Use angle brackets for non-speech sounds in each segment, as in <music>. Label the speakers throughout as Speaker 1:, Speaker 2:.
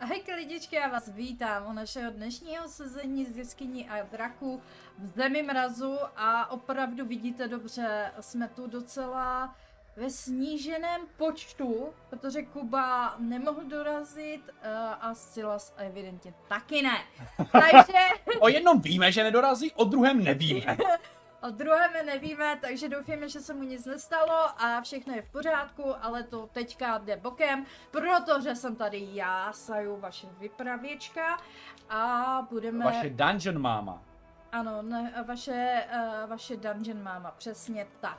Speaker 1: Hejky lidičky, já vás vítám u našeho dnešního sezení z jeskyní a draku v zemi mrazu a opravdu vidíte dobře, jsme tu docela ve sníženém počtu, protože Kuba nemohl dorazit eh, a Silas evidentně taky ne. Takže
Speaker 2: O jednom víme, že nedorazí, o druhém nevíme.
Speaker 1: o druhém nevíme, takže doufáme, že se mu nic nestalo a všechno je v pořádku, ale to teďka jde bokem, protože jsem tady já, Saju, vaše vypravěčka a budeme...
Speaker 2: Vaše dungeon máma.
Speaker 1: Ano, ne, vaše, eh, vaše dungeon máma, přesně tak.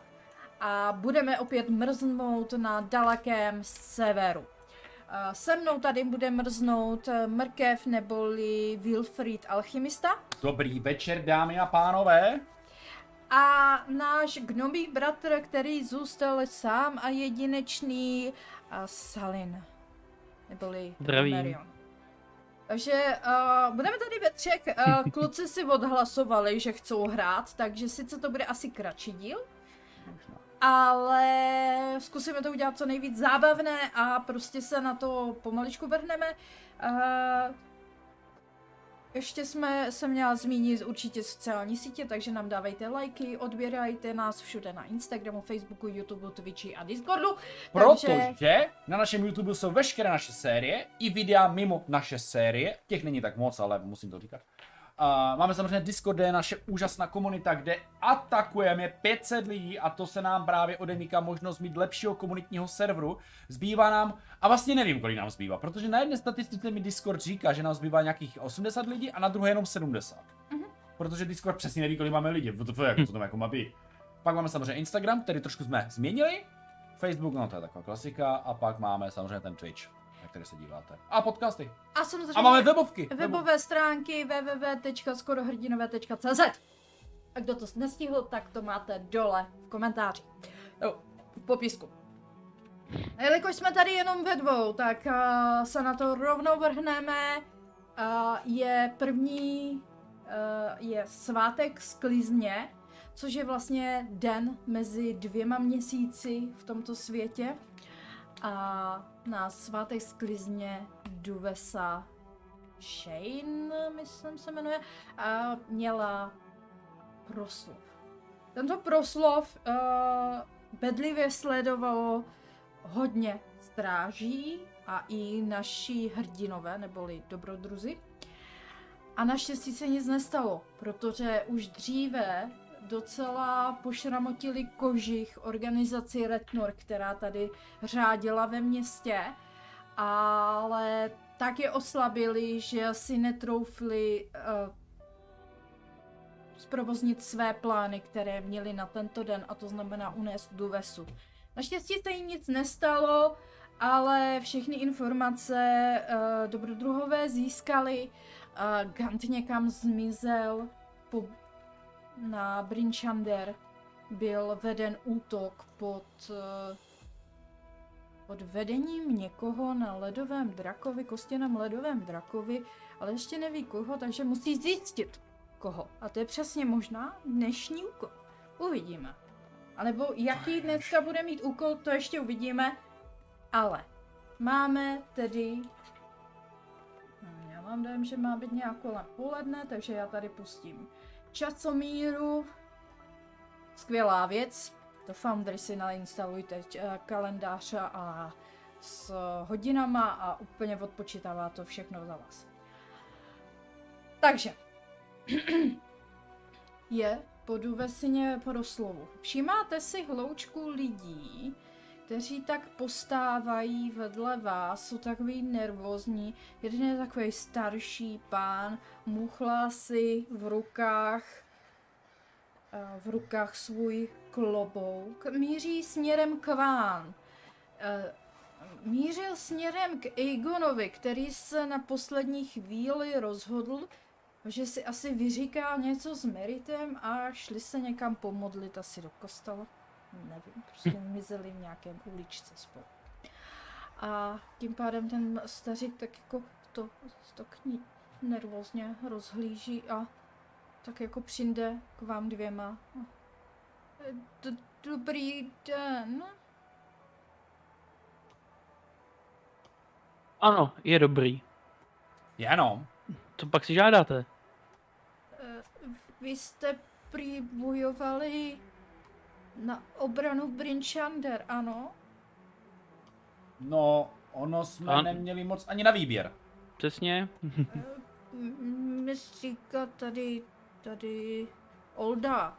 Speaker 1: A budeme opět mrznout na dalekém severu. Eh, Se mnou tady bude mrznout eh, Mrkev neboli Wilfried Alchymista
Speaker 2: Dobrý večer, dámy a pánové.
Speaker 1: a náš gnomý bratr, který zůstal sám a jedinečný, a Salin, neboli
Speaker 3: Zdravím.
Speaker 1: Marion. Takže uh, budeme tady ve třech, uh, kluci si odhlasovali, že chcou hrát, takže sice to bude asi kratší díl, ale zkusíme to udělat co nejvíc zábavné a prostě se na to pomaličku vrhneme. Uh, ještě jsme se měla zmínit určitě sociální sítě, takže nám dávejte lajky, odběrajte nás všude na Instagramu, Facebooku, YouTubeu, Twitchi a Discordu.
Speaker 2: Protože na našem YouTube jsou veškeré naše série, i videa mimo naše série, těch není tak moc, ale musím to říkat. A máme samozřejmě Discord, kde je naše úžasná komunita, kde atakujeme 500 lidí a to se nám právě odemíká možnost mít lepšího komunitního serveru. Zbývá nám, a vlastně nevím, kolik nám zbývá, protože na jedné statistice mi Discord říká, že nám zbývá nějakých 80 lidí a na druhé jenom 70. Protože Discord přesně neví, kolik máme lidí, to, to, jak to tam jako má být. Pak máme samozřejmě Instagram, který trošku jsme změnili, Facebook, no to je taková klasika, a pak máme samozřejmě ten Twitch, na který se díváte. A podcasty.
Speaker 1: A samozřejmě
Speaker 2: A máme webovky. Webov-
Speaker 1: webové stránky www.skorohrdinové.cz A kdo to nestihl, tak to máte dole v komentáři. Jo, v popisku. A jelikož jsme tady jenom ve dvou, tak uh, se na to rovnou vrhneme. Uh, je první, uh, je svátek sklizně, což je vlastně den mezi dvěma měsíci v tomto světě. A na svátek sklizně Duvesa Shane, myslím se jmenuje, a měla proslov. Tento proslov uh, bedlivě sledovalo hodně stráží a i naši hrdinové, neboli dobrodruzi. A naštěstí se nic nestalo, protože už dříve docela pošramotili kožich organizaci Retnor, která tady řádila ve městě, ale tak je oslabili, že si netroufli uh, zprovoznit své plány, které měli na tento den, a to znamená unést Duvesu. Naštěstí se jim nic nestalo, ale všechny informace uh, dobrodruhové získali. Uh, Gant někam zmizel po, na Brinchander. Byl veden útok pod, uh, pod vedením někoho na ledovém drakovi, kostěném ledovém drakovi, ale ještě neví koho, takže musí zjistit koho. A to je přesně možná dnešní úkol. Uvidíme. A nebo jaký dneska bude mít úkol, to ještě uvidíme. Ale máme tedy... Hm, Já mám dojem, že má být nějak kolem poledne, takže já tady pustím časomíru. Skvělá věc. Do Foundry si nainstalujte eh, kalendář a s hodinama a úplně odpočítává to všechno za vás. Takže, <clears throat> je po duvesině proslovu. Všimáte si hloučku lidí, kteří tak postávají vedle vás, jsou takový nervózní. Jeden je takový starší pán, muchlá si v rukách eh, v rukách svůj klobouk. Míří směrem k vám. Eh, Mířil směrem k Egonovi, který se na poslední chvíli rozhodl, že si asi vyříká něco s Meritem a šli se někam pomodlit asi do kostela. Nevím, prostě mizeli v nějakém uličce spolu. A tím pádem ten stařík tak jako to, to k ní nervózně rozhlíží a tak jako přijde k vám dvěma. Eh, d- Dobrý den.
Speaker 3: Ano, je dobrý.
Speaker 2: Jenom.
Speaker 3: Co pak si žádáte?
Speaker 1: Eh, Vy jste prý bojovali na obranu Brinchander, ano?
Speaker 2: No, ono jsme
Speaker 3: An-
Speaker 2: neměli moc ani na výběr.
Speaker 3: Přesně. No,
Speaker 1: M- Mi říká tady, tady Olda.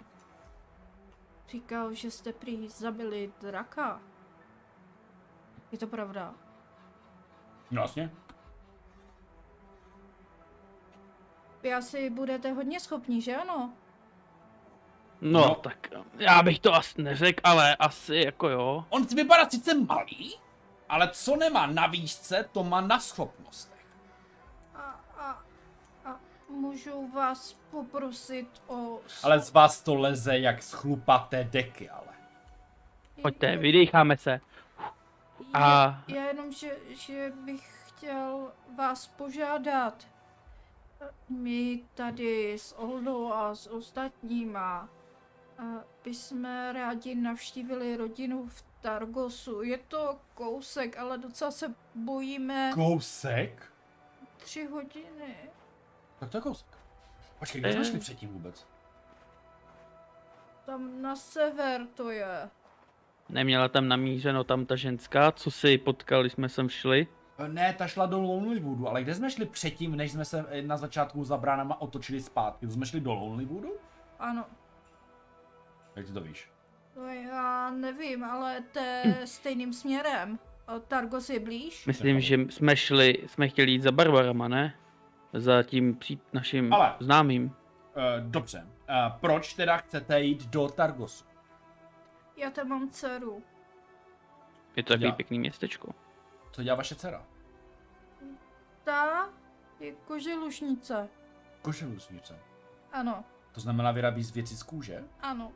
Speaker 1: Říkal, že jste prý zabili draka. Je to pravda?
Speaker 2: No jasně.
Speaker 1: Vy asi budete hodně schopní, že ano?
Speaker 3: No,
Speaker 2: No.
Speaker 3: no, tak já bych to asi neřekl, ale asi jako jo.
Speaker 2: On vypadá sice malý, ale co nemá na výšce, to má na schopnostech.
Speaker 1: A, a, a můžu vás poprosit o... s-
Speaker 2: Ale z vás to leze jak z chlupaté deky, ale.
Speaker 3: Pojďte, vydecháme se. A
Speaker 1: Jako Já jenom, že, že bych chtěl vás požádat. My tady s Oldou a s ostatníma eh, bychom rádi navštívili rodinu v Targosu. Je to kousek, ale docela se bojíme
Speaker 2: Kousek?
Speaker 1: tři hodiny.
Speaker 2: Tak to je kousek. Počkej, kde
Speaker 3: Eh.
Speaker 2: jsme šli předtím vůbec?
Speaker 1: Tam na sever to je.
Speaker 3: neměla tam namířeno tam ta ženská, co si potkali, jsme sem šli.
Speaker 2: E, Ne, ta šla do Lonelywoodu, ale kde jsme šli předtím, než jsme se e, na začátku za bránama otočili zpátky? To jsme šli do Lonelywoodu?
Speaker 1: Ano,
Speaker 2: Jak ty to víš?
Speaker 1: to já nevím, ale to
Speaker 3: Hm.
Speaker 1: je stejným směrem. A Targos je blíž?
Speaker 3: Myslím, že jsme šli, jsme chtěli jít za Barbarama, ne? Za tím při naším
Speaker 2: Ale-
Speaker 3: známým.
Speaker 2: E, dobře. E, proč teda chcete jít do Targosu?
Speaker 1: Já tam mám dceru.
Speaker 3: Je to takový
Speaker 2: Já.
Speaker 3: pěkný městečko.
Speaker 2: Co dělá vaše dcera?
Speaker 1: Ta je koželušnice.
Speaker 2: Košelusnice.
Speaker 1: Ano,
Speaker 2: To znamená vyrábí z věci z kůže?
Speaker 1: ano.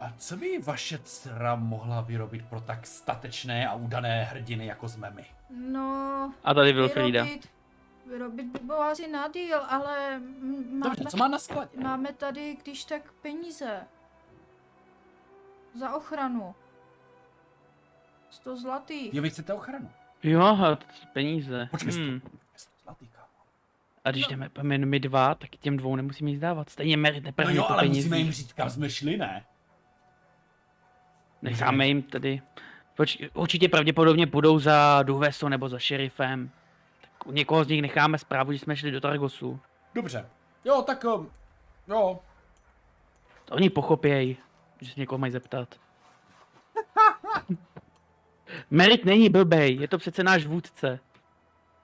Speaker 2: A co by vaše dcera mohla vyrobit pro tak statečné a udané hrdiny, jako jsme my?
Speaker 1: No,
Speaker 3: A tady Wilfrida.
Speaker 1: vyrobit, vyrobit by bylo asi na díl, ale m- máme,
Speaker 2: Dobře, co má na skladě?
Speaker 1: máme tady když tak peníze. Za ochranu. 100 zlatých.
Speaker 2: Jo, vy chcete ochranu.
Speaker 3: Jo, a t- peníze.
Speaker 2: Počkej,
Speaker 3: Hmm.
Speaker 2: hmm. zlatý, kámo.
Speaker 3: A když
Speaker 1: No.
Speaker 3: jdeme jen my dva, tak těm dvou nemusíme nic dávat. Stejně merit
Speaker 2: No
Speaker 3: neprvně
Speaker 2: jo,
Speaker 3: po
Speaker 2: ale musíme
Speaker 3: penězích.
Speaker 2: jim říct, kam jsme šli, ne?
Speaker 3: Necháme jim tady. Poč, určitě pravděpodobně půjdou za Duveso nebo za šerifem. Tak u někoho z nich necháme zprávu, že jsme šli do Targosu.
Speaker 2: Dobře. Jo, tak... ehm, Jo,
Speaker 3: To oni pochopějí, že se někoho mají zeptat. <laughs> Merit není blbej, je to přece náš vůdce.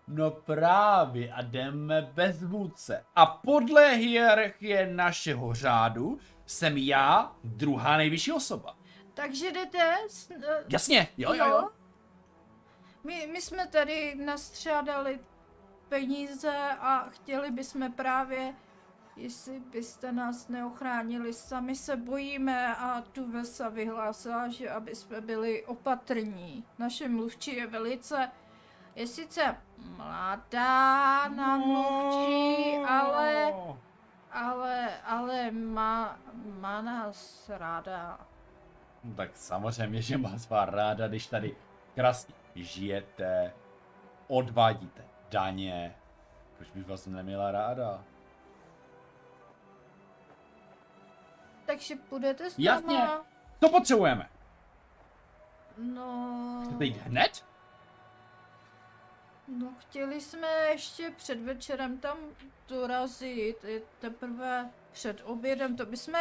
Speaker 2: No právě a jdeme bez vůdce. A podle hierarchie našeho řádu jsem já druhá nejvyšší osoba.
Speaker 1: Takže jdete? S, eh,
Speaker 2: Jasně, jo, jo, jo.
Speaker 1: My, my jsme tady nastřádali peníze a chtěli bychom právě, jestli byste nás neochránili, sami se bojíme a tu Vesa vyhlásila, že aby jsme byli opatrní. Naše mluvčí je velice, je sice mladá na
Speaker 2: No.
Speaker 1: mluvčí, ale, ale, ale má, má nás ráda.
Speaker 2: No Tak samozřejmě, že vás má ráda, když tady krásně žijete, odvádíte daně. Proč bych vás neměla ráda?
Speaker 1: Takže půjdete s náma?
Speaker 2: Jasně. To potřebujeme.
Speaker 1: No...
Speaker 2: Chcete jít hned?
Speaker 1: No, chtěli jsme ještě před večerem tam dorazit, je teprve před obědem, to bychom,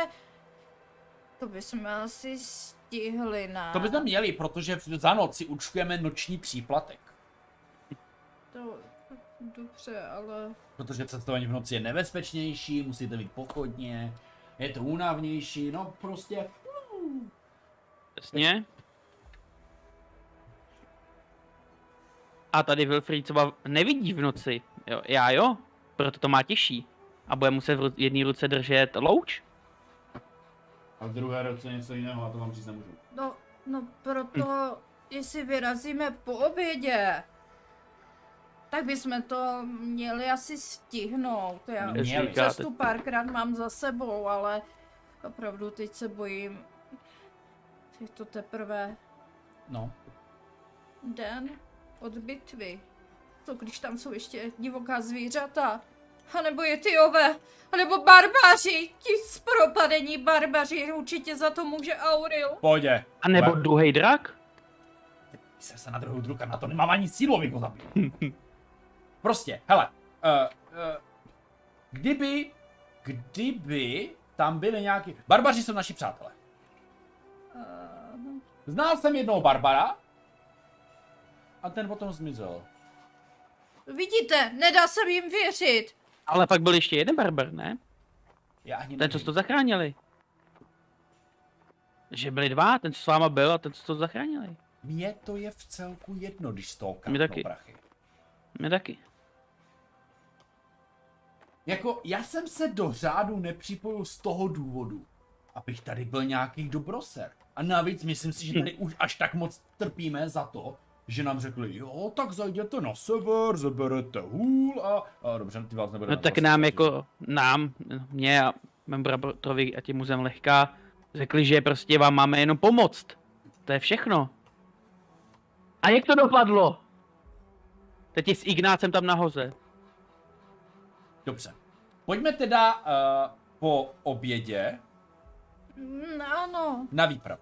Speaker 1: to bychom asi stihli, ne?
Speaker 2: To bychom měli, protože v- za noc si určujeme noční příplatek.
Speaker 1: To, dobře, ale
Speaker 2: Protože cestování v noci je nebezpečnější, musíte být pochodně, je to únavnější, no prostě.
Speaker 3: Přesně. A tady Wilfried třeba nevidí v noci. Jo, já jo, proto to má těžší. A bude muset v ru- jedné ruce držet louč.
Speaker 2: A v druhé roce něco jiného, a to vám říct nemůžu.
Speaker 1: no, no proto, jestli vyrazíme po obědě, tak bychom to měli asi stihnout, já
Speaker 2: Měli.
Speaker 1: už tu
Speaker 2: Říkáte.
Speaker 1: cestu párkrát mám za sebou, ale opravdu teď se bojím, je to teprve
Speaker 2: No,
Speaker 1: Den od bitvy. to, když tam jsou ještě divoká zvířata. A nebo je ty ove, a nebo barbaři, ti spropadení barbaři, určitě za to může Auril.
Speaker 2: Pojde.
Speaker 3: A nebo
Speaker 2: Hle,
Speaker 3: druhý drak?
Speaker 2: Jsem se na druhou druka, na to nemám ani sílu, abych ho
Speaker 3: <laughs>
Speaker 2: zabil. prostě, hele. Uh, uh, kdyby, kdyby tam byli nějaký... Barbaři jsou naši přátelé.
Speaker 1: Uh,
Speaker 2: Znal jsem jednoho Barbara. A ten potom zmizel.
Speaker 1: vidíte, nedá se jim věřit.
Speaker 3: Ale pak byl ještě jeden barbar, ne?
Speaker 2: Já ani
Speaker 3: Ten, co
Speaker 2: nevím.
Speaker 3: jste to zachránili. Že byli dva, ten, co s váma byl a ten, co to zachránili.
Speaker 2: Mně to je v celku jedno, když z toho
Speaker 3: Mně
Speaker 2: kapnou
Speaker 3: taky.
Speaker 2: prachy.
Speaker 3: My taky.
Speaker 2: Jako, já jsem se do řádu nepřipojil z toho důvodu, abych tady byl nějaký dobroser. A navíc myslím si, že tady už až tak moc trpíme za to, že nám řekli, jo, tak zajděte na sever, zaberete hůl a, a dobře, ty vás nebude
Speaker 3: No
Speaker 2: na
Speaker 3: tak
Speaker 2: Vlastně to
Speaker 3: nám
Speaker 2: stačit.
Speaker 3: jako, nám, mě a mému bratrovi a tím muzeem lehká, řekli, že prostě vám máme jenom pomoct. To je všechno. A jak to dopadlo? Teď je s Ignácem tam nahoře.
Speaker 2: Dobře. Pojďme teda uh, po obědě
Speaker 1: Mm, ano.
Speaker 2: na výpravu.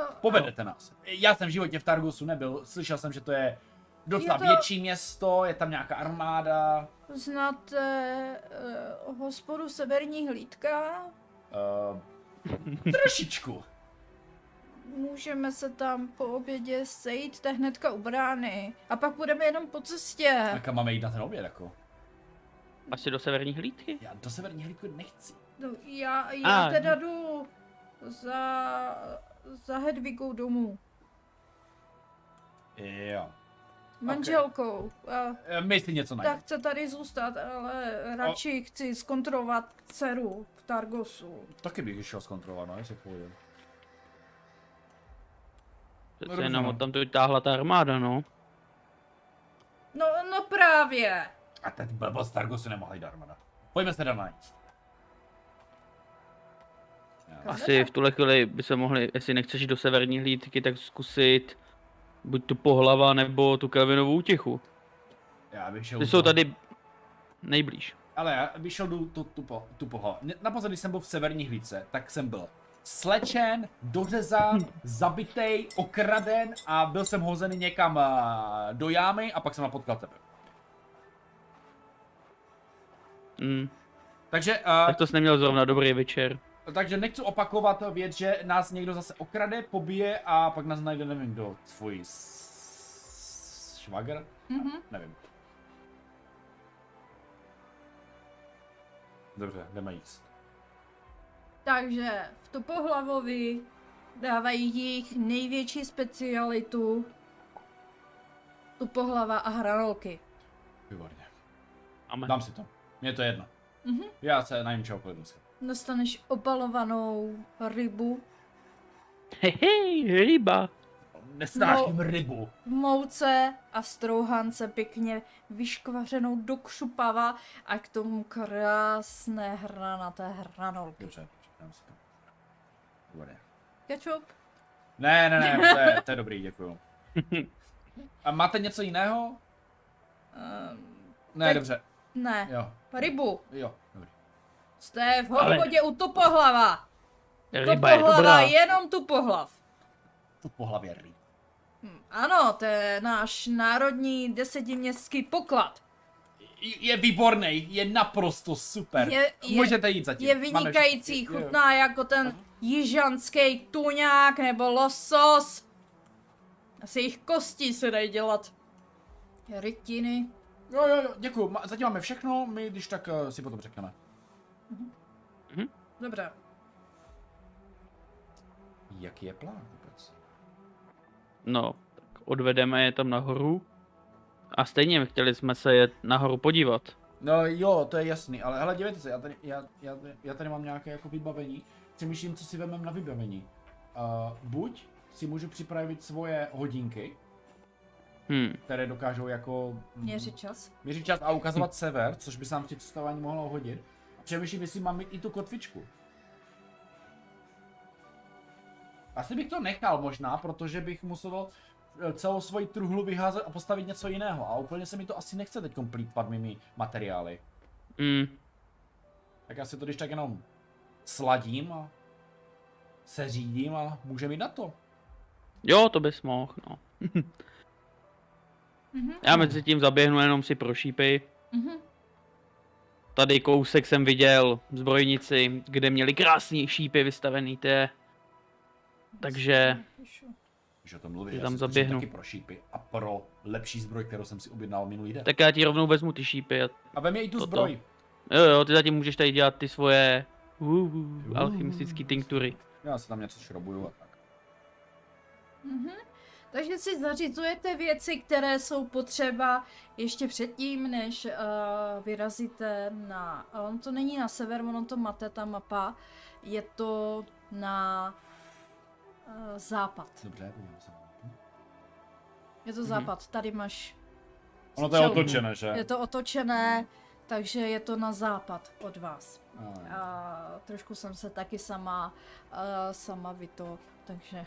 Speaker 1: Uh,
Speaker 2: Povedete nás. Já jsem v životě v Targusu nebyl, slyšel jsem, že to je docela
Speaker 1: Je to-
Speaker 2: větší město, je tam nějaká armáda.
Speaker 1: Znáte uh, hospodu Severní hlídka?
Speaker 2: Uh, trošičku.
Speaker 1: Můžeme se tam po obědě sejít, to je hnedka u brány. A pak budeme jenom po cestě.
Speaker 2: A kam máme jít na ten oběd, jako?
Speaker 3: Asi do severní hlídky.
Speaker 2: Já do severní hlídku nechci.
Speaker 1: No, já, já
Speaker 3: A. no.
Speaker 1: teda jdu za, za Hedvigou domů.
Speaker 2: Jo.
Speaker 1: Manželkou. A
Speaker 2: E, My si něco
Speaker 1: ta
Speaker 2: najdeme.
Speaker 1: chce tady zůstat, ale radši chci zkontrolovat dceru v Targosu.
Speaker 2: Taky bych ji šel zkontrolovat, no, jestli půjde.
Speaker 3: Přece
Speaker 2: dobře,
Speaker 3: jenom
Speaker 2: no.
Speaker 3: od tam to táhla ta armáda, no.
Speaker 1: No, no právě.
Speaker 2: A teď blbost Targosu nemohla jít do armáda. Pojďme se dál najíst. Jo.
Speaker 3: Asi v tuhle chvíli by se mohli, jestli nechceš jít do severní hlídky, tak zkusit buď tu pohlava nebo tu Kelvinovou útěchu.
Speaker 2: Já bych šel...
Speaker 3: Ty
Speaker 2: do-
Speaker 3: jsou tady nejblíž.
Speaker 2: Ale já bych šel tu, tu, tu, po, tu poho. Ne- Naposledy, když jsem byl v severní hlídce, tak jsem byl slečen,
Speaker 3: <laughs>
Speaker 2: dořezán, zabitej, okraden a byl jsem hozený někam a, do jámy a pak jsem napotkal tebe.
Speaker 3: Mm.
Speaker 2: Takže e, a,
Speaker 3: Tak to jsi neměl zrovna dobrý večer.
Speaker 2: Takže nechci opakovat věc, že nás někdo zase okrade, pobije a pak nás najde, nevím kdo, tvůj s- švagr?
Speaker 1: Mhm.
Speaker 2: Nevím. Dobře, jdeme jíst.
Speaker 1: Takže v Topohlavovi dávají jejich největší specialitu Topohlava a hranolky.
Speaker 2: Výborně.
Speaker 3: Amen.
Speaker 2: Dám si to. Mně to je jedno.
Speaker 1: Mhm.
Speaker 2: Já se najím čehokoliv dneska.
Speaker 1: Dostaneš opalovanou rybu
Speaker 3: Hej, hej, ryba.
Speaker 2: Nesnáším no. rybu.
Speaker 1: v mouce a strouhance pěkně vyškvařenou do křupava a k tomu krásné hranaté hranolky.
Speaker 2: Dobře, dám si to. Výborně.
Speaker 1: Kečup?
Speaker 2: Ne, ne, ne, to je, to je dobrý, <laughs> děkuju. A máte něco jiného?
Speaker 1: Um,
Speaker 2: Ne,
Speaker 1: Tak-
Speaker 2: dobře.
Speaker 1: ne,
Speaker 2: Jo,
Speaker 1: rybu.
Speaker 2: jo, dobrý.
Speaker 1: Jste v
Speaker 3: Ale-
Speaker 1: hospodě u Topohlava.
Speaker 3: Ryba je
Speaker 1: Topohlava,
Speaker 3: dobrá.
Speaker 1: jenom Topohlav.
Speaker 2: Tu po hlavě ryb.
Speaker 1: Hm, Ano, to je náš národní desetiměstský poklad.
Speaker 2: Je výborný, je naprosto super.
Speaker 1: Je- je-
Speaker 2: Můžete jít zatím.
Speaker 1: Je
Speaker 2: Máme
Speaker 1: vynikající,
Speaker 2: všechno. Je- je-
Speaker 1: chutná jako ten jižanský tuňák nebo losos. A Z jejich kostí se dají dělat rytiny.
Speaker 2: Jo, jo, jo, děkuju. Ma- Zatím máme všechno, my když tak eh, si potom řekneme.
Speaker 1: Dobré.
Speaker 2: Jaký je plán vůbec?
Speaker 3: No, tak odvedeme je tam nahoru. A stejně chtěli jsme se je nahoru podívat.
Speaker 2: No jo, to je jasný, ale hele, dívejte se, já tady, já, já, já tady mám nějaké jako vybavení. Přemýšlím, co si vezmeme na vybavení. Uh, buď si můžu připravit svoje hodinky,
Speaker 3: Hm.
Speaker 2: které dokážou jako... mm,
Speaker 3: Mhm.
Speaker 1: Měřit čas.
Speaker 2: měřit čas a ukazovat sever, což by se nám při cestování mohlo hodit. Přemýšlím, jestli mám mít i tu kotvičku. Asi bych to nechal možná, protože bych musel eh, celou svoji truhlu vyházet a postavit něco jiného. A úplně se mi to asi nechce teď plítvat mými materiály.
Speaker 3: Mm.
Speaker 2: Tak já si to když tak jenom sladím a seřídím a můžeme jít na to.
Speaker 3: Jo, to bys mohl, no.
Speaker 1: Mhm,
Speaker 3: Já mezi tím zaběhnu jenom si pro šípy.
Speaker 1: mhm.
Speaker 3: Tady kousek jsem viděl zbrojnici, kde měli krásný šípy vystavený, to je. Takže-
Speaker 1: Píšu.
Speaker 2: Když o tom mluvíš,
Speaker 3: Ty
Speaker 2: já
Speaker 3: tam
Speaker 2: si skočím
Speaker 3: zaběhnu.
Speaker 2: taky pro šípy a pro lepší zbroj, kterou jsem si objednal minulý den.
Speaker 3: tak já ti rovnou vezmu ty šípy. A...
Speaker 2: A vem je i tu
Speaker 3: toto.
Speaker 2: zbroj.
Speaker 3: Jo, jo, ty zatím můžeš tady dělat ty svoje uh, uh, alchymistické tinktury.
Speaker 2: Já si tam něco šrobuju a tak.
Speaker 1: Mhm. Takže si zařizujete věci, které jsou potřeba ještě předtím, než uh, vyrazíte na... a On to není na sever, ono to máte, ta mapa. Je to na uh, západ.
Speaker 2: Dobře, podívám se.
Speaker 1: Je to
Speaker 3: Mhm.
Speaker 1: západ, tady máš...
Speaker 2: Ono to je
Speaker 1: střelbu.
Speaker 2: otočené, že?
Speaker 1: Je to otočené, takže je to na západ od vás.
Speaker 2: A...
Speaker 1: A trošku jsem se taky sama, uh, sama vyto, takže.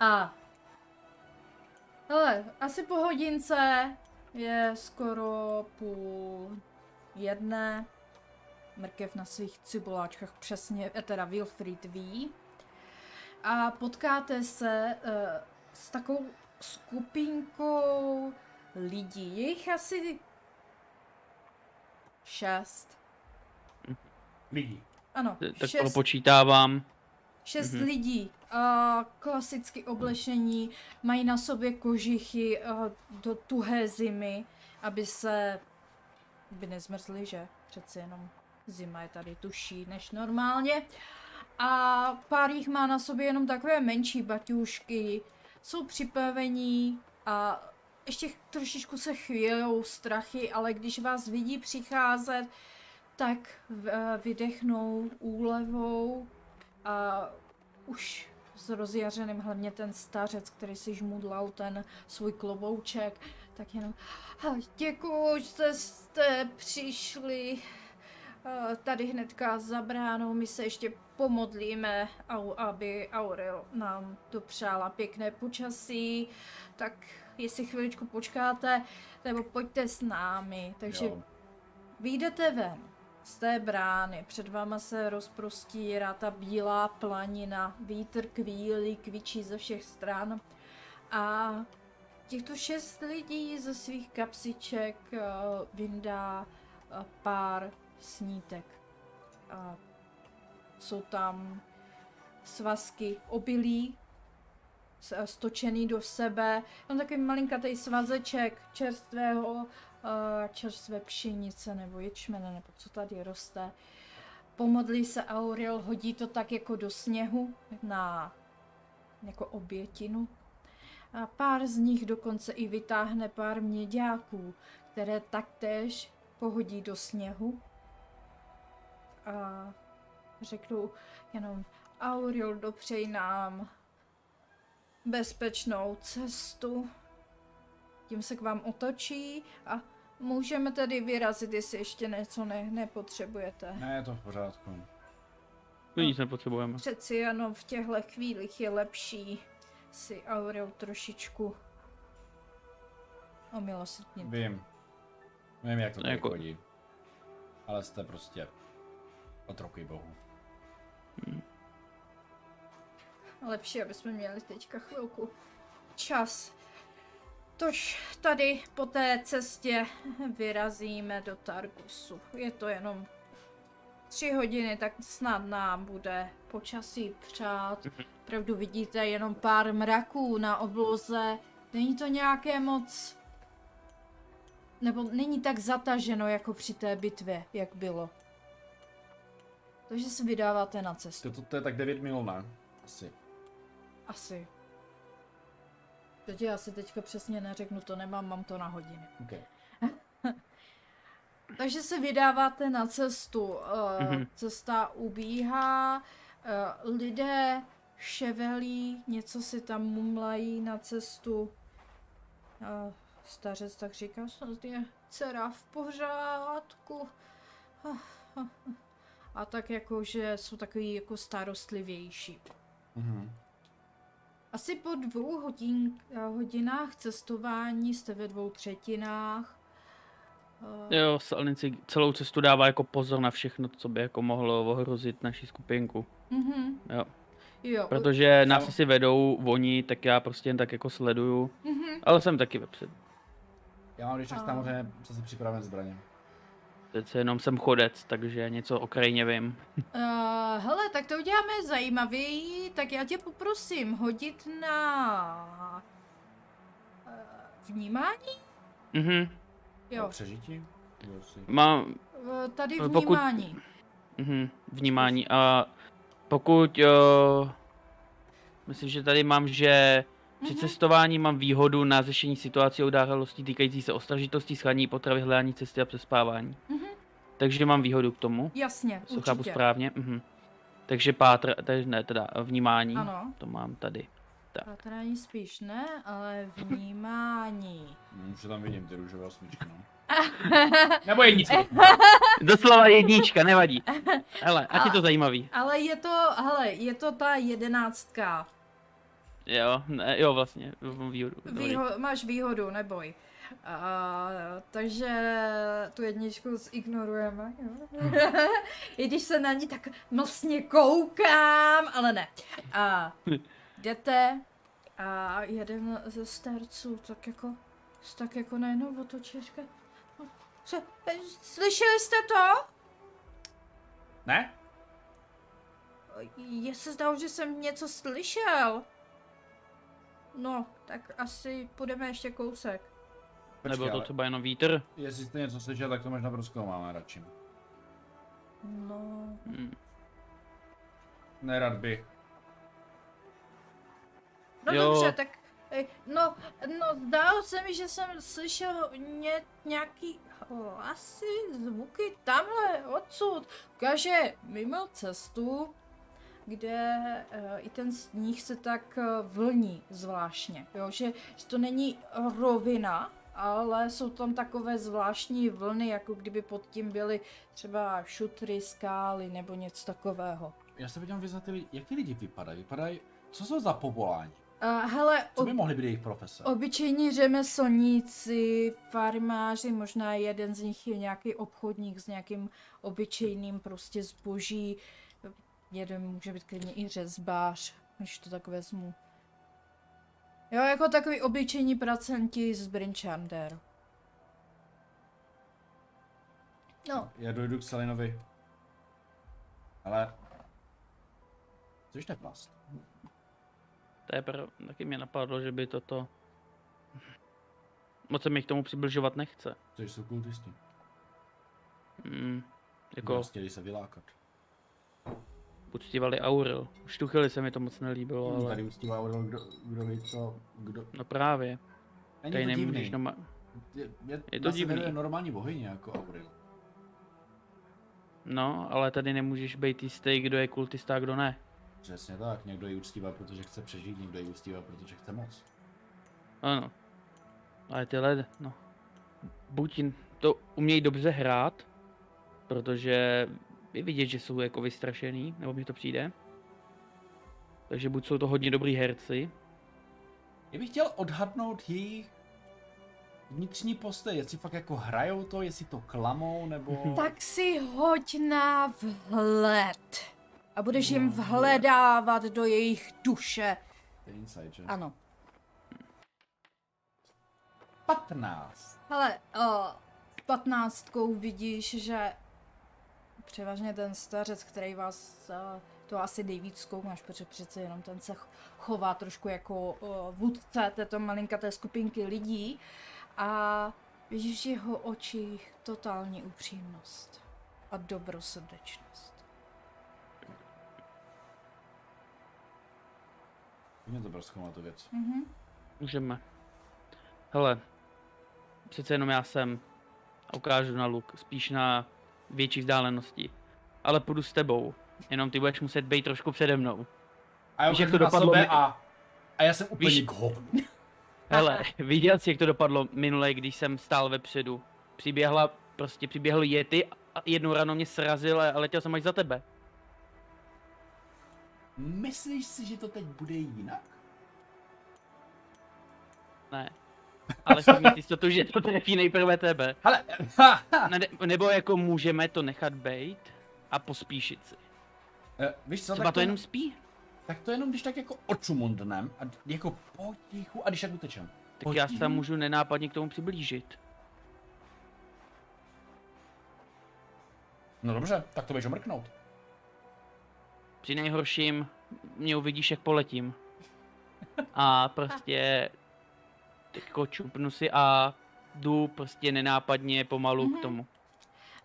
Speaker 1: A. Hele, asi po hodince je skoro půl jedné. Mrkev na svých cibuláčkách přesně, eh, teda Wilfried ví. A potkáte se eh, s takovou skupinkou lidí. Je jich asi šest.
Speaker 2: Lidí.
Speaker 1: Ano,
Speaker 3: Eh, Tak No,
Speaker 1: šest,
Speaker 3: propočítávám.
Speaker 1: šest
Speaker 3: Mhm.
Speaker 1: lidí, a klasicky oblečení, mají na sobě kožichy a do tuhé zimy, aby se, aby nezmrzli, že přeci jenom zima je tady tuší než normálně. A pár jich má na sobě jenom takové menší baťůšky, jsou připravení a ještě trošičku se chvílou strachy, ale když vás vidí přicházet, tak eh, vydechnou úlevou a už s rozjařeným hlavně ten stařec, který si žmudlal ten svůj klobouček, tak jenom "Ah, děkuju, že jste přišli eh, tady hnedka za bránou, my se ještě pomodlíme, au- aby Aurel nám dopřála pěkné počasí, tak jestli chviličku počkáte, nebo pojďte s námi, takže
Speaker 2: Jo.
Speaker 1: Výjdete ven z té brány, před váma se rozprostírá ta bílá planina, vítr kvílí, kvičí ze všech stran a těchto šest lidí ze svých kapsiček eh, vyndá eh, pár snítek. A jsou tam svazky obilí, s- eh, stočený do sebe, tam takový malinkatý svazeček čerstvého eh, čerstvé pšenice nebo ječmene, nebo co tady roste. Pomodlí se Aurel, hodí to tak jako do sněhu na jako obětinu. A pár z nich dokonce i vytáhne pár měďáků, které taktéž pohodí do sněhu. A řeknou jenom Aurel, dopřej nám bezpečnou cestu. Tím se k vám otočí a můžeme tedy vyrazit, jestli ještě něco ne- nepotřebujete.
Speaker 2: Ne, je to v pořádku.
Speaker 1: No.
Speaker 3: To nic nepotřebujeme.
Speaker 1: Přeci jenom v těchto chvílích je lepší si Aurel trošičku omilosrdnit.
Speaker 2: Vím. Vím, jak to tady
Speaker 3: Jako-
Speaker 2: chodí. Ale jste prostě otroky bohu.
Speaker 1: Lepší, aby jsme měli teďka chvilku čas. Tož tady po té cestě vyrazíme do Targusu. Je to jenom tři hodiny, tak snad nám bude počasí přát. Pravdu vidíte jenom pár mraků na obloze. Není to nějaké moc... Nebo není tak zataženo jako při té bitvě, jak bylo. Takže se vydáváte na cestu.
Speaker 2: To, to, to je tak 9 mil, ne? Asi.
Speaker 1: Asi. Teď já si teďka přesně neřeknu, to nemám, mám to na hodiny.
Speaker 2: Okay.
Speaker 1: Takže se vydáváte na cestu. eh,
Speaker 3: Mhm.
Speaker 1: Cesta ubíhá, eh, lidé ševelí, něco si tam mumlají na cestu. Eh, Stařec tak říká, snad je dcera v pořádku. <laughs> A tak jako, že jsou takový jako starostlivější.
Speaker 2: Mhm.
Speaker 1: Asi po dvou hodin, eh, hodinách cestování jste ve dvou třetinách. Eh,
Speaker 3: Jo, Salnici celou cestu dává jako pozor na všechno, co by jako mohlo ohrozit naši skupinku.
Speaker 1: Mhm.
Speaker 3: Jo.
Speaker 1: Jo.
Speaker 3: Protože nás
Speaker 2: Jo.
Speaker 3: asi vedou oni, tak já prostě jen tak jako sleduju.
Speaker 1: Mhm.
Speaker 3: Ale jsem taky vepředu.
Speaker 2: Já mám když tak
Speaker 1: A.
Speaker 2: samozřejmě přesně připravené zbraně.
Speaker 3: Přece jenom jsem chodec, takže něco o krajině vím.
Speaker 1: Uh, hele, tak to uděláme zajímavěji, tak já tě poprosím hodit na uh, vnímání?
Speaker 3: Mhm,
Speaker 2: Jo.
Speaker 1: Jo,
Speaker 2: Přežití? Kdo si-
Speaker 3: mám
Speaker 1: eh, tady
Speaker 3: Eh, pokud-
Speaker 1: vnímání.
Speaker 3: mhm, vnímání a pokud... Uh, myslím, že tady mám, že při
Speaker 1: Mhm.
Speaker 3: cestování mám výhodu na řešení situací a událostí týkající se ostražitostí, schaní potravy, hledání cesty a přespávání.
Speaker 1: Mhm.
Speaker 3: Takže mám výhodu k tomu.
Speaker 1: Jasně,
Speaker 3: To chápu
Speaker 1: určitě.
Speaker 3: správně. Mhm. Takže pátr, takže ne, teda eh, vnímání.
Speaker 1: Ano,
Speaker 3: To mám tady.
Speaker 1: pátrání spíš ne, ale vnímání.
Speaker 2: Hm, Už je tam vidím, ty růžové osmičky,
Speaker 1: <laughs>
Speaker 2: no. Nebo jednice.
Speaker 3: Doslova jednička, nevadí. Hele, ať je to zajímavý.
Speaker 1: Ale je to, hele, je to ta jedenáctka.
Speaker 3: Jo, ne, jo vlastně, mám výhodu. dobrý.
Speaker 1: Výho- máš výhodu, neboj. A, takže tu jedničku zignorujeme. jo. <laughs> I když se na ní tak mlsně koukám, ale ne. A jdete a jeden ze starců tak jako, tak jako najednou otočí a říká, "No, "Co- slyšeli jste to?
Speaker 2: Ne?
Speaker 1: Je se zdalo, že jsem něco slyšel. No, tak asi půjdeme ještě kousek.
Speaker 3: Nebyl
Speaker 2: Počkej,
Speaker 3: to
Speaker 2: ale
Speaker 3: třeba jenom vítr?
Speaker 2: jestli jste něco slyšel, tak to možná prozkoumáme radši.
Speaker 1: No,
Speaker 3: Hm,
Speaker 2: Nerad bych.
Speaker 1: no
Speaker 3: Jo.
Speaker 1: dobře, tak eh, no, no zdálo se mi, že jsem slyšel ně, nějaký hlasy, zvuky tamhle odsud. Kaže mimo cestu, kde eh, i ten sníh se tak eh, vlní zvláštně, jo, že, že to není rovina, ale jsou tam takové zvláštní vlny, jako kdyby pod tím byly třeba šutry, skály nebo něco takového.
Speaker 2: Já se podívám vyznat ty lidi, jak ty lidi vypadají? Vypadají, co jsou za povolání?
Speaker 1: Uh, hele,
Speaker 2: Co by mohly být jejich profese?
Speaker 1: Obyčejní řemeslníci, farmáři, možná jeden z nich je nějaký obchodník s nějakým obyčejným prostě zboží. Jeden může být klidně i řezbář, když to tak vezmu. Jo, jako takový obyčejní pracenti z Brinchander. No,
Speaker 2: Já dojdu k Selinovi. Ale... Což neplast.
Speaker 3: to je prv, taky mě napadlo, že by toto... Moc se mi k tomu přibližovat nechce.
Speaker 2: Což jsou kultisti.
Speaker 3: Hm, jako
Speaker 2: Jako... Chtěli se vylákat.
Speaker 3: uctívali Auril. Štuchili se mi to moc nelíbilo,
Speaker 2: Ale...
Speaker 3: ale...
Speaker 2: Hmm, Tady uctívá Orwell, kdo, kdo ví co, kdo...
Speaker 3: No právě, tady
Speaker 2: Není to divný.
Speaker 3: nemůžeš doma...
Speaker 2: Je, je,
Speaker 3: je
Speaker 2: je
Speaker 3: to
Speaker 2: to divný.
Speaker 3: divný.
Speaker 2: normální bohyně jako Auril.
Speaker 3: No, ale tady nemůžeš být jistý, kdo je kultista a kdo ne.
Speaker 2: Přesně tak, někdo ji uctívá, protože chce přežít, někdo ji uctívá, protože chce moc.
Speaker 3: Ano. Ale tyhle, no. Buď jin- to umějí dobře hrát, protože je vidět, že jsou jako vystrašený, nebo mi to přijde. Takže buď jsou to hodně dobrý herci.
Speaker 2: Já bych chtěl odhadnout jejich vnitřní postoj, jestli fakt jako hrajou to, jestli to klamou,
Speaker 3: Mhm.
Speaker 2: nebo...
Speaker 1: tak si hoď na vhled. A budeš jim vhledávat do jejich duše.
Speaker 2: To je Inside, že?
Speaker 1: Ano.
Speaker 2: 15.
Speaker 1: Hele, uh, patnáctkou vidíš, že převážně ten stařec, který vás uh, to asi nejvíc zkoumáš, protože přece jenom ten se ch- chová trošku jako uh, vůdce této malinkaté skupinky lidí a vidíš v jeho očích totální upřímnost a dobrosrdečnost.
Speaker 2: Mě to proskoumá tu věc.
Speaker 1: Mhm.
Speaker 3: Můžeme. Hele, přece jenom já jsem a ukážu na luk, spíš na větší vzdálenosti. Ale půjdu s tebou, jenom ty budeš muset být trošku přede mnou.
Speaker 2: A já
Speaker 3: Víš, jak
Speaker 2: ukážu
Speaker 3: to
Speaker 2: na
Speaker 3: dopadlo
Speaker 2: sebe
Speaker 3: mi-
Speaker 2: a, a já jsem úplně
Speaker 3: Víš-
Speaker 2: k hovnu.
Speaker 3: Hele, <laughs> viděl jsi, jak to dopadlo minule, když jsem stál vepředu. Přiběhla, prostě přiběhl Yeti a jednou ráno mě srazil a letěl jsem až za tebe.
Speaker 2: Myslíš si, že to teď bude jinak?
Speaker 3: Ne. Ale chci mít jistotu, že to trefí nejprve tebe.
Speaker 2: Hele, <laughs> ha, ha.
Speaker 3: Ne, nebo jako můžeme to nechat bejt a pospíšit si.
Speaker 2: Eh, Víš co,
Speaker 3: Třeba
Speaker 2: tak
Speaker 3: to jenom spí.
Speaker 2: tak to jenom když tak jako očumundnem a d- jako potichu a když tak utečem.
Speaker 3: Tak já se tam můžu nenápadně k tomu přiblížit.
Speaker 2: No dobře, tak to běž omrknout.
Speaker 3: Při nejhorším mě uvidíš, jak poletím. A prostě jako čupnu si a jdu prostě nenápadně pomalu
Speaker 1: Mhm. Eh,
Speaker 3: k tomu.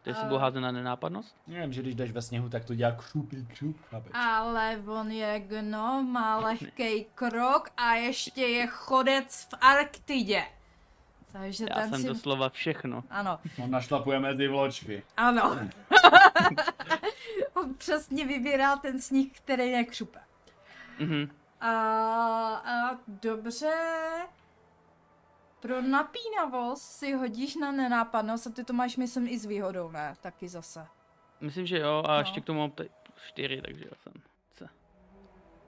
Speaker 3: To jestli
Speaker 1: A-
Speaker 3: uh... házet na nenápadnost?
Speaker 2: Nevím, že když jdeš ve sněhu, tak to dělá křupy křup, chápeš?
Speaker 1: Ale on je gno,
Speaker 3: <laughs>
Speaker 1: má lehký krok a ještě je chodec v Arktidě. Takže
Speaker 3: Já
Speaker 1: ten
Speaker 3: jsem
Speaker 1: si...
Speaker 3: doslova všechno.
Speaker 1: Ano,
Speaker 2: On našlapuje mezi No, vločky.
Speaker 1: ano. <laughs> On přesně vybírá ten sníh, který je křupe.
Speaker 3: Mhm.
Speaker 1: A, a dobře. Pro napínavost si hodíš na nenápadnost a ty to máš, myslím, i s výhodou, ne? Taky zase.
Speaker 3: Myslím, že jo, a
Speaker 1: No.
Speaker 3: ještě k tomu mám tady čtyři, takže já jsem. Co?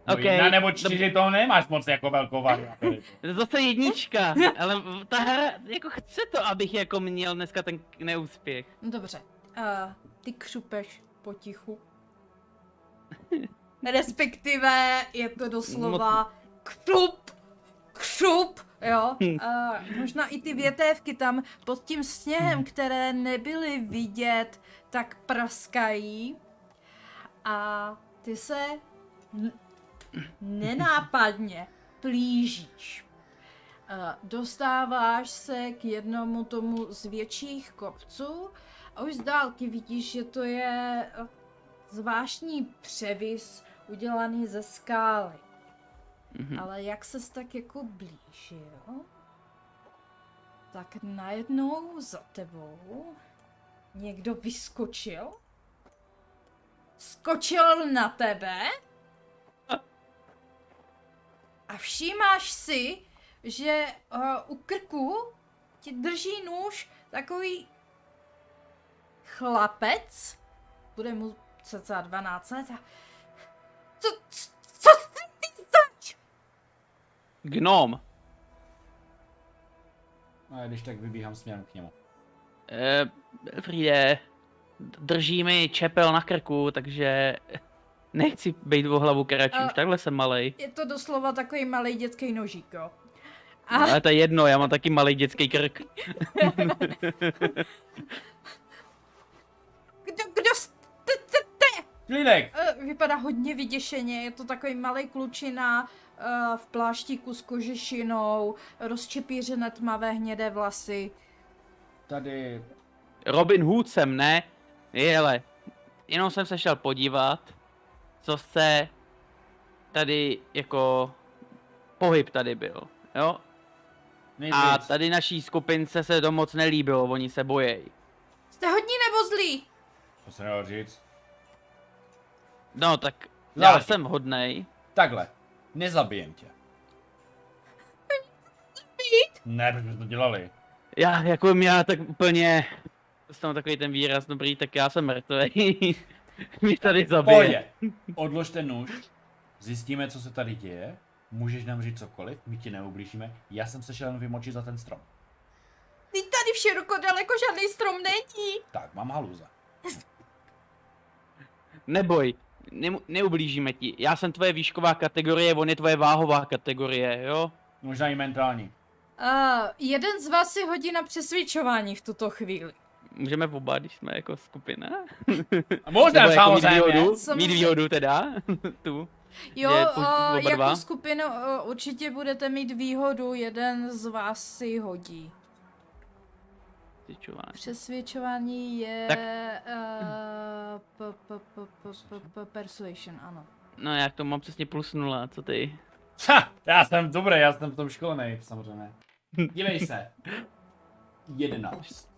Speaker 2: No
Speaker 3: OK.
Speaker 2: jedna nebo čtyři, to nemáš moc jako velkou variantu.
Speaker 3: To je Zase jednička, ale v- ta hra, jako chce to, abych jako měl dneska ten k- neúspěch.
Speaker 1: No dobře. A ty křupeš potichu. Respektive je to doslova křup, křup, jo. A možná i ty větévky tam pod tím sněhem, které nebyly vidět, tak praskají. A ty se n- nenápadně plížíš. A Dostáváš se k jednomu tomu z větších kopců a už z dálky vidíš, že to je eh, zvláštní převis udělaný ze skály.
Speaker 3: Mhm.
Speaker 1: Ale jak ses tak jako blížil, tak najednou za tebou někdo vyskočil, skočil na tebe a všímáš si, že uh, u krku ti drží nůž takový chlapec, bude mu cca 12 let a co, co, co ty zač?
Speaker 3: Gnom.
Speaker 2: No a když tak vybíhám směrem k němu.
Speaker 3: Eh, Fride, drží mi čepel na krku, takže nechci být o hlavu karačí,
Speaker 1: A-
Speaker 3: už takhle jsem malej.
Speaker 1: Je to doslova takový malý dětský nožík, jo. A,
Speaker 3: No, Ale to je jedno, já mám taky malý dětský krk.
Speaker 1: kdo, kdo jste, jste,
Speaker 2: Klidek!
Speaker 1: Eh, Vypadá hodně vyděšeně, je to takový malý klučina eh, v pláštíku s kožešinou, rozčepířené tmavé hnědé vlasy.
Speaker 2: Tady
Speaker 3: Robin Hood jsem, ne? Jele, jenom jsem se šel podívat, co se tady jako pohyb tady byl, jo?
Speaker 2: nic
Speaker 3: A
Speaker 2: víc.
Speaker 3: tady naší skupince se to moc nelíbilo, oni se bojejí.
Speaker 1: Jste hodní nebo zlí?
Speaker 2: To se nedá říct.
Speaker 3: No tak, já
Speaker 2: Záleží.
Speaker 3: jsem hodnej.
Speaker 2: Takhle, nezabijem tě. Ne, protože jsme to dělali.
Speaker 3: Já, jako já tak úplně... Dostanu takový ten výraz, dobrý, tak já jsem mrtvý. <laughs> Mě tady zabije.
Speaker 2: Pojde. Odlož ten nůž, zjistíme, co se tady děje, můžeš nám říct cokoliv, my ti neublížíme, já jsem se šel jen vymočit za ten strom.
Speaker 1: Ty tady v široko daleko žádný strom není.
Speaker 2: Tak, mám haluza.
Speaker 3: Neboj, nemu- neublížíme ti. Já jsem tvoje výšková kategorie, on je tvoje váhová kategorie, jo?
Speaker 2: Možná i mentální.
Speaker 1: Uh, jeden z vás si hodí na přesvědčování v tuto chvíli.
Speaker 3: Můžeme oba, když jsme jako skupina.
Speaker 2: A možná
Speaker 3: Nebo jako mít
Speaker 2: samozřejmě.
Speaker 3: výhodu, mít
Speaker 1: Samozřejmě.
Speaker 3: výhodu teda, <laughs> tu.
Speaker 1: Jo,
Speaker 3: Je po-
Speaker 1: uh,
Speaker 3: oba
Speaker 1: jako
Speaker 3: dva?
Speaker 1: skupinu uh, určitě budete mít výhodu, jeden z vás si hodí.
Speaker 3: Přesvědčování.
Speaker 1: Přesvědčování je
Speaker 3: Tak-
Speaker 1: eh, p- p- p- p- p- p- persuasion, ano.
Speaker 3: No já k tomu mám přesně plus nula, co ty?
Speaker 2: Ha, já jsem dobrý, já jsem v tom školený, samozřejmě. Dívej se. 11.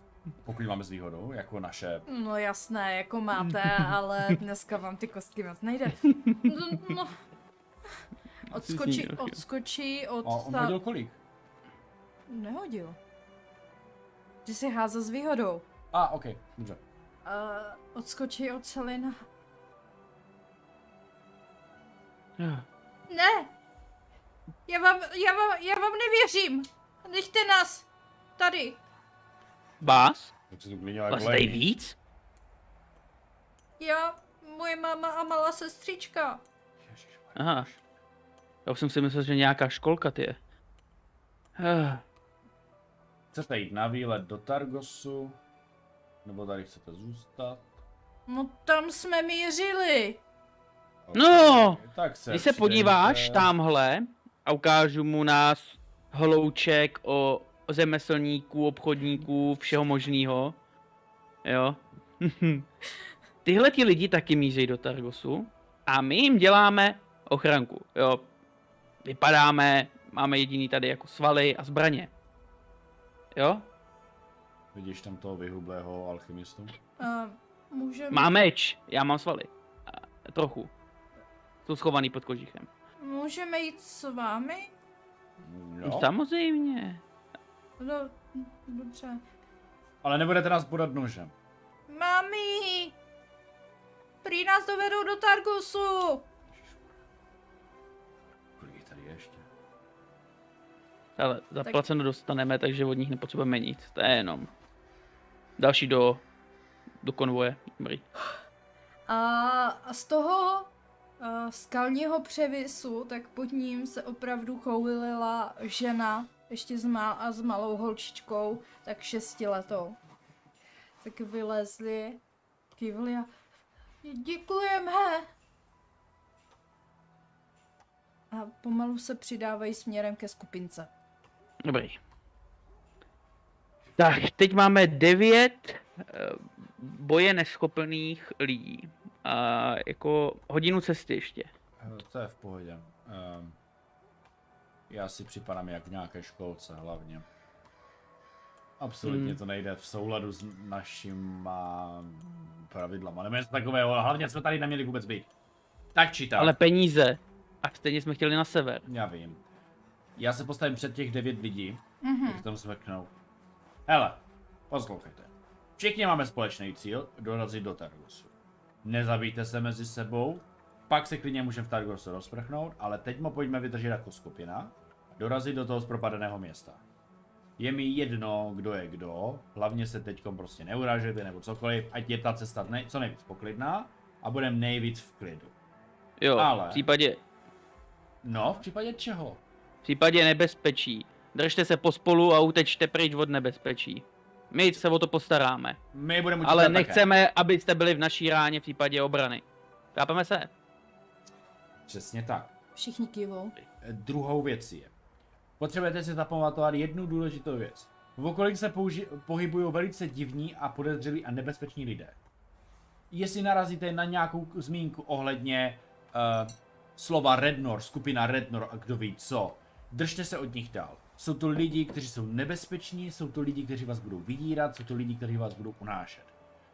Speaker 2: Pokud máme s výhodou, jako naše...
Speaker 1: No jasné, jako
Speaker 3: <laughs>
Speaker 1: máte, ale dneska vám ty kostky moc nejde. No, no. Odskočí,
Speaker 3: Jsi
Speaker 1: odskočí od...
Speaker 2: O, on
Speaker 1: ta-
Speaker 2: hodil kolik?
Speaker 1: Nehodil. Ty si házel s výhodou.
Speaker 2: A, ah, ok, dobře.
Speaker 1: Uh, odskočí od Selina. Ne! Já vám, já vám, já vám nevěřím! Nechte nás tady.
Speaker 3: Vás?
Speaker 2: Tak se to klidně tak
Speaker 3: Vás tady
Speaker 2: lejí.
Speaker 3: víc?
Speaker 1: Já, moje máma a malá sestřička.
Speaker 2: Ježišmarja.
Speaker 3: Aha. Já už jsem si myslel, že nějaká školka ty je. Eh,
Speaker 2: Chcete jít na výlet do Targosu? Nebo tady chcete zůstat?
Speaker 1: No tam jsme mířili.
Speaker 2: Ok,
Speaker 3: No,
Speaker 2: tak se
Speaker 3: Když se
Speaker 2: přidejte.
Speaker 3: podíváš tamhle a ukážu mu nás hlouček o o řemeslníků, obchodníků, všeho možného. Jo. <laughs> Tyhle ti lidi taky míří do Targosu a my jim děláme ochranku. Jo. Vypadáme, máme jediný tady jako svaly a zbraně. Jo?
Speaker 2: Vidíš tam toho vyhublého alchymistu?
Speaker 1: Uh, můžeme...
Speaker 3: Má meč, já mám svaly. A, trochu. Jsou schovaný pod kožichem.
Speaker 1: Můžeme jít s vámi?
Speaker 3: No.
Speaker 2: Jo.
Speaker 3: Samozřejmě.
Speaker 1: No, dobře.
Speaker 2: Ale nebudete nás bodat nožem.
Speaker 1: Mami! Prý nás dovedou do Targusu!
Speaker 2: Kolik jich tady je ještě?
Speaker 3: Ale zaplaceno dostaneme, takže od nich nepotřebujeme nic. To je jenom další do, do konvoje. Dobrý.
Speaker 1: A a z toho a, skalního převisu, tak pod ním se opravdu choulila žena, ještě s, má, a s malou holčičkou, tak šestiletou. Tak vylezli, kývli a děkujeme. A pomalu se přidávají směrem ke skupince.
Speaker 3: Dobrý. Tak, teď máme devět eh, boje neschopných lidí. A jako hodinu cesty ještě.
Speaker 2: Eh, To je v pohodě. Ehm, Já si připadám jak v nějaké školce hlavně. Absolutně
Speaker 3: Hmm.
Speaker 2: to nejde v souladu s našima pravidlama. Nebo něco takového, ale hlavně jsme tady neměli vůbec být. Tak či tak.
Speaker 3: Ale peníze. A stejně jsme chtěli na sever.
Speaker 2: Já vím. Já se postavím před těch devět lidí,
Speaker 1: Mhm.
Speaker 2: jak tam smrknou. Hele, poslouchejte. Všichni máme společný cíl, dorazit do Targosu. Nezabijte se mezi sebou, pak se klidně můžeme v Targosu rozprchnout, ale teď mu pojďme vydržet jako skupina, dorazit do toho zpropadeného města. Je mi jedno, kdo je kdo, hlavně se teďkom prostě neurážete nebo cokoliv, ať je ta cesta nej- co nejvíc poklidná a budeme nejvíc v klidu.
Speaker 3: Jo,
Speaker 2: Ale-
Speaker 3: v případě,
Speaker 2: No, v případě čeho?
Speaker 3: v případě nebezpečí. Držte se pospolu a utečte pryč od nebezpečí. My se o to postaráme.
Speaker 2: My budeme
Speaker 3: Ale
Speaker 2: utíkat také.
Speaker 3: nechceme, abyste byli v naší ráně v případě obrany. Chápeme se?
Speaker 2: Přesně tak.
Speaker 1: Všichni kývou.
Speaker 2: Eh, Druhou věcí je, potřebujete si zapamatovat jednu důležitou věc. V okolí se použi- pohybují velice divní a podezřelí a nebezpeční lidé. Jestli narazíte na nějakou k- zmínku ohledně uh, slova Rednor, skupina Rednor a kdo ví co, držte se od nich dál. Jsou to lidi, kteří jsou nebezpeční, jsou to lidi, kteří vás budou vydírat, jsou to lidi, kteří vás budou unášet.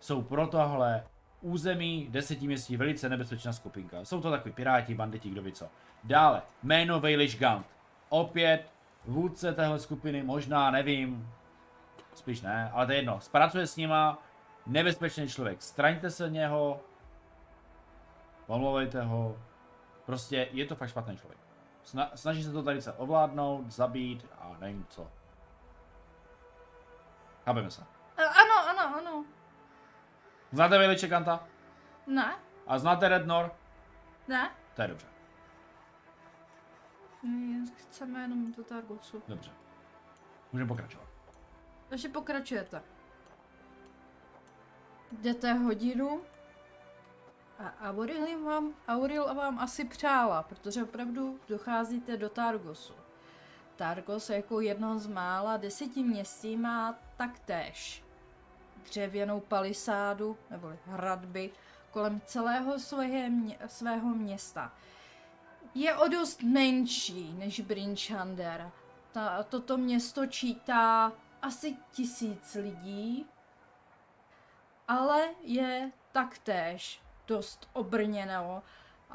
Speaker 2: Jsou pro tohle území deseti městí velice nebezpečná skupinka. Jsou to takový piráti, banditi, kdo ví co. Dále, jméno Vejliš Gant. Opět vůdce téhle skupiny, možná, nevím, spíš ne, ale to je jedno. Spracuje s nima, nebezpečný člověk, straňte se něho, pomlouvejte ho, prostě je to fakt špatný člověk. Sna- snaží se to tady se ovládnout, zabít a nevím co. Chápeme se.
Speaker 1: A, ano, ano, ano.
Speaker 2: Znáte Vejliče Ganta?
Speaker 1: Ne,
Speaker 2: A znáte Rednor?
Speaker 1: ne.
Speaker 2: To je dobře,
Speaker 1: My jen chceme jenom do Targusu.
Speaker 2: dobře. Můžeme pokračovat.
Speaker 1: Takže pokračujete. Jdete hodinu. A Auril vám, Auril vám asi přála, protože opravdu docházíte do Targosu. Targos jako jedno z mála deseti městí má taktéž dřevěnou palisádu, neboli hradby, kolem celého svoje mě, svého města. Je o dost menší než Brinchander. Ta, toto město čítá asi tisíc lidí, ale je taktéž dost obrněno uh,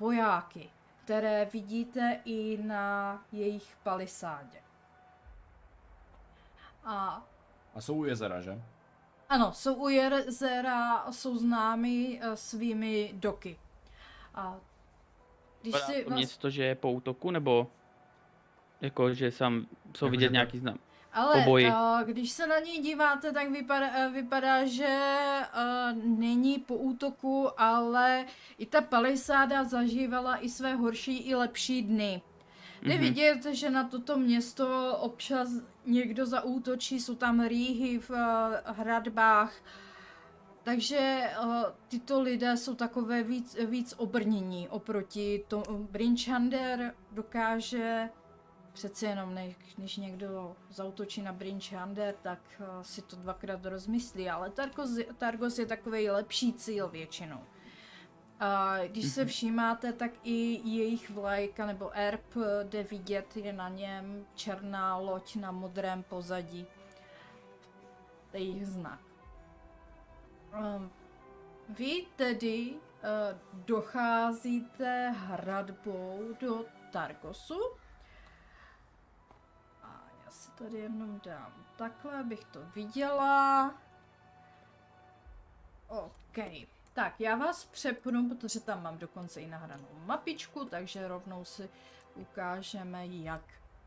Speaker 1: vojáky, které vidíte i na jejich palisádě. A
Speaker 2: A jsou u jezera, že?
Speaker 1: ano, jsou u jezera, jsou známy eh, svými doky. A když
Speaker 3: Vypadá
Speaker 1: si
Speaker 3: to
Speaker 1: vás
Speaker 3: město, že je po útoku, nebo Jako, že sám jsou
Speaker 2: Jakože
Speaker 3: vidět
Speaker 2: to-
Speaker 3: nějaký znám.
Speaker 1: Ale
Speaker 3: Obojí.
Speaker 1: a, když se na něj díváte, tak vypadá, eh, vypadá že a, není po útoku, ale i ta palisáda zažívala i své horší i lepší dny. Je
Speaker 3: Mhm.
Speaker 1: vidět, že na toto město občas někdo zaútočí, jsou tam rýhy v eh, hradbách. Takže eh, tyto lidé jsou takové víc, víc obrnění oproti tomu. Brinchander dokáže přeci jenom, než, když někdo zautočí na Brinchander, tak eh, si to dvakrát rozmyslí, ale Targos, Targos je takový lepší cíl většinou. A když se všímáte, tak i jejich vlajka nebo erb eh, jde vidět, je na něm černá loď na modrém pozadí. To je jejich znak. Um, vy tedy eh, docházíte hradbou do Targosu. A já si tady jenom dám takhle, abych to viděla. OK. Tak, já vás přepnu, protože tam mám dokonce i nahranou mapičku, takže rovnou si ukážeme, jak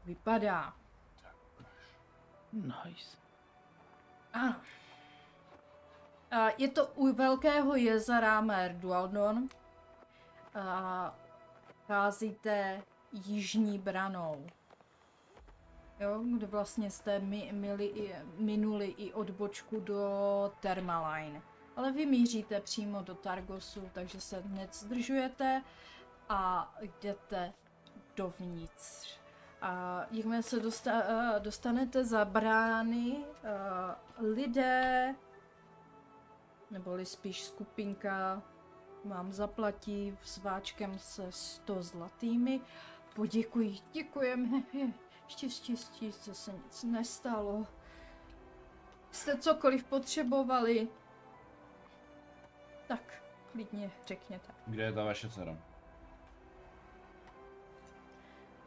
Speaker 1: vypadá.
Speaker 3: Nice.
Speaker 1: Ano. A je to u velkého jezera Mer Dualdon. A cházíte jižní branou. Jo, kde vlastně jste mi, mili, i- minuli i odbočku do Thermaline. Ale vy míříte přímo do Targosu, takže se hned zdržujete a jdete dovnitř. A jakmile se dosta, eh, dostanete za brány, eh, lidé, neboli spíš skupinka, vám zaplatí s váčkem se 100 zlatými. Poděkuji, děkujeme. <laughs> Štěstí, štěstí, co se nic nestalo. Jste cokoliv potřebovali, tak klidně řekněte.
Speaker 2: Kde je ta vaše dcera?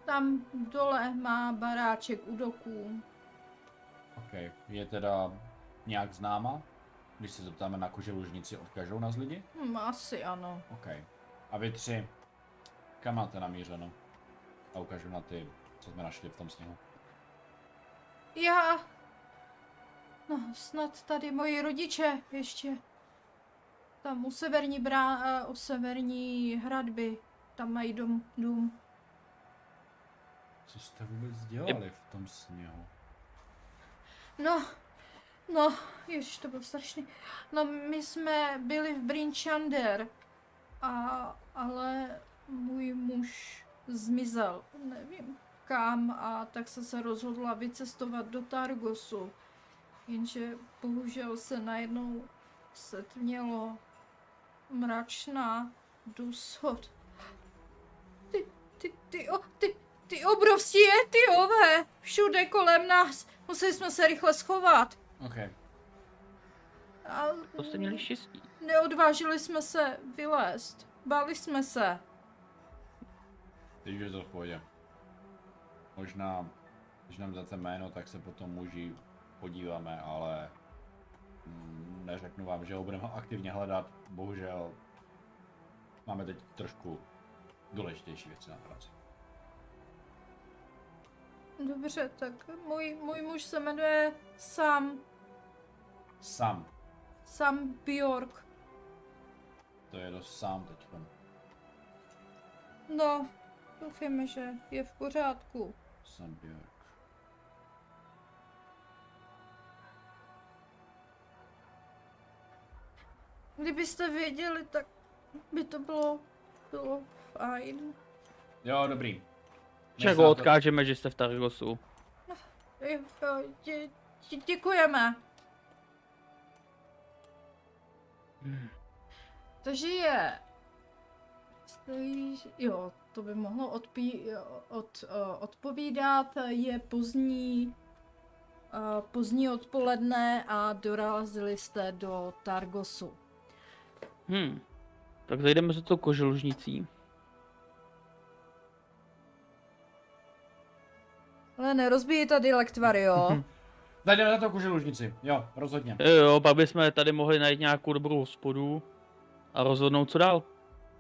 Speaker 1: Tam dole má baráček u doků.
Speaker 2: OK. Je teda nějak známa? Když se zeptáme na koželužnici, odkažou nás lidi?
Speaker 1: Hm, asi ano.
Speaker 2: OK. A vy tři, kam máte namířeno? A ukážu na ty, co jsme našli v tom sněhu.
Speaker 1: Já... No, snad tady moji rodiče ještě. Tam u severní brá... eh, u severní hradby. Tam mají dom, dům.
Speaker 2: Co jste vůbec dělali v tom sněhu?
Speaker 1: No, no, ježiš, to bylo strašný. No, my jsme byli v Brinchander. A, ale můj muž zmizel. Nevím kam a tak jsem se rozhodla vycestovat do Targosu. Jenže bohužel se najednou setmělo mračná dusot. Ty, ty, ty, o, ty, ty obrovští etiové, všude kolem nás. Museli jsme se rychle schovat.
Speaker 2: OK.
Speaker 1: A
Speaker 3: To jste měli štěstí.
Speaker 1: neodvážili jsme se vylézt. Báli jsme se.
Speaker 2: Teď už je to v pohodě. Možná, když nám dáte jméno, tak se potom muži podíváme, ale mm, neřeknu vám, že ho budeme aktivně hledat. Bohužel máme teď trošku důležitější věci na práci.
Speaker 1: Dobře, tak můj, můj muž se jmenuje Sam,
Speaker 2: Sam,
Speaker 1: Sam Bjork.
Speaker 2: to je dost sám teď.
Speaker 1: No, doufejme, že je v pořádku.
Speaker 2: Sam Björk.
Speaker 1: Kdybyste věděli, tak by to bylo, bylo fajn.
Speaker 2: Jo, dobrý.
Speaker 3: Však
Speaker 2: Nejsem
Speaker 3: ho
Speaker 2: na to-
Speaker 3: odkážeme, že jste v Targosu.
Speaker 1: Jo, jo, dě, dě, děkujeme.
Speaker 3: Hmm.
Speaker 1: Takže je... Stojí, jo, to by mohlo odpí, od, eh, odpovídat. Je pozdní, eh, pozdní odpoledne a dorazili jste do Targosu.
Speaker 3: Hm. Tak zajdeme za tou koželužnicí.
Speaker 1: Ale nerozbíjí tady lektvary, jo?
Speaker 2: Zajdeme za to kuželužnici. Jo, rozhodně.
Speaker 3: Jo, Eh, Jo, pak bychom tady mohli najít nějakou dobrou hospodu a rozhodnout, co dál.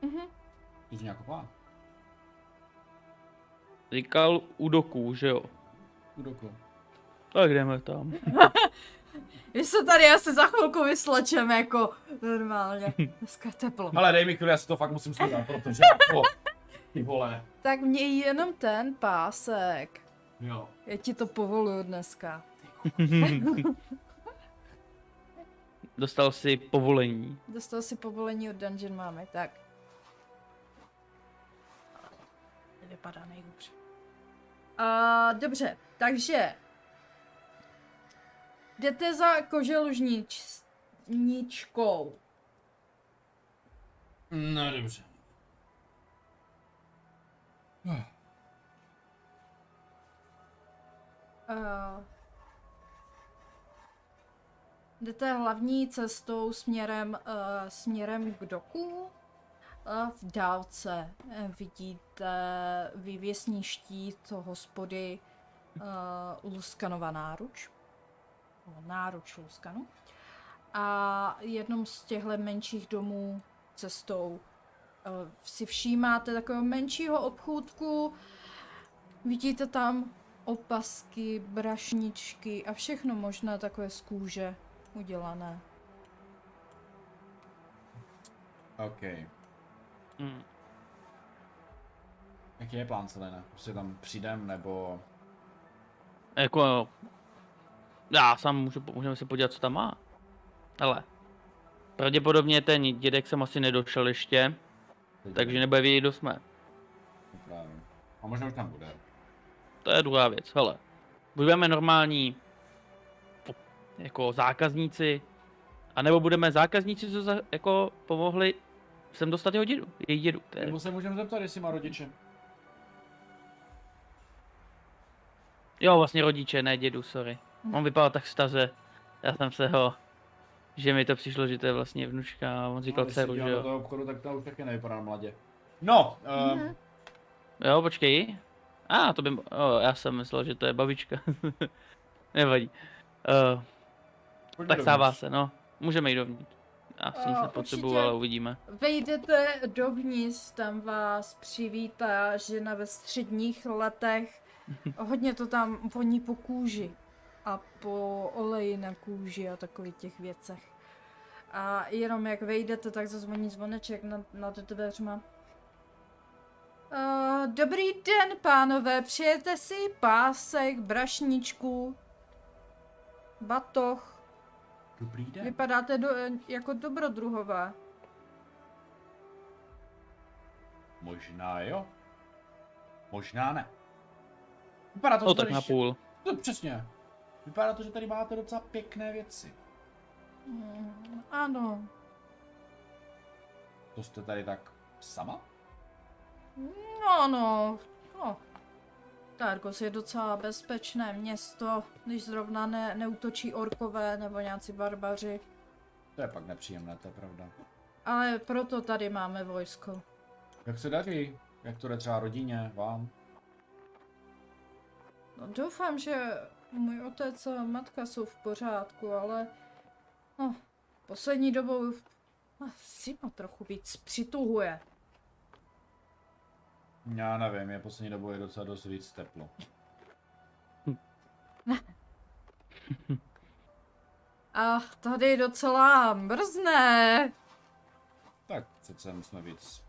Speaker 1: Mhm.
Speaker 2: To zní jako plán.
Speaker 3: Říkal Udoků, že jo.
Speaker 2: Kudoku.
Speaker 3: Tak jdeme tam.
Speaker 1: Vy se tady asi za chvilku vyslečem, jako normálně. Dneska je teplo.
Speaker 2: Ale dej mi chvíli, já si to fakt musím snídat, <laughs> protože jako, ty vole,
Speaker 1: Tak měj jenom ten pásek.
Speaker 2: jo.
Speaker 1: Já ti to povoluju dneska.
Speaker 3: Dostal si povolení.
Speaker 1: Dostal si povolení od Dungeon Mamy, tak. Vypadá nejhůř. A, dobře, takže... Jdete za koželužničkou.
Speaker 2: No dobře.
Speaker 1: Uh, jdete hlavní cestou směrem, uh, směrem k doku. Uh, v dálce eh, vidíte vývěsní štít hospody uh, Luskanova náruč. Nebo Náruč Luskanu. A jednom z těchto menších domů cestou uh, si všímáte takového menšího obchůdku. Vidíte tam opasky, brašničky a všechno možné takové z kůže udělané.
Speaker 2: OK. Hm.
Speaker 3: Hmm.
Speaker 2: Jaký je plán, Selena? Prostě tam přijdem, nebo...
Speaker 3: Jako, já sám můžu, můžeme se podívat, co tam má. Ale, pravděpodobně ten dědek jsem asi nedošel ještě, takže nebude vědět, kdo jsme.
Speaker 2: Právě. A možná už tam bude.
Speaker 3: To je druhá věc, hele. Budeme normální po- jako zákazníci, anebo budeme zákazníci, co za, jako pomohli sem dostat jeho dědu, její dědu. To je,
Speaker 2: Nebo se můžeme zeptat, jestli má rodiče.
Speaker 3: jo, vlastně rodiče, ne dědu, sorry. On vypadal tak staře, já jsem se ho, že mi to přišlo, že to je vlastně vnučka, a on říkal
Speaker 2: No, když
Speaker 3: dceru,
Speaker 2: se dívám
Speaker 3: že
Speaker 2: Do
Speaker 3: jo.
Speaker 2: toho obchodu, tak ta už taky nevypadá mladě. No, um,
Speaker 1: Mhm.
Speaker 3: Jo, počkej. A, ah, to by... O, já jsem myslel, že to je babička. <laughs> Nevadí. Uh,
Speaker 2: pojďme
Speaker 3: tak
Speaker 2: dovnitř.
Speaker 3: stává se, no. Můžeme jít dovnitř. Já si nic
Speaker 1: Eh,
Speaker 3: nepotřebuju,
Speaker 1: určitě.
Speaker 3: ale uvidíme.
Speaker 1: Vejdete dovnitř, tam vás přivítá žena ve středních letech. Hodně to tam voní po kůži a po oleji na kůži a takových těch věcech. A jenom jak vejdete, tak zazvoní zvoneček nad, nad dveřma. Uh, dobrý den, pánové, přijete si pásek, brašničku, batoh.
Speaker 2: Dobrý den.
Speaker 1: Vypadáte do, jako dobrodruhové.
Speaker 2: Možná jo. Možná ne. Vypadá to,
Speaker 3: No
Speaker 2: že
Speaker 3: tak
Speaker 2: tady
Speaker 3: na
Speaker 2: ještě-
Speaker 3: půl.
Speaker 2: No, přesně. Vypadá to, že tady máte docela pěkné věci.
Speaker 1: Mm, ano,
Speaker 2: To jste tady tak sama?
Speaker 1: no ano, no. Targos je docela bezpečné město, když zrovna ne, neutočí orkové nebo nějací barbaři.
Speaker 2: To je pak nepříjemné, to je pravda.
Speaker 1: Ale proto tady máme vojsko.
Speaker 2: Jak se daří? Jak to jde třeba rodině, vám?
Speaker 1: No, doufám, že můj otec a matka jsou v pořádku, ale no, poslední dobou no, zima trochu víc přituhuje.
Speaker 2: Já nevím, je poslední dobou je docela dost víc teplo.
Speaker 1: A tady docela mrzne.
Speaker 2: Tak přece jsme víc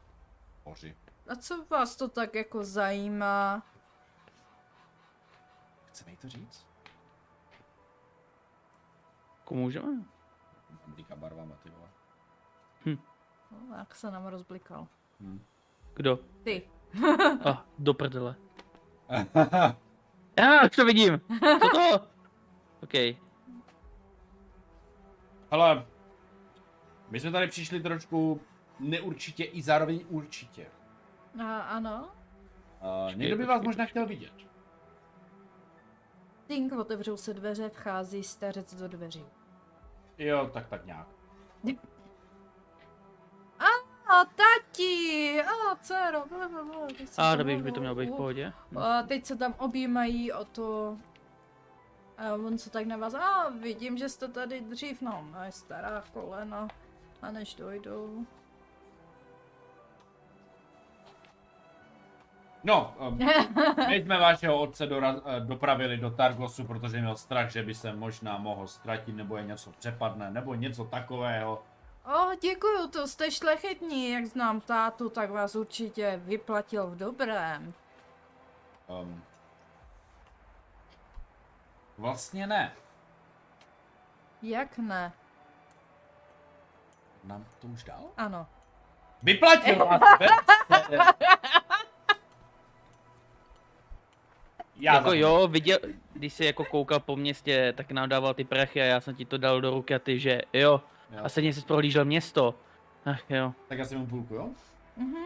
Speaker 2: hoři.
Speaker 1: A co vás to tak jako zajímá?
Speaker 2: Chceme jí to říct?
Speaker 3: Jako můžeme?
Speaker 2: Blíká barvama, ty vole.
Speaker 1: No, jak se nám rozblikal.
Speaker 3: Kdo?
Speaker 1: Ty.
Speaker 3: Ah,
Speaker 2: <laughs>
Speaker 3: do prdele. Já už to vidím. Co to? OK.
Speaker 2: Hele, my jsme tady přišli trošku neurčitě i zároveň určitě.
Speaker 1: A, ano?
Speaker 2: Uh,
Speaker 3: Počkej,
Speaker 2: někdo by vás
Speaker 3: počkej,
Speaker 2: možná
Speaker 3: počkej.
Speaker 2: chtěl vidět.
Speaker 1: Tink, otevřou se dveře, vchází starec do dveří.
Speaker 2: Jo, tak tak nějak.
Speaker 1: A tati! A dcero! bla, bla, bla, ty jsi
Speaker 3: A
Speaker 1: tam
Speaker 3: dobrý, už by
Speaker 1: mluvil,
Speaker 3: to mělo být v
Speaker 1: u.
Speaker 3: pohodě.
Speaker 1: A teď se tam objímají o to... A on se tak na vás... A vidím, že jste tady dřív, no, moje stará kolena. A než dojdou...
Speaker 2: No, ehm, my jsme vašeho otce doraz, eh, dopravili do Targosu, protože měl strach, že by se možná mohl ztratit, nebo je něco přepadne, nebo něco takového.
Speaker 1: O, děkuju, to jste šlechetní, jak znám tátu, tak vás určitě vyplatil v dobrém.
Speaker 2: Um, vlastně ne.
Speaker 1: Jak ne?
Speaker 2: Nám to už dal?
Speaker 1: Ano.
Speaker 2: Vyplatil vás! <laughs> velice. Já
Speaker 3: jako
Speaker 2: za-
Speaker 3: jo, viděl, když jsi jako koukal po městě, tak nám dával ty prachy a já jsem ti to dal do ruky a ty, že jo.
Speaker 2: Jo.
Speaker 3: A stejně jsi prohlížel město. Ach jo,
Speaker 2: Tak já si mu půlku, jo?
Speaker 3: No.
Speaker 1: Mhm,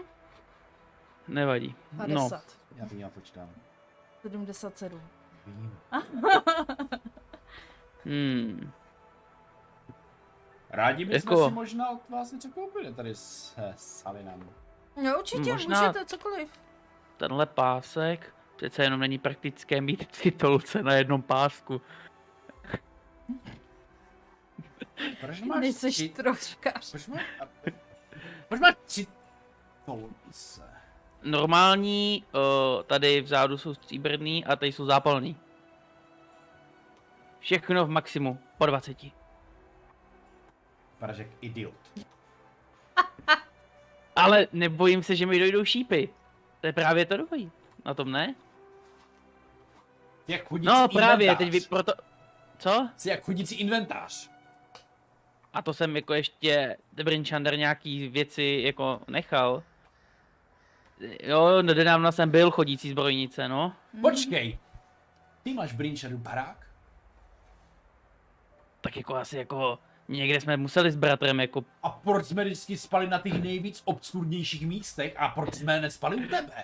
Speaker 3: nevadí. No,
Speaker 1: 50.
Speaker 2: Já to já počítám.
Speaker 1: 77.
Speaker 2: Vím.
Speaker 3: hmm,
Speaker 2: Rádi bychom
Speaker 3: Jako-
Speaker 2: si možná od vás něco koupili tady s eh, Salinam.
Speaker 1: No určitě,
Speaker 3: Možná-
Speaker 1: můžete cokoliv.
Speaker 3: tenhle pásek, přece jenom není praktické mít <laughs> tři tolce na jednom pásku. No,
Speaker 2: Proč máš
Speaker 1: Nejseš
Speaker 2: tři...
Speaker 1: troškař.
Speaker 2: Proč máš... a- Proč máš tři... Tolce?
Speaker 3: Normální, eh, tady vzadu jsou stříbrný a tady jsou zápalný. Všechno v maximu, po 20.
Speaker 2: Vypadáš jak idiot.
Speaker 3: Ale nebojím se, že mi dojdou šípy. To je právě to dobrý. Na tom ne?
Speaker 2: Jak chudící
Speaker 3: No právě,
Speaker 2: inventář.
Speaker 3: teď vy proto... Co?
Speaker 2: Jsi jak chudící inventář.
Speaker 3: A to jsem jako ještě Debrinčander nějaký věci jako nechal. Jo, nedávno jsem byl chodící zbrojnice, no.
Speaker 2: Počkej! Ty máš v Brincheru barák?
Speaker 3: Tak jako asi jako někde jsme museli s bratrem jako...
Speaker 2: A proč jsme vždycky spali na těch nejvíc obskurnějších místech a proč jsme nespali u tebe?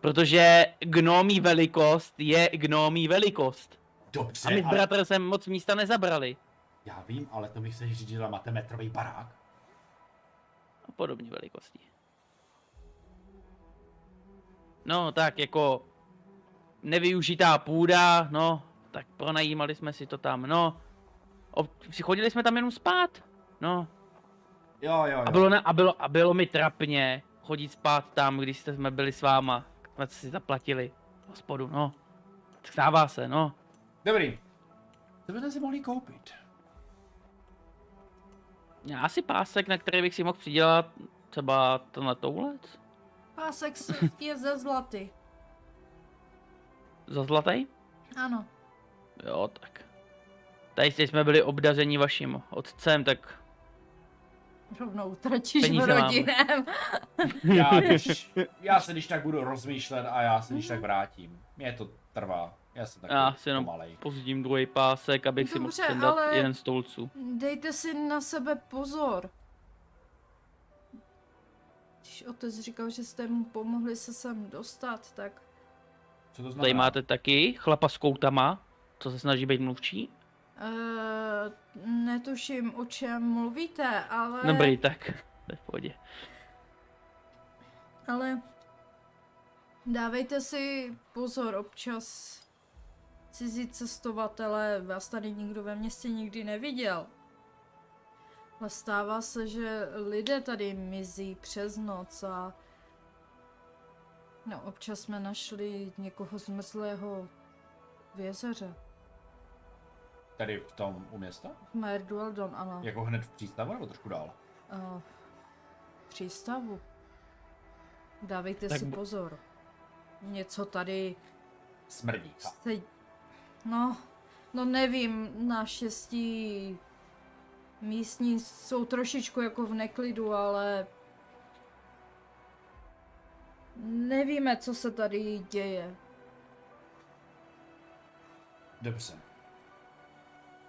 Speaker 3: Protože gnomí velikost je gnomí velikost.
Speaker 2: Dobře,
Speaker 3: A my s
Speaker 2: ale...
Speaker 3: bratrem jsme moc místa nezabrali.
Speaker 2: Já vím, ale to mi chceš říct, že tam máte metrový barák?
Speaker 3: A podobné velikosti. No, tak jako nevyužitá půda, no, tak pronajímali jsme si to tam, no. Ob- si chodili jsme tam jenom spát, no.
Speaker 2: Jo, jo, jo.
Speaker 3: A bylo, na, a bylo, a bylo mi trapně chodit spát tam, když jste jsme byli s váma. Jsme si zaplatili hospodu, no. Tak stává se, no.
Speaker 2: Dobrý. To bychom si mohli koupit.
Speaker 3: Já asi pásek, na který bych si mohl přidělat třeba tenhle toulec.
Speaker 1: Pásek s- je ze zlaty.
Speaker 3: Za zlatý?
Speaker 1: Ano.
Speaker 3: Jo, tak. Tady jste- jsme byli obdařeni vaším otcem, tak
Speaker 1: Rovnou utračíš v
Speaker 3: Peníze mám.
Speaker 1: rodinem.
Speaker 2: Já, když, já se když tak budu rozmýšlet a já se když tak vrátím. Mně to trvá. Já jsem takový
Speaker 3: Já si jenom-
Speaker 2: pomalej.
Speaker 3: pozdím druhý pásek, abych si mohl
Speaker 1: Dobře,
Speaker 3: předat
Speaker 1: ale-
Speaker 3: jeden stolců.
Speaker 1: Dejte si na sebe pozor. Když otec říkal, že jste mu pomohli se sem dostat, tak...
Speaker 2: Co to znamená?
Speaker 3: Tady máte taky chlapa s koutama, co se snaží být mluvčí.
Speaker 1: Uh, netuším, o čem mluvíte, ale...
Speaker 3: Dobrý, No, tak. To je v pohodě.
Speaker 1: Ale... Dávejte si pozor občas. Cizí cestovatele, vás tady nikdo ve městě nikdy neviděl. Ale stává se, že lidé tady mizí přes noc a... No, občas jsme našli někoho zmrzlého v jezeře.
Speaker 2: Tady v tom u města?
Speaker 1: Merdualdon, ano.
Speaker 2: Jako hned v přístavu nebo trošku dál?
Speaker 1: Uh, přístavu. Dávejte
Speaker 3: Tak
Speaker 1: si
Speaker 3: bu-
Speaker 1: pozor. Něco tady
Speaker 2: Smrdí.
Speaker 1: se... No, no nevím, naštěstí místní jsou trošičku jako v neklidu, ale nevíme, co se tady děje.
Speaker 2: Dobře.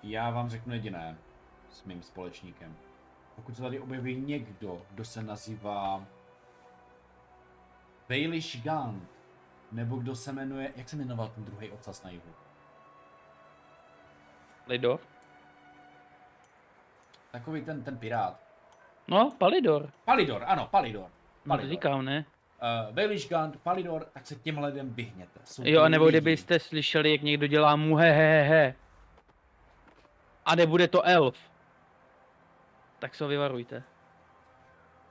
Speaker 2: Já vám řeknu jediné s mým společníkem. Pokud se tady objeví někdo, kdo se nazývá Baelish Gant, nebo kdo se jmenuje, jak se jmenoval ten druhý ocas na jihu?
Speaker 3: Lidor?
Speaker 2: Takový ten, ten pirát.
Speaker 3: No, Palidor.
Speaker 2: Palidor, ano, Palidor.
Speaker 3: No,
Speaker 2: Palidor.
Speaker 3: to říkám, ne?
Speaker 2: Uh, Baelish Gant, Palidor, tak se těm lidem vyhněte. Jsou
Speaker 3: Jo,
Speaker 2: to
Speaker 3: a nebo
Speaker 2: lidi.
Speaker 3: kdybyste slyšeli, jak někdo dělá mu he, he, he, he. A nebude to elf. Tak se ho vyvarujte.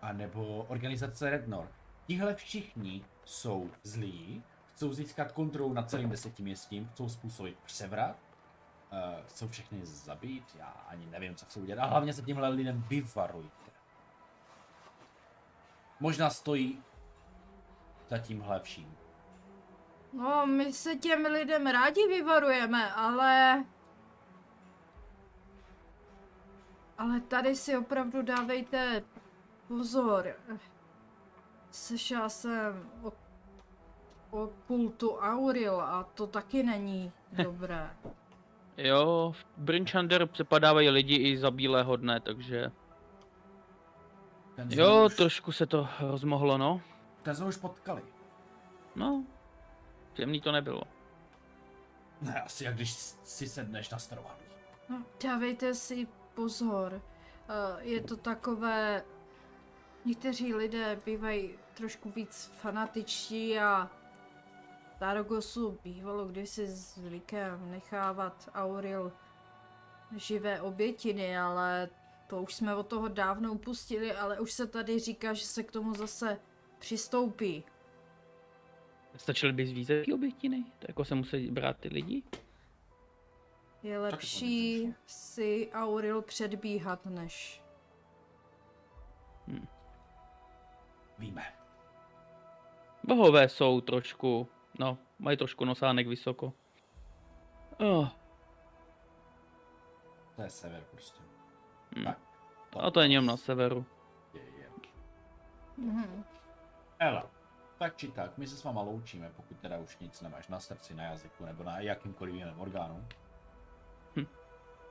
Speaker 2: A nebo organizace Rednor. Tihle všichni jsou zlí, chcou získat kontrolu nad celým desetiměstím, chcou způsobit převrat, uh, chcou všechny zabít, já ani nevím, co chcou dělat. A hlavně se těmhle lidem vyvarujte. Možná stojí za tímhle vším.
Speaker 1: No, my se těm lidem rádi vyvarujeme, ale... Ale tady si opravdu dávejte pozor. Slyšela jsem o, o kultu Auril a to taky není dobré.
Speaker 3: Jo, v Brinchander přepadávají lidi i za bílého dne, takže...
Speaker 2: Ten jsme
Speaker 3: Jo,
Speaker 2: už,
Speaker 3: trošku se to rozmohlo, no.
Speaker 2: ten jsme už potkali.
Speaker 3: No, příjemný to nebylo.
Speaker 2: Ne, asi jak když si sedneš na starování.
Speaker 1: No, dávejte si pozor. Eh, Je to takové... Někteří lidé bývají trošku víc fanatičtí a Tarogosu bývalo kdysi zvykem nechávat Auril živé obětiny, ale to už jsme od toho dávno upustili, ale už se tady říká, že se k tomu zase přistoupí.
Speaker 3: Stačily by zvíze ty obětiny? To jako se musí brát ty lidi?
Speaker 1: Je
Speaker 2: to
Speaker 1: lepší
Speaker 2: nejsem.
Speaker 1: si Auril předbíhat, než
Speaker 2: Víme.
Speaker 3: Bohové jsou trošku, no, mají trošku nosánek vysoko. Oh,
Speaker 2: To je sever prostě.
Speaker 3: Hmm.
Speaker 2: Tak.
Speaker 3: a to je jenom na severu.
Speaker 2: Je, je.
Speaker 1: Mhm.
Speaker 2: Ela, tak či tak, my se s váma loučíme, pokud teda už nic nemáš na srdci, na jazyku nebo na jakýmkoliv jiném orgánu.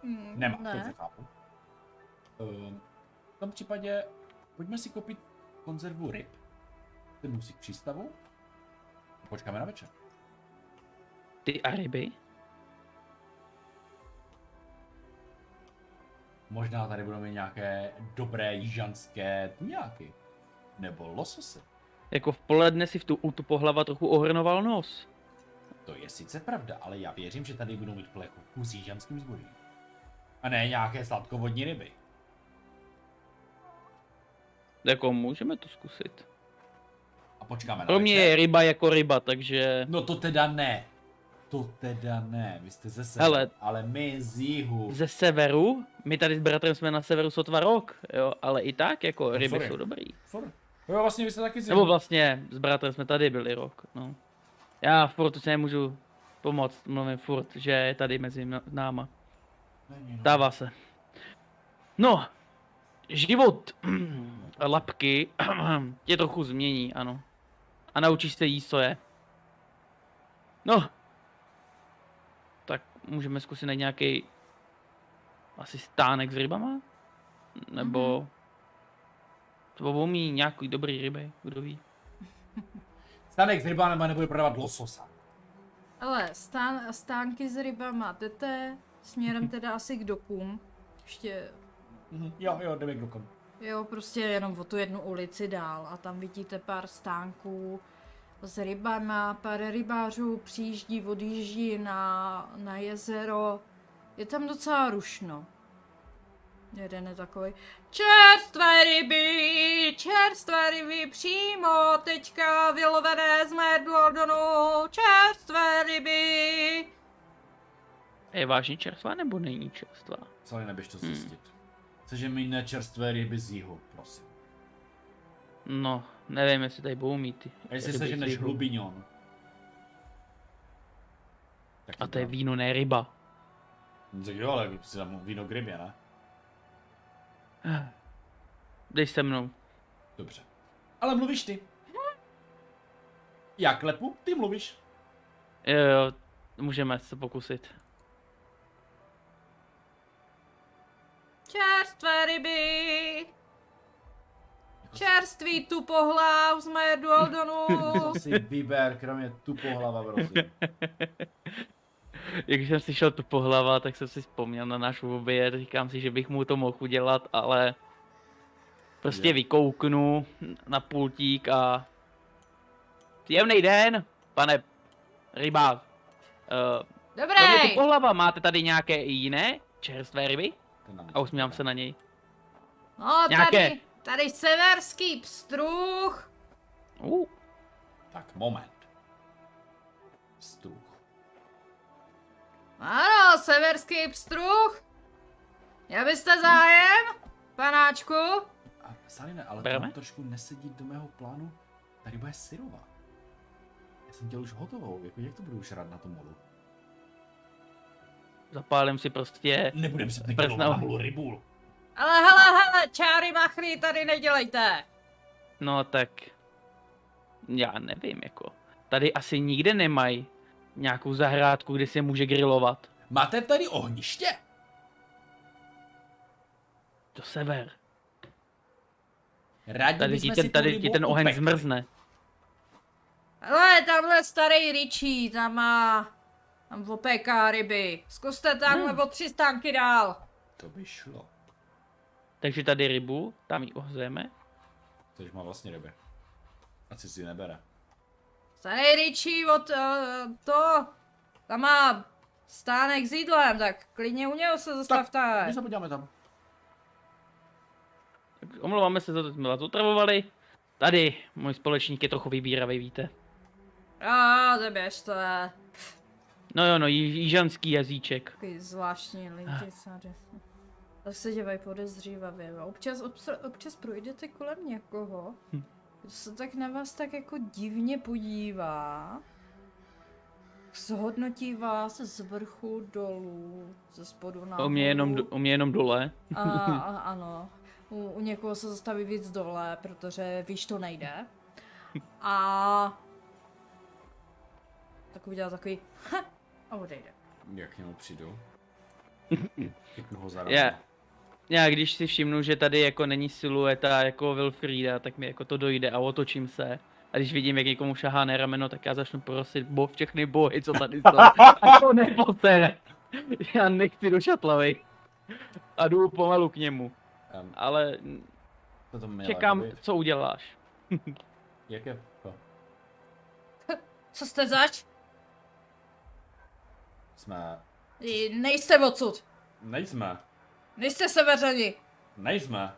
Speaker 1: Mm,
Speaker 2: Nemá, ne. dobře chápu. Ehm, v tom případě pojďme si koupit konzervu ryb. Ty musí k přístavu. Počkáme na večer.
Speaker 3: Ty a ryby?
Speaker 2: Možná tady budou mít nějaké dobré jižanské tuňáky. Nebo lososy.
Speaker 3: Jako v poledne si v tu utupohlava trochu ohrnoval nos.
Speaker 2: To je sice pravda, ale já věřím, že tady budou mít plechovku s jižanským zbožím. A ne nějaké sladkovodní ryby.
Speaker 3: Jako můžeme to zkusit.
Speaker 2: A počkáme na
Speaker 3: Pro mě
Speaker 2: večer.
Speaker 3: je ryba jako ryba, takže...
Speaker 2: No to teda ne. To teda ne, vy jste ze severu,
Speaker 3: Hele.
Speaker 2: ale my z jihu.
Speaker 3: Ze severu, my tady s bratrem jsme na severu sotva rok, jo, ale i tak jako ryby
Speaker 2: sorry.
Speaker 3: jsou dobrý.
Speaker 2: Fur. Jo, vlastně vy jste taky z jihu.
Speaker 3: Nebo vlastně s bratrem jsme tady byli rok, no. Já v portu se nemůžu pomoct, mluvím furt, že je tady mezi na- náma.
Speaker 2: Není, no.
Speaker 3: Dává se. No, život <clears throat> lapky <clears throat> tě trochu změní, ano. A naučíš se jíst, co je. No, tak můžeme zkusit najít nějaký asi stánek s rybama? Nebo to umí nějaký dobrý ryby, kdo ví.
Speaker 2: Stanek s rybánama nebude prodávat lososa.
Speaker 1: Ale stán, stánky s rybama jdete směrem teda asi k dokům. Ještě,
Speaker 2: Mhm. Jo, jo, jdeme k dokonu.
Speaker 1: jo, prostě jenom o tu jednu ulici dál a tam vidíte pár stánků s rybama, pár rybářů přijíždí, odjíždí na, na jezero. Je tam docela rušno. Jeden je takový. Čerstvé ryby, čerstvé ryby, přímo teďka vylovené z Medlodonu, čerstvé ryby.
Speaker 3: A je vážně čerstvá nebo není čerstvá?
Speaker 2: Celý neběž
Speaker 3: Hmm.
Speaker 2: to zjistit. Cože mi nečerstvé ryby z jihu, prosím.
Speaker 3: No, nevím, jestli tady budou mít ty
Speaker 2: A jestli
Speaker 3: ryby
Speaker 2: se
Speaker 3: z
Speaker 2: ženeš
Speaker 3: jihu.
Speaker 2: hlubiňon. Tak
Speaker 3: A to je
Speaker 2: tam-
Speaker 3: víno, ne ryba.
Speaker 2: Tak jo, ale si tam víno k rybě, ne?
Speaker 3: Dej se mnou.
Speaker 2: Dobře. Ale mluvíš ty. Já klepu, ty mluvíš.
Speaker 3: Jo, jo, můžeme se pokusit.
Speaker 1: Čerstvé ryby! Čerstvý tupohlav z mé Dualdonu!
Speaker 2: Co si vyber, kromě tupohlava, prosím.
Speaker 3: Jak jsem slyšel tu pohlava, tak jsem si vzpomněl na náš oběd, říkám si, že bych mu to mohl udělat, ale prostě
Speaker 2: Jo.
Speaker 3: vykouknu na pultík a příjemný den, pane rybář. Uh, kromě tu
Speaker 1: Dobrý!
Speaker 3: pohlava máte tady nějaké i jiné čerstvé ryby?
Speaker 2: Ten nám-
Speaker 3: A usmívám se na něj.
Speaker 1: No,
Speaker 3: Nějaké.
Speaker 1: tady, tady severský pstruh,
Speaker 3: Uh,
Speaker 2: Tak moment. Struh.
Speaker 1: Ano, severský pstruh. Já byste zájem, panáčku?
Speaker 2: A Sarine, ale to
Speaker 3: Bereme?
Speaker 2: nám trošku nesedí do mého plánu. Ta ryba je syrová. Já jsem dělal už hotovou, jako jak to budu žrat na tom molu?
Speaker 3: zapálím si prostě.
Speaker 2: Nebudem se
Speaker 3: Prst na-
Speaker 2: na molu rybul.
Speaker 1: Ale hele, hele, čáry machlí tady nedělejte.
Speaker 3: No tak... Já nevím, jako. Tady asi nikde nemají nějakou zahrádku, kde se může grilovat.
Speaker 2: Máte tady ohniště?
Speaker 3: Do sever.
Speaker 2: Rádi
Speaker 3: Tady ti
Speaker 2: bychom
Speaker 3: ten,
Speaker 2: si tu
Speaker 3: tady
Speaker 2: rybu
Speaker 3: ti ten oheň
Speaker 2: upekli.
Speaker 3: zmrzne.
Speaker 1: Hele, tamhle starý Richie, tam má... Tam opéká ryby. Zkuste tamhle hmm. o tři stánky dál.
Speaker 2: To by šlo.
Speaker 3: Takže tady rybu, tam ji ohřejeme.
Speaker 2: Takže má vlastně ryby. A si si nebere.
Speaker 1: Starý Richie od uh, to... Tam má stánek s jídlem, tak klidně u něho se zastavte.
Speaker 2: My se podíváme tam.
Speaker 3: Tak Omlouváme se za to, že jsme vás otravovali. Tady, můj společník je trochu vybíravý, víte.
Speaker 1: A zaběžte.
Speaker 3: No jo, no, jí- jižanský jazyček.
Speaker 1: Takový zvláštní
Speaker 3: Ah.
Speaker 1: lidi, sady. Tak se dělají podezřívavě. jo. Občas, obs- občas projdete kolem někoho,
Speaker 3: Hm.
Speaker 1: kdo se tak na vás tak jako divně podívá. Zhodnotí vás z vrchu dolů, ze spodu nahoru.
Speaker 3: O mě jenom, do- o mě jenom dole.
Speaker 1: A, a, ano. U, u někoho se zastaví víc dole, protože víš, to nejde. A... Tak udělá takový... a odejde.
Speaker 2: Jak k němu přijdu? Chytnu ho za
Speaker 3: Já, já když si všimnu, že tady jako není silueta jako Wilfrida, tak mi jako to dojde a otočím se. A když vidím, jak někomu šahá na rameno, tak já začnu prosit bo, všechny bohy, co tady jsou. A <laughs> to neposere. Já nechci do šatlavy. A jdu pomalu k němu.
Speaker 2: Um,
Speaker 3: Ale
Speaker 2: to to měla
Speaker 3: čekám,
Speaker 2: být.
Speaker 3: co uděláš.
Speaker 2: Jak je to?
Speaker 1: Co jste zač?
Speaker 2: Jsme...
Speaker 1: I Nejste odsud.
Speaker 2: Nejsme.
Speaker 1: Nejste severani.
Speaker 2: Nejsme.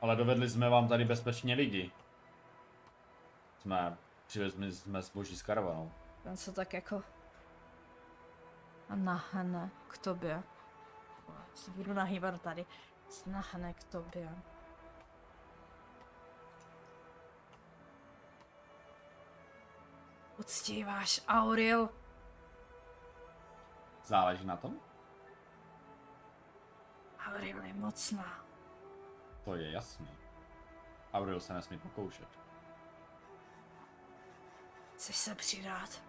Speaker 2: Ale dovedli jsme vám tady bezpečně lidi. Jsme... Přivezli jsme zboží s karavanou.
Speaker 1: On se tak jako... A nahne k tobě. Se budu nahýbat tady. Se Nahne k tobě. Uctíváš Auril?
Speaker 2: Záleží na tom?
Speaker 1: Auril je mocná.
Speaker 2: To je jasný. Auril se nesmí pokoušet.
Speaker 1: Chceš se přidat?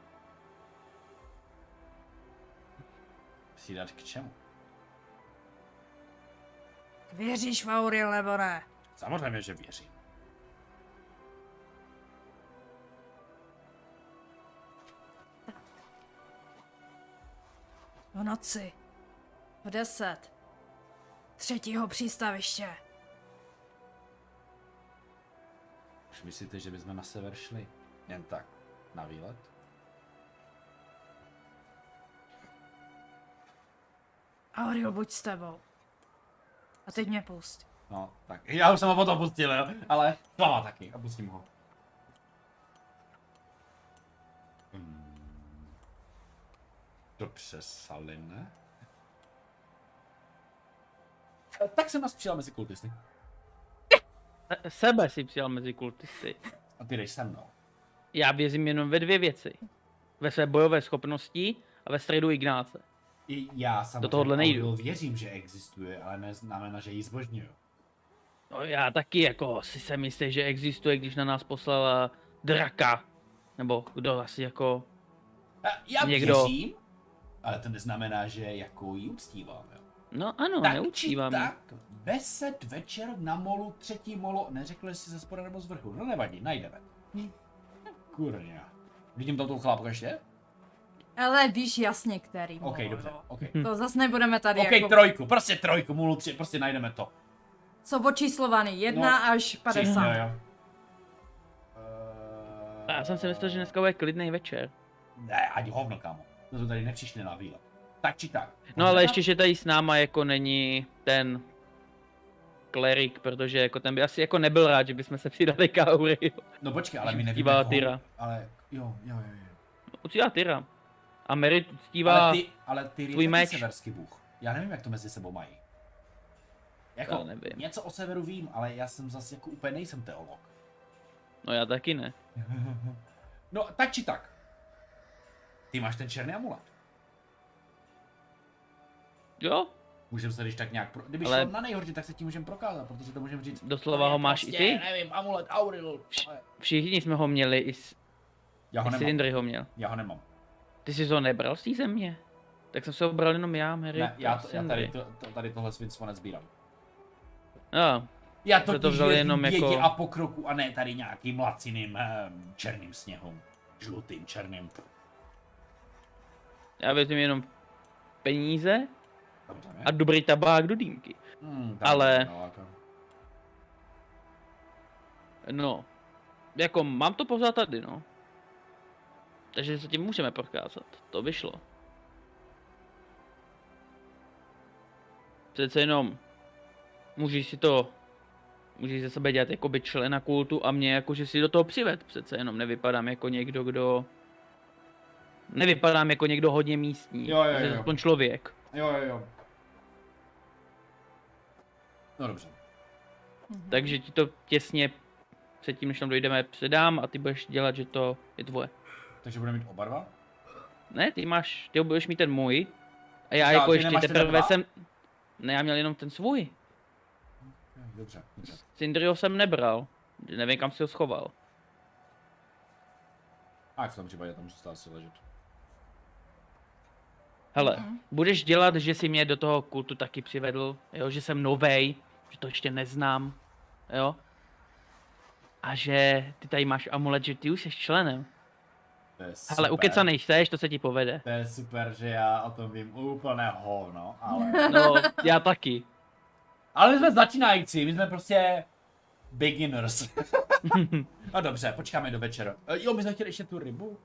Speaker 2: Přidat k čemu?
Speaker 1: Věříš v Auril nebo ne?
Speaker 2: Samozřejmě, že věřím.
Speaker 1: V noci. V deset. Třetího přístaviště.
Speaker 2: Už myslíte, že bychom na sever šli? Jen tak. Na výlet?
Speaker 1: Auril, buď s tebou. A teď mě pust.
Speaker 2: No, tak. Já už jsem ho potom pustil, jo? Ale s váma taky. A pustím ho. Hmm. Dobře, Saline. E, Tak jsem nás přijal mezi kultisty.
Speaker 3: Se- E, Sebe si přijal mezi kultisty.
Speaker 2: A ty jdeš se mnou.
Speaker 3: Já věřím jenom ve dvě věci. Ve své bojové schopnosti a ve středu Ignáce.
Speaker 2: I já samozřejmě
Speaker 3: tohohle nejdu.
Speaker 2: Aurilu věřím, že existuje, ale neznamená, že ji zbožňuju.
Speaker 3: No já taky jako si jsem jistý, že existuje, když na nás poslala draka. Nebo kdo asi jako...
Speaker 2: A E, Já
Speaker 3: Někdo-
Speaker 2: věřím, ale to neznamená, že jako ji uctívám, jo.
Speaker 3: No ano,
Speaker 2: tak
Speaker 3: neučívám.
Speaker 2: či tak, deset večer na molu, třetí molo, neřekl jestli ze spoda nebo z vrchu, no nevadí, najdeme. Hm. Kurňa. Vidím tam toho chlápka ještě?
Speaker 1: Ale víš jasně, který.
Speaker 2: OK,
Speaker 1: mluvil.
Speaker 2: dobře, OK.
Speaker 1: To zase nebudeme tady
Speaker 2: OK,
Speaker 1: jako...
Speaker 2: trojku, prostě trojku, molu tři, prostě najdeme to.
Speaker 1: Co očíslovaný, jedna
Speaker 2: No,
Speaker 1: až
Speaker 2: Tři,
Speaker 1: 50.
Speaker 2: jo, jo.
Speaker 3: A já jsem si myslel, že dneska bude klidný večer.
Speaker 2: Ne, ani hovno, kámo. To jsme tady nepřišli na výlet. Tak či tak.
Speaker 3: No ale ještě, že tady s náma jako není ten klerik, protože jako ten by asi jako nebyl rád, že bychom se přidali k Aury. <laughs>
Speaker 2: No počkej, ale my
Speaker 3: Když
Speaker 2: nevíme
Speaker 3: uctívá
Speaker 2: koho,
Speaker 3: Tyra.
Speaker 2: Ale jo, jo, jo. jo.
Speaker 3: Uctívá Tyra. A Merit uctívá...
Speaker 2: Ale ty, ale ty je
Speaker 3: tvůj
Speaker 2: taky
Speaker 3: meč.
Speaker 2: severský bůh. Já nevím, jak to mezi sebou mají. Jako,
Speaker 3: Já nevím.
Speaker 2: něco o severu vím, ale já jsem zase jako úplně nejsem teolog.
Speaker 3: No já taky ne.
Speaker 2: No, tak či tak. Ty máš ten černý amulet.
Speaker 3: Jo,
Speaker 2: Můžeme se když tak nějak, pro... kdyby
Speaker 3: Ale-
Speaker 2: šel na nejhorší, tak se tím můžeme prokázat, protože to můžeme říct.
Speaker 3: Doslova
Speaker 2: to je
Speaker 3: ho máš i
Speaker 2: prostě,
Speaker 3: ty?
Speaker 2: nevím, amulet, auril. ale-
Speaker 3: všichni jsme ho měli, i, s-
Speaker 2: Já ho
Speaker 3: i
Speaker 2: nemám,
Speaker 3: Sindri ho měl.
Speaker 2: já ho nemám.
Speaker 3: Ty jsi ho nebral z té země? Tak jsem se ho bral jenom já, Merit.
Speaker 2: Ne, já,
Speaker 3: a
Speaker 2: to, já
Speaker 3: Sindri.
Speaker 2: tady, to, to, tady tohle svinstvo nezbírám.
Speaker 3: Jo,
Speaker 2: Já
Speaker 3: Jste to
Speaker 2: to, to
Speaker 3: vzali jenom
Speaker 2: jenom
Speaker 3: jako-
Speaker 2: jako... a pokroku a ne tady nějakým laciným ehm, černým sněhom. Žlutým, černým.
Speaker 3: já věřím jenom v peníze
Speaker 2: Dobře, ne?
Speaker 3: a dobrý tabák do dýmky.
Speaker 2: Hmm,
Speaker 3: ale-
Speaker 2: nalákám.
Speaker 3: No, jako mám to pořád tady, no. Takže se tím můžeme prokázat, to vyšlo. Přece jenom, můžeš si to, můžeš ze sebe dělat jako jakoby člena kultu a mě jakože si do toho přived, přece jenom nevypadám jako někdo, kdo... Nevypadám jako někdo hodně místní,
Speaker 2: Jo, jo,
Speaker 3: Jsem
Speaker 2: jo.
Speaker 3: aspoň člověk.
Speaker 2: Jo, jo, jo. No dobře.
Speaker 3: Takže ti to těsně předtím, než tam dojdeme, předám a ty budeš dělat, že to je tvoje.
Speaker 2: Takže budeme mít oba dva?
Speaker 3: Ne, ty máš, ty budeš mít ten můj. A já
Speaker 2: Jo,
Speaker 3: jako
Speaker 2: ty
Speaker 3: ještě
Speaker 2: nemáš ty
Speaker 3: teprve
Speaker 2: dva?
Speaker 3: jsem... Ne, já měl jenom ten svůj.
Speaker 2: Hm, Dobře, dobře.
Speaker 3: Cindrio jsem nebral. Nevím, kam si ho schoval.
Speaker 2: A v tom případě tam zůstává asi ležet.
Speaker 3: Hele, budeš dělat, že si mě do toho kultu taky přivedl, jo, že jsem novej, že to ještě neznám, jo. A že ty tady máš amulet, že ty už jsi členem.
Speaker 2: To je
Speaker 3: Hele, ukecanej seš, to se ti povede.
Speaker 2: To je super, že já o tom vím úplné hovno, ale...
Speaker 3: No, já taky.
Speaker 2: ale my jsme začínající, my jsme prostě... <laughs> Beginners. no dobře, počkáme do večera. E, Jo, my jsme chtěli ještě tu rybu.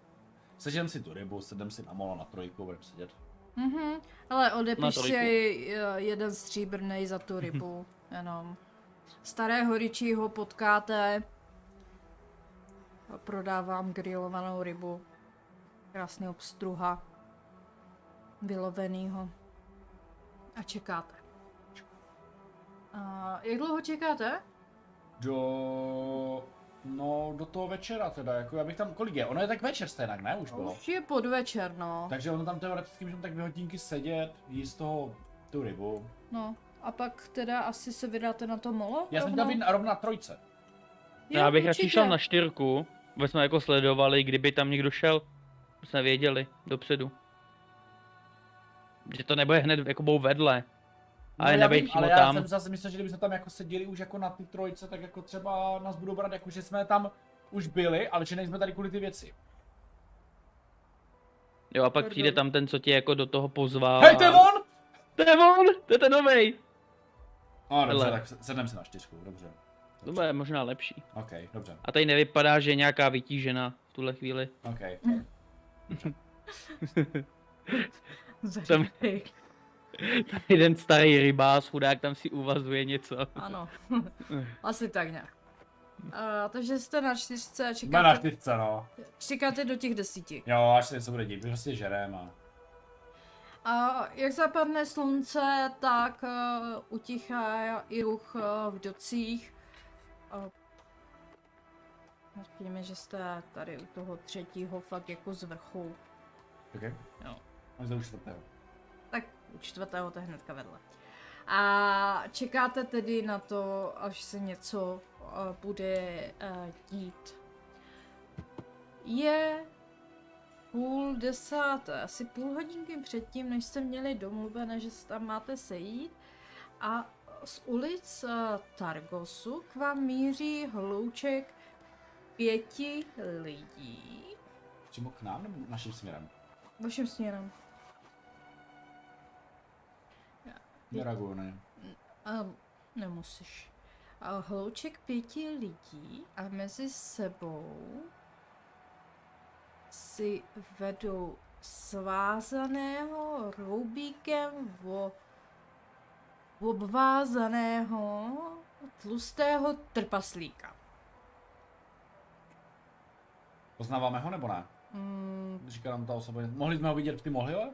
Speaker 2: Sežem si tu rybu, sedem si na molo na trojku, budeme sedět.
Speaker 1: Mhm. Ale odepiš
Speaker 3: Na
Speaker 1: si
Speaker 3: trojku.
Speaker 1: eh, jeden stříbrnej za tu rybu, jenom. Starého Richieho potkáte. Prodávám grilovanou rybu. Krásný obstruha. Vylovenýho. A čekáte. A jak dlouho čekáte?
Speaker 2: Do... No, do toho večera teda, jako já bych tam, kolik je? Ono je tak večer stejnak, ne? Už bylo.
Speaker 1: Už je podvečer, no.
Speaker 2: Takže ono tam teoreticky můžeme tak dvě hodinky sedět, jíst toho, tu rybu.
Speaker 1: no. A pak teda asi se vydáte na to molo?
Speaker 2: Já jsem
Speaker 1: rovnou?
Speaker 2: tam být rovna trojce.
Speaker 1: Jo,
Speaker 3: Já bych radši
Speaker 1: určitě.
Speaker 3: šel na čtyřku, aby jsme jako sledovali, kdyby tam někdo šel, aby jsme věděli dopředu. Že to nebude hned jako bou vedle. Ale
Speaker 2: No, já
Speaker 3: nebej
Speaker 2: vím,
Speaker 3: přímo
Speaker 2: ale já
Speaker 3: tam.
Speaker 2: jsem zase myslel, že kdybychom tam jako seděli už jako na ty trojce, tak jako třeba nás budou brát jako, že jsme tam už byli, ale že nejsme tady kvůli ty věci.
Speaker 3: Jo, a pak
Speaker 1: Pardon.
Speaker 3: přijde tam ten, co tě jako do toho pozval.
Speaker 2: Hej,
Speaker 3: a-
Speaker 2: to je on!
Speaker 3: To je on! To je ten novej!
Speaker 2: No, dobře,
Speaker 3: Hele.
Speaker 2: tak se- sedneme si na čtyřku, dobře.
Speaker 3: To bude možná lepší.
Speaker 2: OK, dobře,
Speaker 3: A tady nevypadá, že je nějaká vytížená v tuhle chvíli. <laughs>
Speaker 2: OK.
Speaker 1: Zařídej.
Speaker 3: Jeden starý rybář, chudák, tam si uvazuje něco.
Speaker 1: <laughs> Ano, <laughs> asi tak nějak. A, takže jste na čtyřce a
Speaker 2: Jsme na
Speaker 1: čekáte,
Speaker 2: čtyřce, no.
Speaker 1: čekáte do těch desíti.
Speaker 2: Jo, až se něco bude dít, my prostě žerem a...
Speaker 1: A jak zapadne slunce, tak uh, utichá i ruch uh, v docích. Uh, Řekněme, že jste tady u toho třetího fakt jako z vrchu.
Speaker 2: OK?
Speaker 3: Jo.
Speaker 2: Až za už čtvrtého.
Speaker 1: Tak u čtvrtého to je hnedka vedle. A čekáte tedy na to, až se něco uh, bude uh, dít. Je půl desáté, asi půl hodinky předtím, než jste měli domluvené, že se tam máte sejít. A z ulic eh, Targosu k vám míří hlouček pěti lidí.
Speaker 2: Přímo k nám nebo naším směrem?
Speaker 1: Vaším směrem.
Speaker 2: Nereaguju na ně.
Speaker 1: Um, nemusíš. A hlouček pěti lidí a mezi sebou si vedou svázaného roubíkem o obvázaného tlustého trpaslíka.
Speaker 2: Poznáváme ho nebo ne?
Speaker 1: Mm,
Speaker 2: Říká nám ta osoba, mohli jsme ho vidět, ty mohli, ale?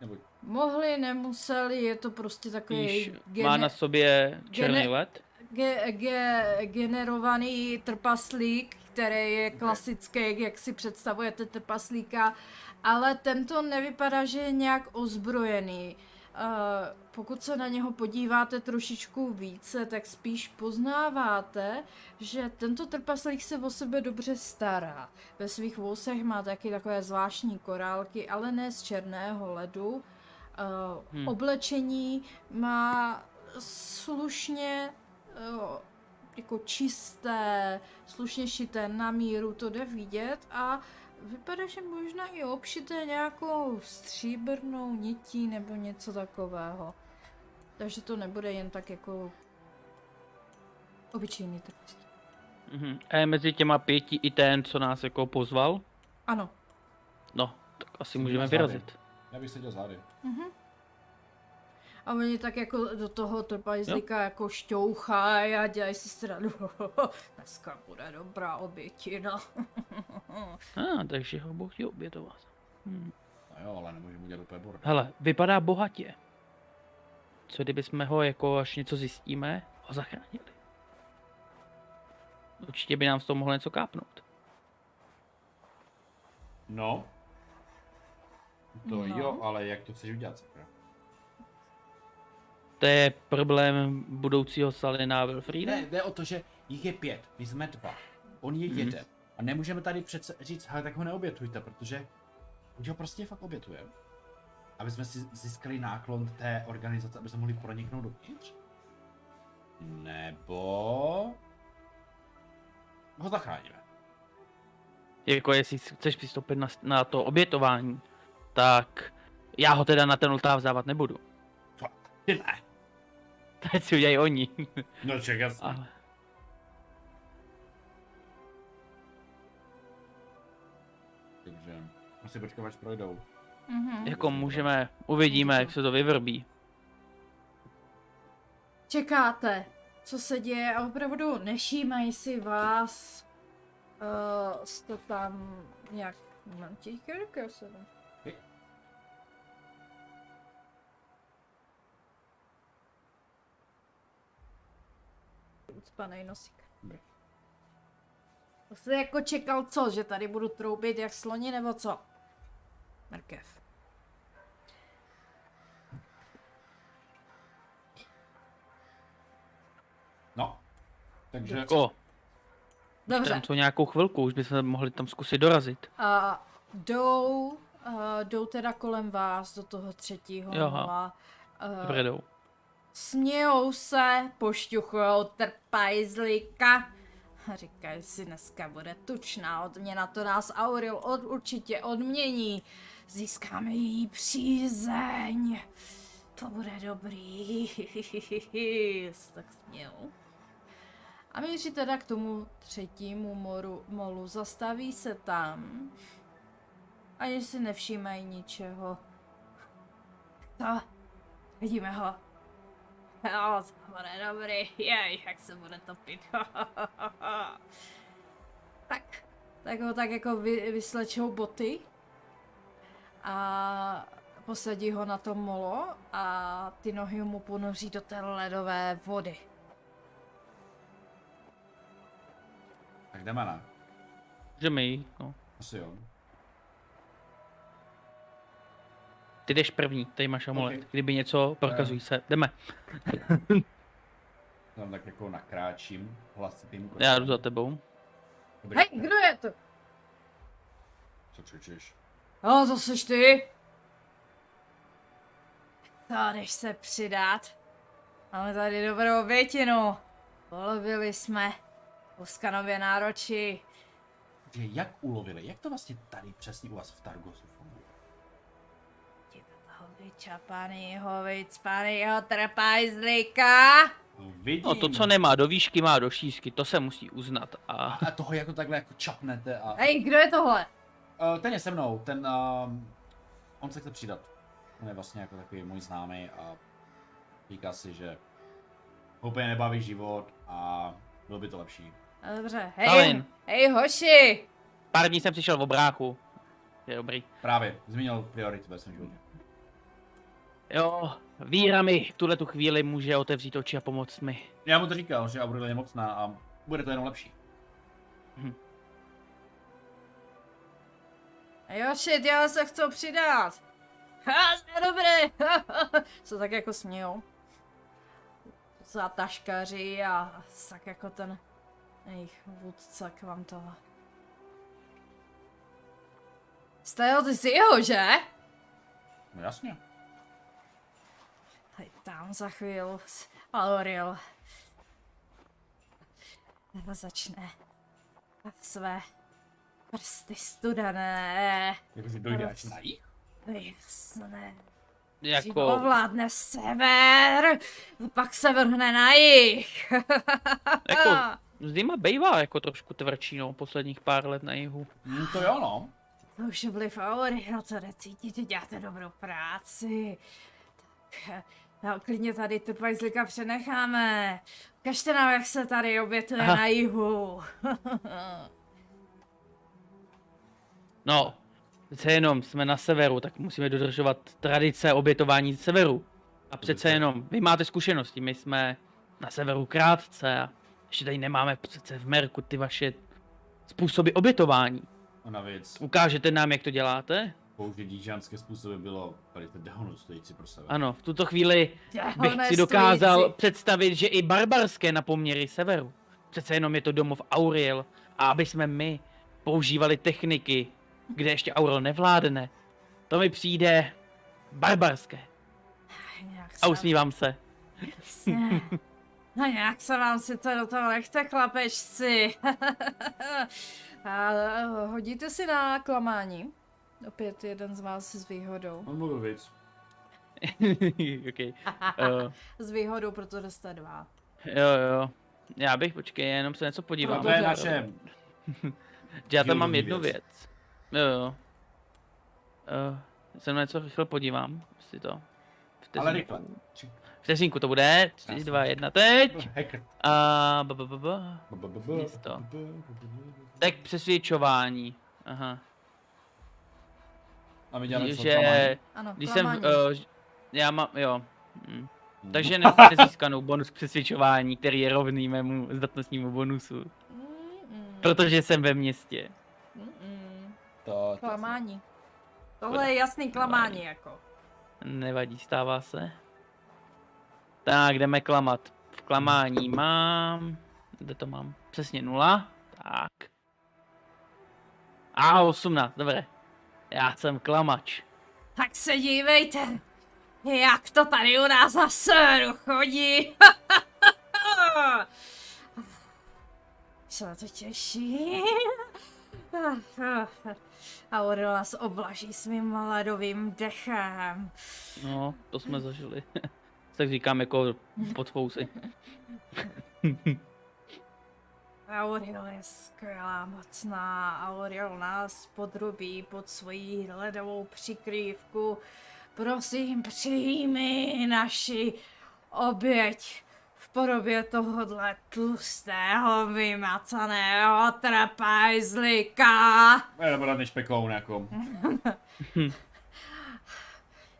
Speaker 2: Nebo
Speaker 1: mohli, nemuseli, je to prostě takový
Speaker 3: Když
Speaker 1: gene-
Speaker 3: má na sobě černý
Speaker 1: gene-
Speaker 3: led.
Speaker 1: ge- ge- generovaný trpaslík, který je klasický, jak si představujete trpaslíka, ale tento nevypadá, že je nějak ozbrojený. Eh, Pokud se na něho podíváte trošičku více, tak spíš poznáváte, že tento trpaslík se o sebe dobře stará. Ve svých vousech má taky takové zvláštní korálky, ale ne z černého ledu. Eh,
Speaker 3: Hmm.
Speaker 1: Oblečení má slušně eh, jako čisté, slušně šité na míru, to jde vidět a vypadá, že možná i obšité nějakou stříbrnou nití nebo něco takového. Takže to nebude jen tak jako obyčejný trpist.
Speaker 3: Mhm. A je mezi těma pěti i ten, co nás jako pozval.
Speaker 1: Ano.
Speaker 3: No, tak asi
Speaker 2: Jsme
Speaker 3: můžeme
Speaker 2: na závěr.
Speaker 3: vyrazit.
Speaker 2: já bych seděl zády.
Speaker 1: Mhm. A oni tak jako do toho trpajzlíka jako šťouchají a dělají si stranu. <laughs> Dneska bude dobrá obětina.
Speaker 3: A, takže ho Bůh chtěl obětovat. Hmm.
Speaker 2: No jo, ale nemůžeme udělat úplně bordel.
Speaker 3: Hele, vypadá bohatě. Co kdyby jsme ho, jako až něco zjistíme, ho zachránili? Určitě by nám z toho mohlo něco kápnout.
Speaker 2: No. To
Speaker 1: No.
Speaker 2: jo, ale jak to chceš udělat? sakra?
Speaker 3: To je problém budoucího Salina Wilfrida.
Speaker 2: Ne, jde o to, že jich je pět, my jsme dva. On je
Speaker 3: Mhm.
Speaker 2: jeden. A nemůžeme tady přece říct, hele, tak ho neobětujte, protože buď ho prostě fakt obětujeme. Aby jsme si získali náklon té organizace, aby jsme mohli proniknout dovnitř. Nebo... Ho zachráníme.
Speaker 3: Jako jestli si chceš přistoupit na, na to obětování, tak já ho teda na ten oltář vzávat nebudu. <laughs>
Speaker 2: Ty ne.
Speaker 3: Teď si udělají oni.
Speaker 2: No ček, jasně.
Speaker 3: Ale...
Speaker 2: Takže musí počkat, až projdou.
Speaker 1: Mhm.
Speaker 3: Jako můžeme, uvidíme, jak se to vyvrbí.
Speaker 1: čekáte, co se děje a opravdu nešímají si vás. Uh, jste tam nějak... Mám těch se tam. Ucpanej nosík.
Speaker 2: Dobrý.
Speaker 1: To jsi jako čekal co, že tady budu troubit jak sloni nebo co? Mrkev.
Speaker 2: No. Takže...
Speaker 3: Jako,
Speaker 1: Dobře.
Speaker 3: tam jsou nějakou chvilku, už bychom mohli tam zkusit dorazit.
Speaker 1: A jdou, uh, jdou teda kolem vás do toho třetího
Speaker 3: Jaha.
Speaker 1: mola. Uh,
Speaker 3: Vredou.
Speaker 1: smějou se, pošťuchujou trpajzlíka. A Říkají si, dneska bude tučná odměna, to nás Auril od, určitě odmění. Získáme její přízeň. To bude dobrý. <laughs> Se tak smějou. A míří teda k tomu třetímu moru, molu. Zastaví se tam. Ani si nevšímají ničeho. To, vidíme ho. Jo, to bude dobrý. Jej, jak se bude topit. <laughs> tak. Tak ho tak jako vy, vyslečou boty. A posadí ho na to molo a ty nohy mu ponoří do té ledové vody.
Speaker 2: Tak jdeme, ne?
Speaker 3: Můžeme jít, no.
Speaker 2: Asi jo.
Speaker 3: Ty jdeš první, tady máš amulet.
Speaker 2: Ok.
Speaker 3: Kdyby něco, prokazuj se. Jdeme.
Speaker 2: Tam tak jako nakráčím hlasitým krokem.
Speaker 3: Já jdu za tebou.
Speaker 2: Dobrý.
Speaker 1: Hej, kdo je to?
Speaker 2: Co křičíš?
Speaker 1: Jo, to jsi ty. To jdeš se přidat. Máme tady dobrou větinu. Polovili jsme. Uskanově náročí.
Speaker 2: Že jak ulovili? Jak to vlastně tady přesně u vás v Targosu funguje?
Speaker 1: Hoviča, paní Hovič, paní ho trpaj zlíka.
Speaker 2: Vidím.
Speaker 3: No to, co nemá do výšky, má do šířky, to se musí uznat. A
Speaker 2: A, a toho jako takhle jako čapnete a...
Speaker 1: Hej, kdo je tohle?
Speaker 2: Uh, ten je se mnou, ten... ehm, Uh, on se chce přidat. On je vlastně jako takový můj známý a... Říká si, že ho úplně nebaví život a bylo by to lepší.
Speaker 1: No, Dobře, hej,
Speaker 3: Alin.
Speaker 1: hej hoši!
Speaker 3: Pár dní jsem přišel v obráku. Je dobrý.
Speaker 2: Právě, zmínil priority ve svém životě.
Speaker 3: Jo, víra mi v tuhle tu chvíli může otevřít oči a pomoct mi.
Speaker 2: Já mu to říkal, že Aurel je mocná a bude to jenom lepší.
Speaker 1: Hej hoši, já se chci přidat! Ha, jste dobrý! <laughs> Se tak jako smějou. Za taškaři a tak jako ten jejich vůdce k vám to. Jste ty jsi jeho, že?
Speaker 2: No jasně.
Speaker 1: Hej, tam za chvíli. Aloriel. Začne své prsty studené.
Speaker 2: Jakože dojde až
Speaker 1: Yes.
Speaker 2: na jich?
Speaker 1: Jasné. Jako...
Speaker 3: Jako,
Speaker 1: Ovládne sever, pak se vrhne na jich.
Speaker 3: jako zima bejvá jako trošku tvrdší, no, posledních pár let na jihu.
Speaker 2: Hmm, to jo no.
Speaker 1: To už vliv aury, no to necítíte, děláte dobrou práci. Tak, no, klidně tady tu pajzlika přenecháme. Ukažte nám, jak se tady obětuje
Speaker 3: Aha.
Speaker 1: na jihu. <laughs>
Speaker 3: No, přece jenom jsme na severu, tak musíme dodržovat tradice obětování severu. A přece jenom, vy máte zkušenosti, my jsme na severu krátce a ještě tady nemáme přece v Merku ty vaše způsoby obětování.
Speaker 2: A navíc
Speaker 3: Ukážete nám, jak to děláte?
Speaker 2: použít dížanské způsoby bylo velice dehonestující pro sebe.
Speaker 3: Ano, v tuto chvíli bych si
Speaker 1: Dehonestující.
Speaker 3: dokázal představit, že i barbarské na poměry severu. Přece jenom je to domov Auriel a aby jsme my používali techniky, kde ještě Aurel nevládne, to mi přijde barbarské.
Speaker 1: Nějak
Speaker 3: A
Speaker 1: se-
Speaker 3: usmívám se. <laughs>
Speaker 1: Jasně. <laughs> No nějak se vám si to do toho nechte, chlapečci. <laughs> A eh, hodíte si na klamání. Opět jeden z vás s výhodou.
Speaker 2: On mluvil víc.
Speaker 3: okay. uh,
Speaker 1: S výhodou, protože jste dva.
Speaker 3: jo, jo. Já bych, počkej, jenom se něco podívám.
Speaker 2: To je naše
Speaker 3: Já tam mám
Speaker 2: dílní
Speaker 3: jednu
Speaker 2: věc.
Speaker 3: věc. Jo, jo. Uh, se na něco rychle podívám, jestli to. Vteřinku.
Speaker 2: Ale rychle.
Speaker 3: Vteřinku to bude, 3,
Speaker 2: Krásně.
Speaker 3: 2, 1, teď.
Speaker 2: Hacker.
Speaker 3: A ba, ba, ba, ba. Místo. Tak přesvědčování. Aha.
Speaker 2: A my děláme co
Speaker 3: Že,
Speaker 1: Ano,
Speaker 3: když jsem,
Speaker 1: klamání.
Speaker 3: uh, já mám, jo. Hm. Takže nemáte získanou bonus k přesvědčování, který je rovný mému zdatnostnímu bonusu.
Speaker 1: Mm, mm,
Speaker 3: Protože jsem ve městě.
Speaker 1: mm, mm.
Speaker 2: To,
Speaker 1: Klamání. Tohle je jasný klamání, jako.
Speaker 3: Nevadí, stává se. Tak, jdeme klamat. V klamání mám... Kde to mám? Přesně nula. Tak. A 18, dobré. Já jsem klamač.
Speaker 1: Tak se dívejte, jak to tady u nás na severu chodí. Se na to těší. A Orel nás oblaží svým ledovým dechem.
Speaker 3: No, to jsme zažili. <laughs> tak říkám jako pod fousy.
Speaker 1: Aurel je skvělá, mocná. Aurel nás podrobí pod svoji ledovou přikrývku. Prosím, přijmi naši oběť v podobě tohohle tlustého, vymacaného trapajzlika.
Speaker 2: Nebo dát než pekou nějakou.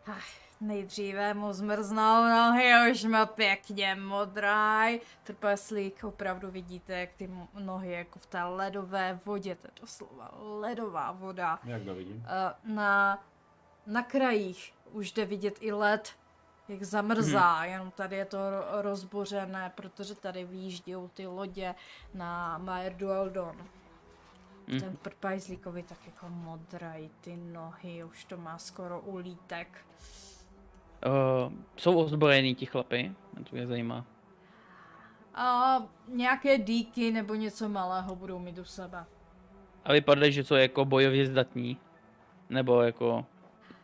Speaker 1: Ach, Nejdříve mu zmrznou nohy, už má pěkně modrá. Trpaslík opravdu vidíte, jak ty mo- nohy jako v té ledové vodě, to je doslova ledová voda.
Speaker 2: Jak to vidím?
Speaker 1: Eh, Na, na krajích už jde vidět i led, jak zamrzá, hmm. jenom tady je to ro- rozbořené, protože tady výjíždějí ty lodě na Maer Dualdon.
Speaker 3: Mhm.
Speaker 1: Ten prpajzlíkovi tak jako modrají ty nohy, už to má skoro ulítek.
Speaker 3: Uh, jsou ozbrojení ti chlapy? To mě zajímá.
Speaker 1: A nějaké díky nebo něco malého budou mít u sebe.
Speaker 3: A vypadají, že jsou jako bojově zdatní. Nebo jako...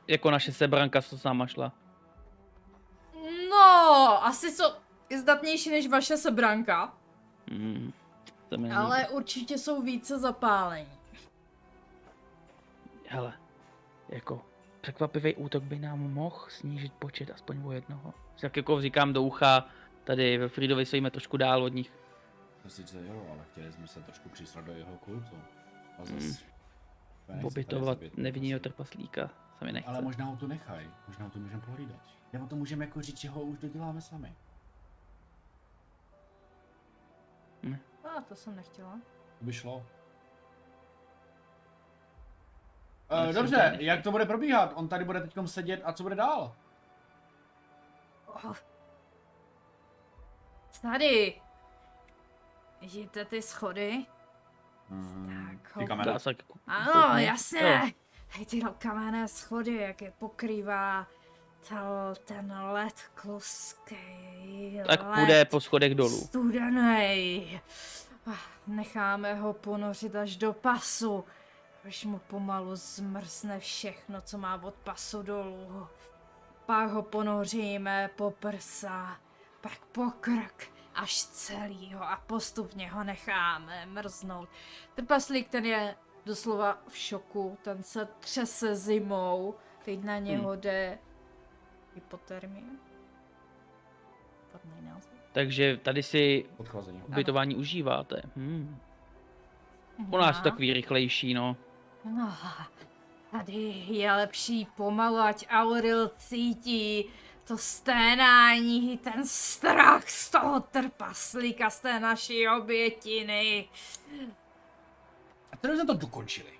Speaker 3: Jako naše sebranka, co s náma šla.
Speaker 1: No, asi jsou zdatnější než vaše sebranka,
Speaker 3: Mm, to mi není-
Speaker 1: ale určitě jsou více zapálení.
Speaker 3: Hele, jako, Překvapivý útok by nám mohl snížit počet aspoň o jednoho. Tak jako říkám do ucha, tady ve Fridovi stojíme trošku dál od nich.
Speaker 2: To sice jo, ale chtěli jsme se trošku přisrat do jeho kultu. A zase... Hmm.
Speaker 3: Pobytovat nevinného trpaslíka. Se mi nechce.
Speaker 2: prostě. Ale možná ho tu nechaj, možná ho tu můžeme pohlídat. Nebo to můžeme jako říct, že ho už doděláme sami.
Speaker 1: A to jsem nechtěla.
Speaker 2: To by šlo.
Speaker 3: Ale
Speaker 2: Eh,
Speaker 3: jsem
Speaker 2: dobře,
Speaker 3: tady.
Speaker 2: jak to bude probíhat? On tady bude teď sedět a co bude dál?
Speaker 1: Oh. Tady. Vidíte ty schody?
Speaker 2: Hmm,
Speaker 1: Tak,
Speaker 2: ty
Speaker 1: ho-
Speaker 2: kameny.
Speaker 3: Dá se jako- k-
Speaker 1: Ano,
Speaker 3: kouknout.
Speaker 1: jasně. Hej, ty kamenné schody, jak je pokrývá tel, ten led kluský.
Speaker 3: Tak
Speaker 1: led
Speaker 3: půjde po schodech dolů.
Speaker 1: Studený. Ah, Necháme ho ponořit až do pasu. Až mu pomalu zmrzne všechno, co má od pasu dolů. Pak ho ponoříme po prsa, pak po krk, až celýho a postupně ho necháme mrznout. Trpaslík ten je doslova v šoku, ten se třese zimou, teď na něho jde hypotermie. Podný název.
Speaker 3: Takže tady si
Speaker 2: Odchlazení.
Speaker 3: ubytování užíváte. Hmm. U nás je
Speaker 1: Aha.
Speaker 3: takový rychlejší, no.
Speaker 1: No, tady je lepší pomalu, ať Auril cítí to sténání, ten strach z toho trpaslíka, z té naší obětiny.
Speaker 2: A tady jsme to dokončili.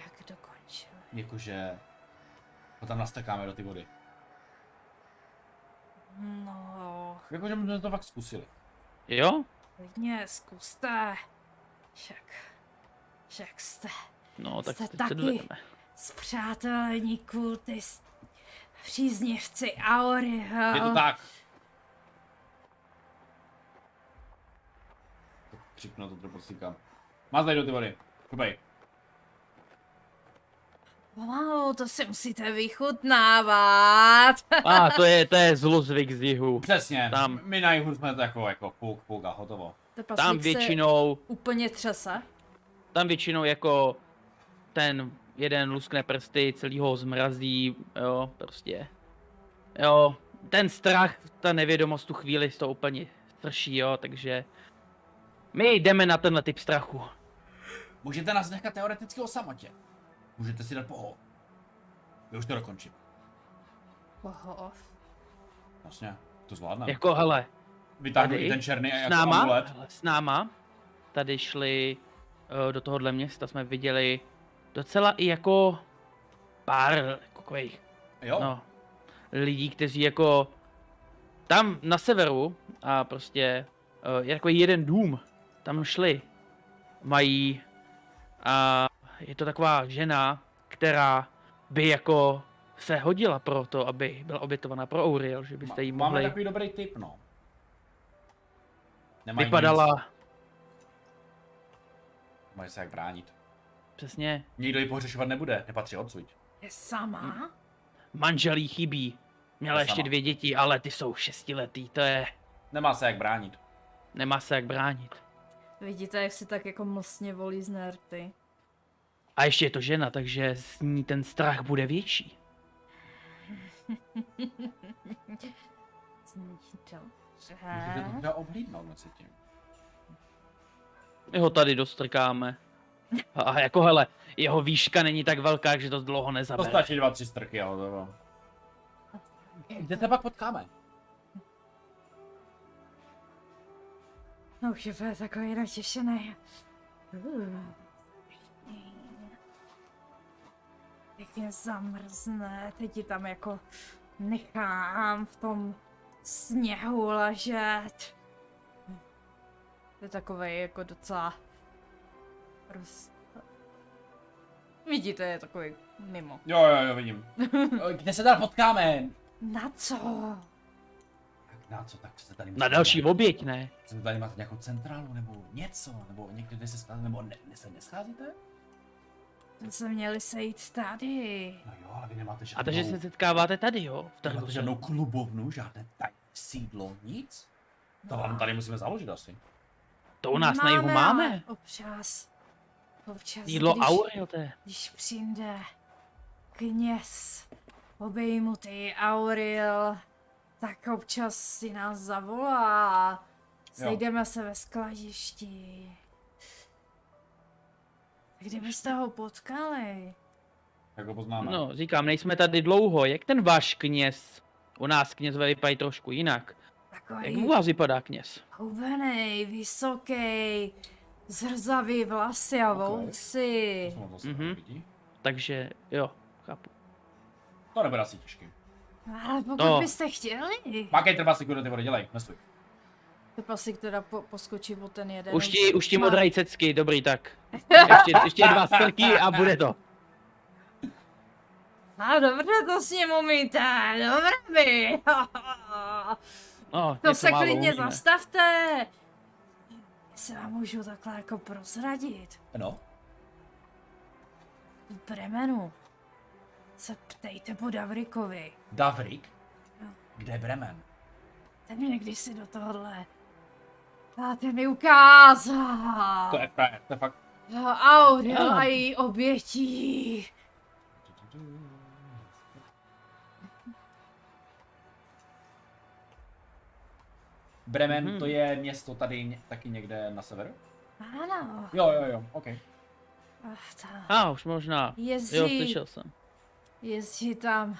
Speaker 1: Jak dokončil.
Speaker 2: Jakože... Ho tam nastakáme do ty vody.
Speaker 1: No,
Speaker 2: Jakože my jsme to fakt zkusili.
Speaker 3: Jo?
Speaker 1: klidně zkuste. Však, však jste
Speaker 3: No, tak
Speaker 1: Jste
Speaker 3: teď se
Speaker 1: taky.
Speaker 3: dovedeme.
Speaker 1: zpřátelení kultist, příznivci Auril.
Speaker 2: Je to tak. Křiknu na to trpaslíka. Má tady do ty vody. Kopej.
Speaker 1: Pomalu, to si musíte vychutnávat. <laughs>
Speaker 3: A ah, to je, to je zlozvyk z jihu.
Speaker 2: Přesně.
Speaker 3: Tam.
Speaker 2: My na jihu jsme takovou jako puk, puk a hotovo.
Speaker 1: Trpaslík
Speaker 3: Tam většinou,
Speaker 1: Se úplně třese.
Speaker 3: tam většinou jako ten jeden luskne prsty, celý ho zmrazí, jo, prostě. Jo, ten strach, ta nevědomost tu chvíli to úplně strší, jo, takže my jdeme na tenhle typ strachu.
Speaker 2: Můžete nás nechat teoreticky o samotě. Můžete si dát pohov. Já už to dokončím.
Speaker 1: Oho.
Speaker 2: Jasně, Vlastně, to zvládneme.
Speaker 3: Jako, hele,
Speaker 2: Vytáhnu
Speaker 3: tady
Speaker 2: i ten černý
Speaker 3: s
Speaker 2: jako
Speaker 3: náma,
Speaker 2: amulet.
Speaker 3: hele, s náma tady šli eh, do tohohle města, jsme viděli docela i jako pár jako takových
Speaker 2: Jo,
Speaker 3: no, lidí, kteří jako tam na severu a prostě uh, je takový jeden dům, tam šli, mají a je to taková žena, která by jako se hodila pro to, aby byla obětovaná pro Auriel, že byste jí
Speaker 2: Ma- máme
Speaker 3: mohli,
Speaker 2: takový dobrý tip, no. Nemají Nic,
Speaker 3: vypadala,
Speaker 2: mají se jak bránit.
Speaker 3: přesně,
Speaker 2: Nikdo ji pohřešovat nebude, nepatří odsud.
Speaker 1: Je sama?
Speaker 3: manželí chybí, měla
Speaker 2: Ta
Speaker 3: ještě
Speaker 2: sama.
Speaker 3: dvě děti, ale ty jsou šestiletý, to je,
Speaker 2: Nemá se jak bránit.
Speaker 3: nemá se jak bránit.
Speaker 1: Vidíte, jak si tak jako mlsně volí z nerty.
Speaker 3: A ještě je to žena, takže s ní ten strach bude větší.
Speaker 1: Zní dobře.
Speaker 2: Můžete to třeba oblídnout mezi tím.
Speaker 3: My ho tady dostrkáme. A, a jako hele, jeho výška není tak velká, že to dlouho
Speaker 2: To
Speaker 3: nezabere.
Speaker 2: stačí dva, tři strky a hotovo. Kde se pak potkáme?
Speaker 1: No už je úplně takový natěšený. Uh. Pěkně zamrzne, teď ji tam jako nechám v tom sněhu ležet. Je takový jako docela roz... Vidíte, je takový mimo.
Speaker 2: Jo, jo, jo,
Speaker 3: <laughs>
Speaker 2: vidím. Eh, Kde se teda potkáme?
Speaker 1: Na co?
Speaker 2: Tak na co, tak se tady
Speaker 3: Na další oběť, ne?
Speaker 2: Chcete tady máte nějakou centrálu nebo něco, nebo někde, kde se scházíte, nebo ne, ne, se nescházíte?
Speaker 1: To se měli sejít tady.
Speaker 2: No jo, ale vy nemáte žádnou,
Speaker 3: A takže se setkáváte tady, jo? V
Speaker 2: nemáte
Speaker 3: Targuse.
Speaker 2: žádnou klubovnu, žádné tajné sídlo, nic? To vám tady musíme založit asi.
Speaker 3: To u nás na jihu máme.
Speaker 1: ale Občas. Občas,
Speaker 3: Jídlo
Speaker 1: když,
Speaker 3: Aurel, to je.
Speaker 1: když přijde kněz obejmutý Auril, tak občas si nás zavolá. Sejdeme se ve skladišti. Kdybyste ho potkali,
Speaker 2: Tak ho poznáme.
Speaker 3: No, říkám, nejsme tady dlouho. Jak ten váš kněz? U nás knězové vypadají trošku jinak. Jak
Speaker 1: takový
Speaker 3: u vás vypadá kněz?
Speaker 1: hubený, vysoký, zrzavý vlasy a
Speaker 2: Ok.
Speaker 1: vousy.
Speaker 2: To jsem zase
Speaker 3: Mhm.
Speaker 2: vidí.
Speaker 3: Takže jo, chápu.
Speaker 2: To nebude asi těžký.
Speaker 1: Ale pokud
Speaker 3: No.
Speaker 1: byste chtěli,
Speaker 2: Mákej trvá si kudy ty vole, dělej, nestuj.
Speaker 1: to pasik teda po, poskočí o ten jeden.
Speaker 3: Už ti, už ti
Speaker 1: má-
Speaker 3: modrají cecky,
Speaker 1: <laughs>
Speaker 3: dobrý, tak. Ještě, ještě dva strky a bude to.
Speaker 1: A dobře to s ním umíte, dobré vy.
Speaker 3: No,
Speaker 1: <laughs> To
Speaker 3: něco
Speaker 1: se
Speaker 3: málo
Speaker 1: klidně
Speaker 3: umíme.
Speaker 1: zastavte. Se vám můžu takhle jako prozradit.
Speaker 2: No.
Speaker 1: V Bremenu se ptejte po Davrikovi.
Speaker 2: Davrik?
Speaker 1: No.
Speaker 2: Kde je Bremen?
Speaker 1: Ten mě když si do tohohle dáte mi ukázal.
Speaker 2: To je frajer, to je fakt.
Speaker 1: Aurel
Speaker 3: Jo.
Speaker 1: a její obětí.
Speaker 2: Bremen
Speaker 3: Mhm.
Speaker 2: to je město tady ně- taky někde na severu?
Speaker 1: Ano.
Speaker 2: Jo, jo, jo, ok.
Speaker 1: Ach, ta-
Speaker 3: A, už možná. Jo,
Speaker 1: Jezdí,
Speaker 3: slyšel jsem.
Speaker 1: jezdí tam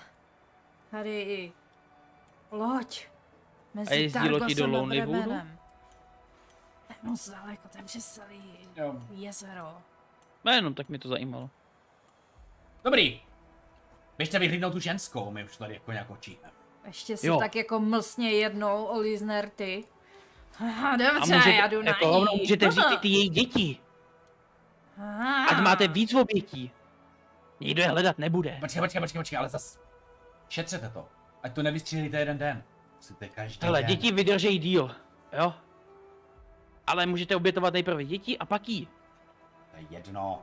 Speaker 1: tady i loď. Mezi
Speaker 3: A jezdí lodi do
Speaker 1: Targosem
Speaker 3: Lonelyhoodu?
Speaker 1: Bremenem. Ten moc daleko, ten přes celý
Speaker 2: Jo.
Speaker 1: jezero.
Speaker 3: No jenom tak mi to zajímalo.
Speaker 2: Dobrý. Běžte vyhlídnout tu ženskou, my už tady jako nějak očíme.
Speaker 1: Ještě si
Speaker 3: Jo.
Speaker 1: tak jako mlsně jednou olízne rty. Aha,
Speaker 3: A
Speaker 1: dobře, já
Speaker 3: můžete,
Speaker 1: jdu na
Speaker 3: jako
Speaker 1: ní.
Speaker 3: rovnou můžete vzít
Speaker 1: Aha.
Speaker 3: i ty její děti.
Speaker 1: Aha.
Speaker 3: Ať máte víc obětí. Nikdo je hledat nebude.
Speaker 2: Počkej, počkej, počkej, počkej, ale zas... Šetřete to. Ať to nevystřílíte jeden den. Musíte každý
Speaker 3: Hele,
Speaker 2: den.
Speaker 3: děti vydržejí díl, jo? Ale můžete obětovat nejprve děti a pak jí.
Speaker 2: To je jedno.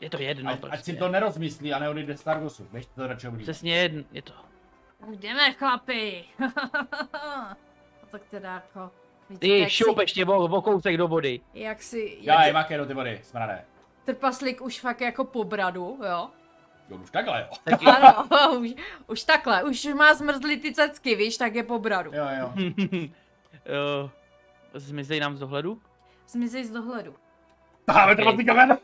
Speaker 3: Je to jedno
Speaker 2: No, ať,
Speaker 3: prostě.
Speaker 2: ať si to nerozmyslí a neodejde z Targosu. Běžte to radši oblíbit.
Speaker 3: Přesně jedno, je to.
Speaker 1: Jdeme, chlapi. <laughs> A tak teda jako... vidíte,
Speaker 3: Ty
Speaker 1: jak si-
Speaker 3: šup ještě o, o kousek do vody.
Speaker 1: Jak si...
Speaker 2: Já je
Speaker 1: Jak
Speaker 2: maké do ty vody, smradé.
Speaker 1: trpaslik už fakt jako po bradu, jo?
Speaker 2: Jo, už takhle, jo.
Speaker 1: <laughs>
Speaker 3: Tak jo.
Speaker 1: Ano, už, už takhle, už má zmrzlý ty cecky, víš, tak je po bradu.
Speaker 2: Jo, jo. <laughs>
Speaker 3: Jo, eh, Zmizej nám z dohledu?
Speaker 1: Zmizej z dohledu. <laughs>
Speaker 2: Dáme to vlastně kamen.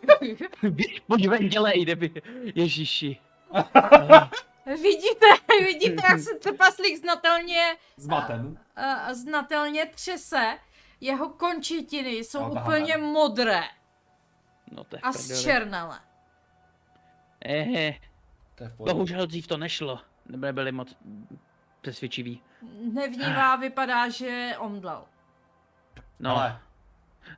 Speaker 3: Běž, <laughs> Pojď ven, dělej, jde by. Ježiši.
Speaker 1: Vidíte, <laughs> vidíte, jak se trpaslík znatelně,
Speaker 2: Zmaten.
Speaker 1: uh, znatelně třese. Jeho končetiny jsou
Speaker 2: No, tak.
Speaker 1: úplně modré
Speaker 3: No to je v
Speaker 1: a
Speaker 3: prdeli.
Speaker 1: zčernalé.
Speaker 3: Ehe,
Speaker 2: To je v pohodě.
Speaker 3: bohužel dřív to nešlo. Nebyli moc mm, přesvědčiví. Ah.
Speaker 1: Nevnívá, vypadá, že omdlal.
Speaker 3: No.
Speaker 2: Ale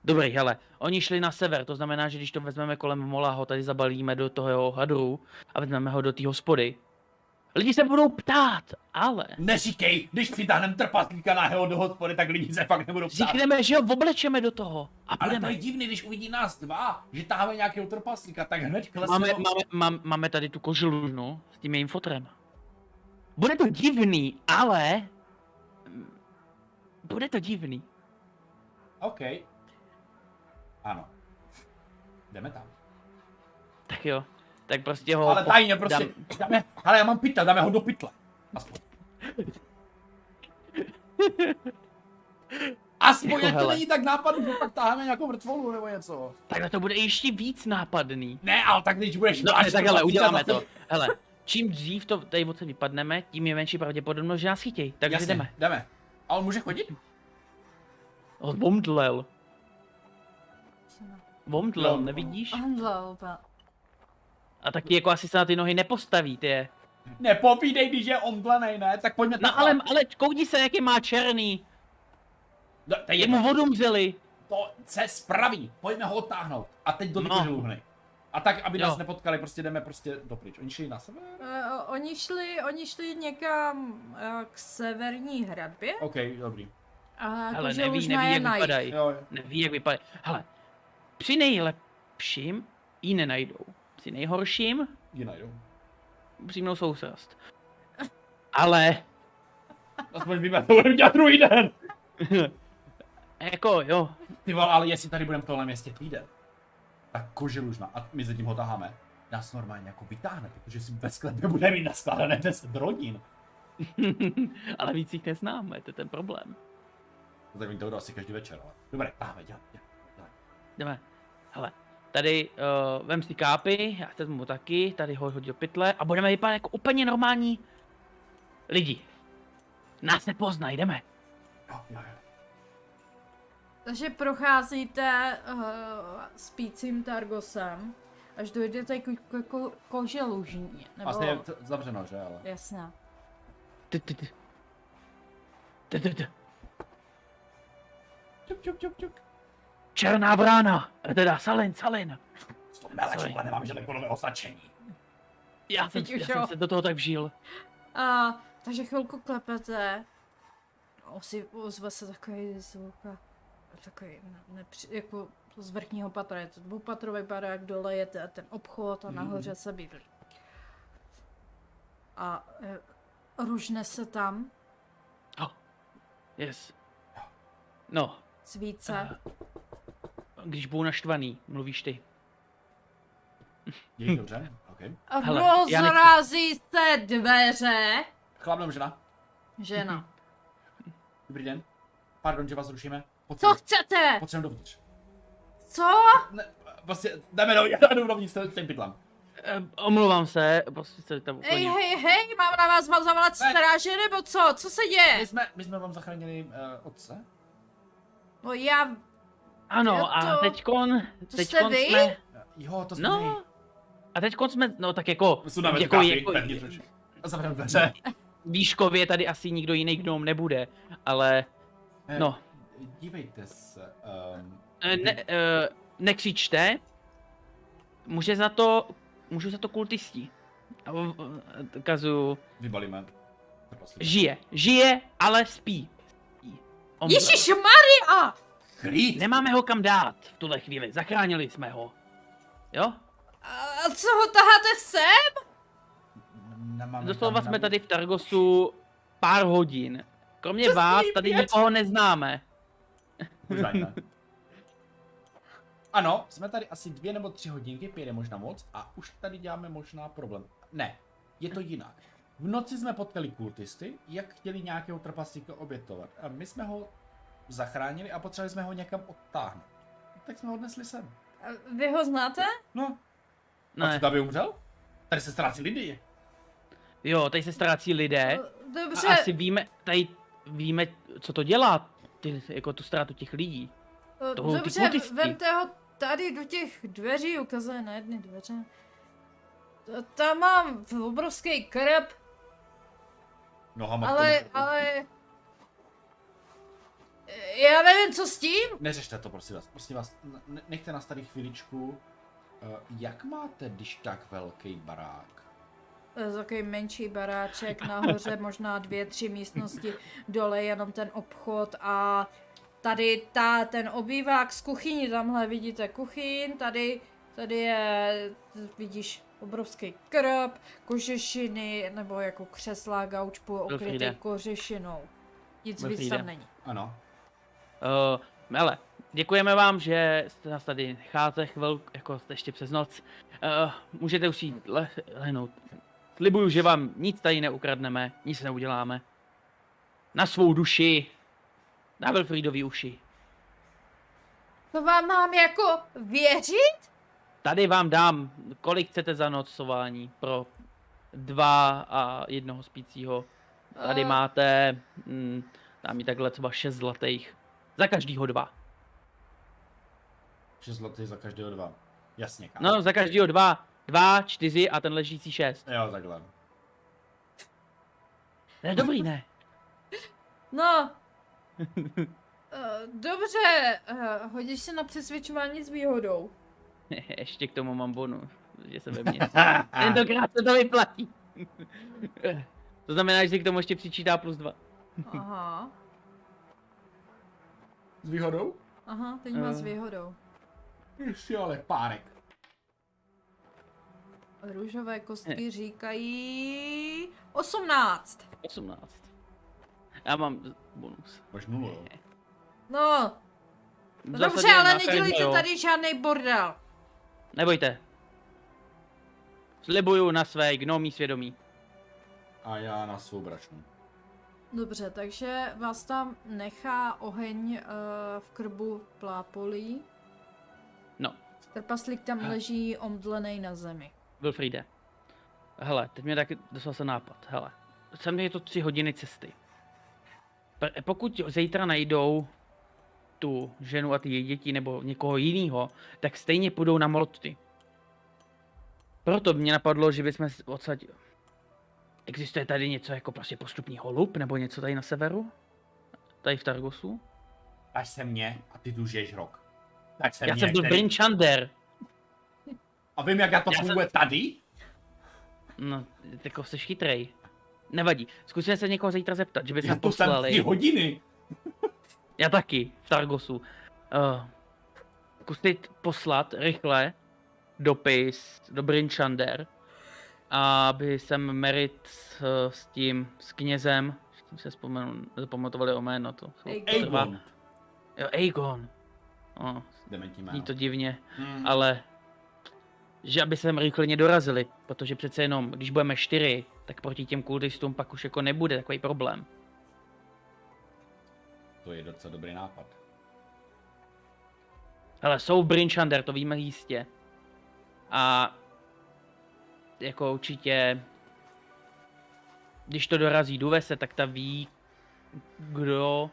Speaker 3: Dobrý, hele, oni šli na sever, to znamená, že když to vezmeme kolem mola, ho tady zabalíme do toho jeho hadru a vezmeme ho do té hospody. Lidi se budou ptát, ale
Speaker 2: neříkej, když přitáhnem trpaslíka nahého do hospody, tak lidi se fakt nebudou ptát.
Speaker 3: říkneme, že ho oblečeme do toho a
Speaker 2: Ale to
Speaker 3: budeme.
Speaker 2: je divný, když uvidí nás dva, že táháme nějakého trpaslíka, tak hned klesne.
Speaker 3: Máme, máme, mám, máme tady tu koželužnu s tím jejím fotrem. Bude to divný, ale... mm, Bude to divný.
Speaker 2: OK. Ano. Jdeme tam.
Speaker 3: Tak jo, tak prostě ho...
Speaker 2: Ale
Speaker 3: po-
Speaker 2: tajně prostě.
Speaker 3: dám-
Speaker 2: Dáme, ale já mám pytel, dáme ho do pytle.
Speaker 3: <laughs>
Speaker 2: Aspoň. Aspoň,
Speaker 3: Jako
Speaker 2: jako to
Speaker 3: hele. No,
Speaker 2: není tak nápadný, že pak táháme nějakou mrtvolu nebo něco.
Speaker 3: Takhle to bude ještě víc nápadný.
Speaker 2: Ne, ale tak když budeš...
Speaker 3: No ale
Speaker 2: až
Speaker 3: tak hele,
Speaker 2: to
Speaker 3: uděláme to.
Speaker 2: zase-
Speaker 3: Hele, čím dřív to tady od sebe vypadneme, tím je menší pravděpodobnost, že nás chytěj. Takže
Speaker 2: Jasně,
Speaker 3: jdeme.
Speaker 2: jdeme. A on může chodit?
Speaker 3: Vomdlel. Vomdlel,
Speaker 2: No.
Speaker 3: nevidíš?
Speaker 1: Omdlal, úplně.
Speaker 3: A taky jako asi se na ty nohy nepostaví, ty je.
Speaker 2: Ne, povídej, když je omdlenej, ne? Tak pojďme
Speaker 3: No ale, ale koukni se, jak je má černý.
Speaker 2: No, to, je,
Speaker 3: Jemu vodu mřeli.
Speaker 2: to se spraví. Pojďme ho odtáhnout. A teď do
Speaker 3: No.
Speaker 2: no. žluhny. A tak, aby nás
Speaker 3: Jo.
Speaker 2: nepotkali, prostě jdeme prostě dopryč. Oni šli na sebe?
Speaker 1: Eh, oni, šli, oni šli někam eh, k severní hradbě
Speaker 2: OK, dobrý.
Speaker 1: a
Speaker 3: Ale
Speaker 1: koželužna
Speaker 3: neví,
Speaker 1: je
Speaker 3: neví, jak
Speaker 1: na jih.
Speaker 3: vypadají.
Speaker 2: Jo, jo.
Speaker 3: Neví, jak vypadají. Hele, při nejlepším ji nenajdou. Při nejhorším
Speaker 2: Ji najdou.
Speaker 3: přijmou sousrast. Ale,
Speaker 2: Aspoň víme, to budeme dělat druhý den.
Speaker 3: jako jo, <laughs>
Speaker 2: Ty vole, ale jestli tady budeme v tohle městě týden, tak koželužna. A my zatím ho taháme. nás normálně jako vytáhne, protože si ve sklepě bude mít naskládané 10 rodin.
Speaker 3: Ale víc jich neznáme, to je ten problém.
Speaker 2: No tak oni to budou asi každý večer, ale dobré, máme, dělat, dělat.
Speaker 3: Jdeme. Hele, tady uh, vem si kápy, já vezmu taky, tady ho hodí do pytle a budeme vypadat jako úplně normální lidi. Nás nepoznají, jdeme.
Speaker 2: Jo, jo, jo.
Speaker 1: Takže procházíte uh, spícím Targosem, až dojdete k, k, k koželužní, nebo...
Speaker 2: Vlastně je to zavřeno, že, ale...
Speaker 1: Jasná.
Speaker 3: Ty, ty, ty. Ty, ty, ty.
Speaker 2: Čup, čup, čup, čup.
Speaker 3: Černá brána, teda Salin, Salin.
Speaker 2: To mele,
Speaker 3: Sorry.
Speaker 2: čuple, nemám žádné kodové označení.
Speaker 3: Já jsem,
Speaker 1: Teď už
Speaker 3: já jsem
Speaker 1: jo.
Speaker 3: se do toho tak vžil.
Speaker 1: A, takže chvilku klepete. Osi, ozve se takový zvuk a takový ne- nepři, jako z vrchního patra. Je to dvoupatrový barák, dole je te- ten obchod
Speaker 3: Mhm.
Speaker 1: a nahoře se bydlí. A e, ružne se tam,
Speaker 3: Yes. No,
Speaker 1: svíce.
Speaker 3: když budu naštvaný, mluvíš ty.
Speaker 2: Je jí dobře? OK.
Speaker 1: A
Speaker 3: Hele, já nechci-
Speaker 1: rozrazí se dveře.
Speaker 2: Chlap nebo žena?
Speaker 1: Žena.
Speaker 3: Mhm.
Speaker 2: Dobrý den. Pardon, že vás rušíme. Pojď
Speaker 1: Co
Speaker 2: sem,
Speaker 1: chcete?
Speaker 2: pojď sem dovnitř.
Speaker 1: Co?
Speaker 2: Ne, vlastně, jdeme do, <laughs> já jdu dovnitř, ten, ten bydlám.
Speaker 3: Eh, omlouvám se, prostě se tam
Speaker 1: Hej,
Speaker 3: ukloním.
Speaker 1: hej, hej, mám na vás mám zavolat
Speaker 2: Ne.
Speaker 1: stráže nebo co? Co se
Speaker 2: My
Speaker 1: děje?
Speaker 2: jsme, my jsme vám zachránili uh, otce.
Speaker 1: No já jo,
Speaker 3: Ano, a
Speaker 1: to-
Speaker 3: teďkon,
Speaker 1: to
Speaker 3: teďkon
Speaker 1: jste vy?
Speaker 3: jsme,
Speaker 2: Jo, to jsme
Speaker 3: no, a teďkon jsme, no tak jako,
Speaker 2: my. Sundáme jako,
Speaker 3: jako,
Speaker 2: kápy, jako,
Speaker 3: jako
Speaker 2: pevně troši. A zavřeme dveře.
Speaker 3: výškově tady asi nikdo jiný gnom nebude, ale
Speaker 2: Eh,
Speaker 3: no,
Speaker 2: Dívejte se. Um,
Speaker 3: eh, ne, eh, nekřičte, může za to, můžu za to kultisti. A v- v- Ukazuju,
Speaker 2: vybalíme. Trpaslíka.
Speaker 3: žije, žije, ale spí. Spí. On-
Speaker 1: Ježíš Maria!
Speaker 2: Klid!
Speaker 3: Nemáme ho kam dát v tuhle chvíli, zachránili jsme ho. Jo?
Speaker 1: A co ho taháte sem?
Speaker 2: Nemáme
Speaker 3: Doslova
Speaker 2: tam-
Speaker 3: jsme tady v Targosu pár hodin. Kromě vás tady nikoho neznáme.
Speaker 2: Možná i ne. Ano, jsme tady asi dvě nebo tři hodinky, pět je možná moc, a už tady děláme možná problém. Ne, je to jinak. V noci jsme potkali kultisty, jak chtěli nějakého trpaslíka obětovat. A my jsme ho zachránili a potřebovali jsme ho někam odtáhnout. Tak jsme ho odnesli sem.
Speaker 1: Vy ho znáte?
Speaker 2: No, a
Speaker 3: Ne.
Speaker 2: co by umřel? Tady se ztrácí lidi.
Speaker 3: Jo, tady se ztrácí lidé.
Speaker 1: No, Dobře,
Speaker 3: A asi víme, tady víme, co to dělá, ty, jako tu ztrátu těch lidí. to budou ty
Speaker 1: eh, dobře,
Speaker 3: kultisti.
Speaker 1: vemte ho tady do těch dveří, ukazuje na jedny dveře. T- Tam mám obrovský krb,
Speaker 2: Nohama k
Speaker 1: ale,
Speaker 2: tomu.
Speaker 1: ale... Já nevím, co s tím?
Speaker 2: Neřešte to, prosím vás. Prosím vás, ne- nechte nás tady chviličku. Eh, Jak máte, když tak velký barák?
Speaker 1: To je Eh, Takový menší baráček, nahoře možná dvě, tři místnosti, dole jenom ten obchod a tady ta, ten obývák z kuchyní, tamhle vidíte kuchyň, tady, tady je, vidíš, obrovský krb, kožešiny, nebo jako křesla, gauč půl okrytý
Speaker 3: Wilfriede.
Speaker 1: kožešinou. Nic víc
Speaker 3: Wilfriede.
Speaker 1: tam není.
Speaker 2: Ano.
Speaker 3: Uh, ale děkujeme vám, že jste nás tady necháte chvilku, jako jste ještě přes noc. Uh, můžete už jít le- lehnout. Slibuju, že vám nic tady neukradneme, nic neuděláme. Na svou duši, na Wilfridovi uši.
Speaker 1: To vám mám jako věřit?
Speaker 3: Tady vám dám, kolik chcete za nocování pro dva a jednoho spícího. Tady
Speaker 1: Eh.
Speaker 3: máte, mm, dám mi takhle třeba šest zlatých. Za každýho dva.
Speaker 2: 6 zloty za každého dva. Jasně, kámo.
Speaker 3: No, za každýho dva. Dva, čtyři a ten ležící šest.
Speaker 2: Jo, takhle.
Speaker 3: Ne, dobrý, ne.
Speaker 1: No. Eh, Dobře, eh, hodíš se na přesvědčování s výhodou.
Speaker 3: <laughs> Ještě k tomu mám bonus, že se ve <laughs> mně.
Speaker 2: <laughs>
Speaker 3: Tentokrát se to vyplatí. <laughs> to znamená, že si k tomu ještě přičítá plus dva.
Speaker 1: Aha.
Speaker 2: S výhodou?
Speaker 1: Aha, teď má s
Speaker 3: Eh.
Speaker 1: výhodou.
Speaker 2: Jsi ale párek.
Speaker 1: Růžové
Speaker 3: Eh.
Speaker 1: kostky říkají 18.
Speaker 3: 18. Já mám bonus.
Speaker 2: Máš nulu, jo.
Speaker 1: No, no
Speaker 3: V zásadě
Speaker 1: dobře, ale
Speaker 3: na každého,
Speaker 1: nedělejte
Speaker 3: jo.
Speaker 1: tady žádný bordel.
Speaker 3: Nebojte. Slibuju na své gnomí svědomí.
Speaker 2: A já na svou bračnou.
Speaker 1: Dobře, takže vás tam nechá oheň eh, v krbu plápolí.
Speaker 3: No,
Speaker 1: Trpaslík tam leží omdlený na zemi.
Speaker 3: Wilfriede. Hele, teď mě taky dostal se nápad. Hele, sem je to tři hodiny cesty. P- Pokud zítra najdou tu ženu a ty její děti nebo někoho jiného, tak stejně půjdou na molotty. Proto mě napadlo, že bychom s- odsaď... Existuje tady něco jako prostě postupní holub nebo něco tady na severu? Tady v Targosu?
Speaker 2: Až se mě a ty tu žiješ rok. Tak se
Speaker 3: Já
Speaker 2: mě,
Speaker 3: jsem byl
Speaker 2: který-
Speaker 3: Brinchander.
Speaker 2: A vím, jak já to
Speaker 3: Já jsem-
Speaker 2: funguje tady?
Speaker 3: No, jako jsi chytrej. Nevadí. Zkusíme se někoho zítra zeptat, že by se
Speaker 2: Já
Speaker 3: nám
Speaker 2: to Jako tam
Speaker 3: poslali.
Speaker 2: tři hodiny.
Speaker 3: Já taky, v Targosu. Uh, zkusit poslat rychle dopis do Brinchander, aby sem Merit s, s tím, s knězem, s tím se vzpomenu, zapamatovali o jméno, to chvilku
Speaker 1: Aegon.
Speaker 3: trvá.
Speaker 2: Aegon.
Speaker 3: Jo, Aegon. No,
Speaker 2: Dementní
Speaker 3: zní
Speaker 2: jméno.
Speaker 3: to divně,
Speaker 2: Hmm.
Speaker 3: ale že aby sem rychleně dorazili, protože přece jenom, když budeme čtyři, tak proti těm kultistům pak už jako nebude takový problém.
Speaker 2: To je docela dobrý nápad.
Speaker 3: Ale jsou Brinchander, to víme jistě. A jako určitě, když to dorazí do Vese, tak ta ví, kdo,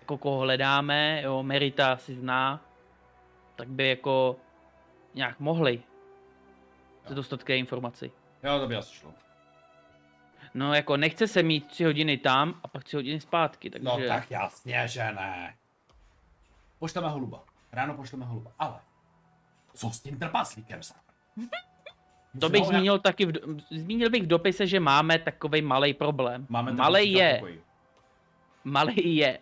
Speaker 3: jako koho hledáme, jo, Merita si zná, tak by jako nějak mohli se
Speaker 2: Jo.
Speaker 3: dostat k té informaci.
Speaker 2: Jo, to by asi šlo.
Speaker 3: No jako nechce se mít tři hodiny tam a pak tři hodiny zpátky, takže...
Speaker 2: No tak jasně, že ne. Pošleme holuba. Ráno pošleme holuba. Ale co s tím trpaslíkem se?
Speaker 3: To bych zmínil taky, v, do- zmínil bych v dopise, že máme takový malý problém.
Speaker 2: Máme
Speaker 3: malý
Speaker 2: trpaslíka v
Speaker 3: je,
Speaker 2: pokoji.
Speaker 3: malý je.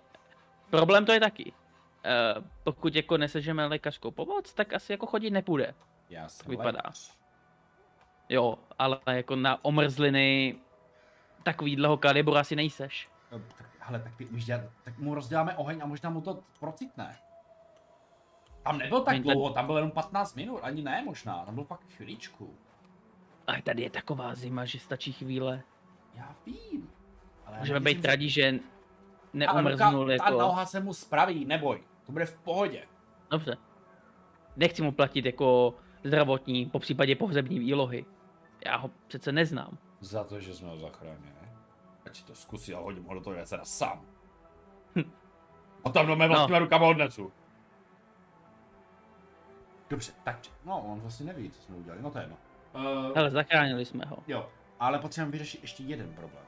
Speaker 3: Problém to je taky. Eh, pokud jako nesežeme lékařskou pomoc, tak asi jako chodit nepůjde.
Speaker 2: Já jsem
Speaker 3: vypadá.
Speaker 2: lékař.
Speaker 3: Jo, ale jako na omrzliny takovýhleho kalibru asi nejseš.
Speaker 2: No, tak, hele, tak ty umíš dělat, tak mu rozděláme oheň a možná mu to procitne. Tam nebyl tak
Speaker 3: Oheň ten-
Speaker 2: dlouho, tam byl jenom 15 minut, ani ne možná, tam byl pak chvíličku.
Speaker 3: A tady je taková zima, že stačí chvíle.
Speaker 2: Já vím. Ale já
Speaker 3: Můžeme
Speaker 2: nevěřím,
Speaker 3: být
Speaker 2: že-
Speaker 3: radí, že
Speaker 2: Ale ruka-
Speaker 3: neumrznul
Speaker 2: Ta
Speaker 3: jako...
Speaker 2: noha se mu spraví, neboj. To bude v pohodě.
Speaker 3: Dobře. Nechci mu platit jako zdravotní, po případě pohřební výlohy. Já ho přece neznám.
Speaker 2: Za to, že jsme ho zachránili. Ať to zkusí a hodím ho do toho jezera sám. A tam do mé vlastníma no. rukama odnesu. Dobře, tak, no on vlastně neví, co jsme udělali, no to je jedno. Uh,
Speaker 3: Hele, zachránili jsme ho.
Speaker 2: jo, ale potřebujeme vyřešit ještě jeden problém.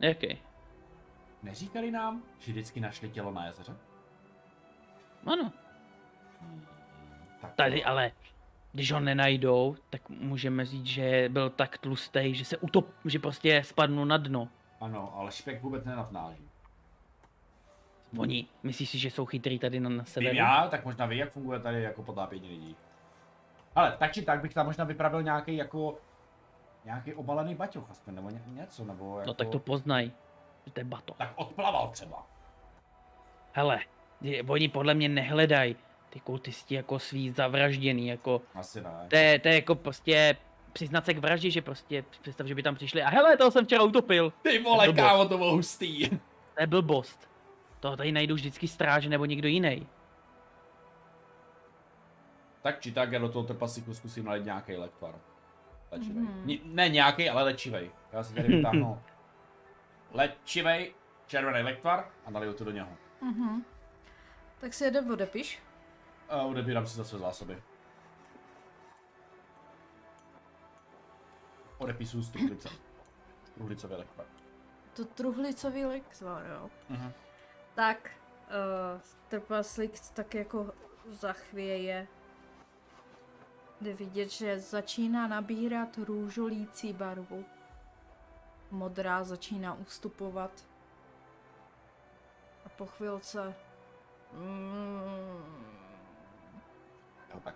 Speaker 3: Jaký?
Speaker 2: Neříkali nám, že vždycky našli tělo na jezeře?
Speaker 3: Ano.
Speaker 2: Tak,
Speaker 3: Tady ale, když ho nenajdou, tak můžeme říct, že byl tak tlustej, že se utop, že prostě spadnul na dno.
Speaker 2: Ano, ale špek vůbec nenatnáží.
Speaker 3: Oni, myslíš si, že jsou chytrý tady na, na
Speaker 2: Vím
Speaker 3: severu?
Speaker 2: já, tak možná ví, jak funguje tady jako potápění lidí. Ale tak či tak bych tam možná vypravil nějaký jako nějaký obalený baťoch aspoň, nebo ně, něco, nebo jako...
Speaker 3: No tak to poznají. Že to je bato.
Speaker 2: Tak odplaval třeba.
Speaker 3: Hele, je- oni podle mě nehledají ty kultisti jako svý zavražděný, jako
Speaker 2: Asi ne.
Speaker 3: To je, to je jako prostě přiznat se k vraždě, že prostě představ, že by tam přišli a hele, toho jsem včera utopil.
Speaker 2: Ty
Speaker 3: to
Speaker 2: vole,
Speaker 3: byl-
Speaker 2: kámo, to bylo hustý.
Speaker 3: To je blbost. Toho tady najdou vždycky stráže nebo někdo jiný.
Speaker 2: Tak či tak, já do toho trpasíku zkusím najít nějaký lekvar. Léčivej.
Speaker 1: Mhm.
Speaker 2: Ni- Ne nějaký, ale léčivej. Já si tady
Speaker 3: <laughs>
Speaker 2: vytáhnu. léčivej, červený lekvar a naliju to do něho.
Speaker 1: Mhm. Tak si jeden odepiš.
Speaker 2: A odebírám si zase zásoby. Odepisuju
Speaker 3: <clears throat>
Speaker 2: struhlice. Struhlicově lekvar.
Speaker 1: To truhlicový lekvar, jo.
Speaker 2: Mhm.
Speaker 1: Tak, uh, trpaslík tak jako zachvěje. Jde vidět, že začíná nabírat růžolící barvu. Modrá začíná ustupovat. A po chvilce... Mm,
Speaker 2: Jo, tak.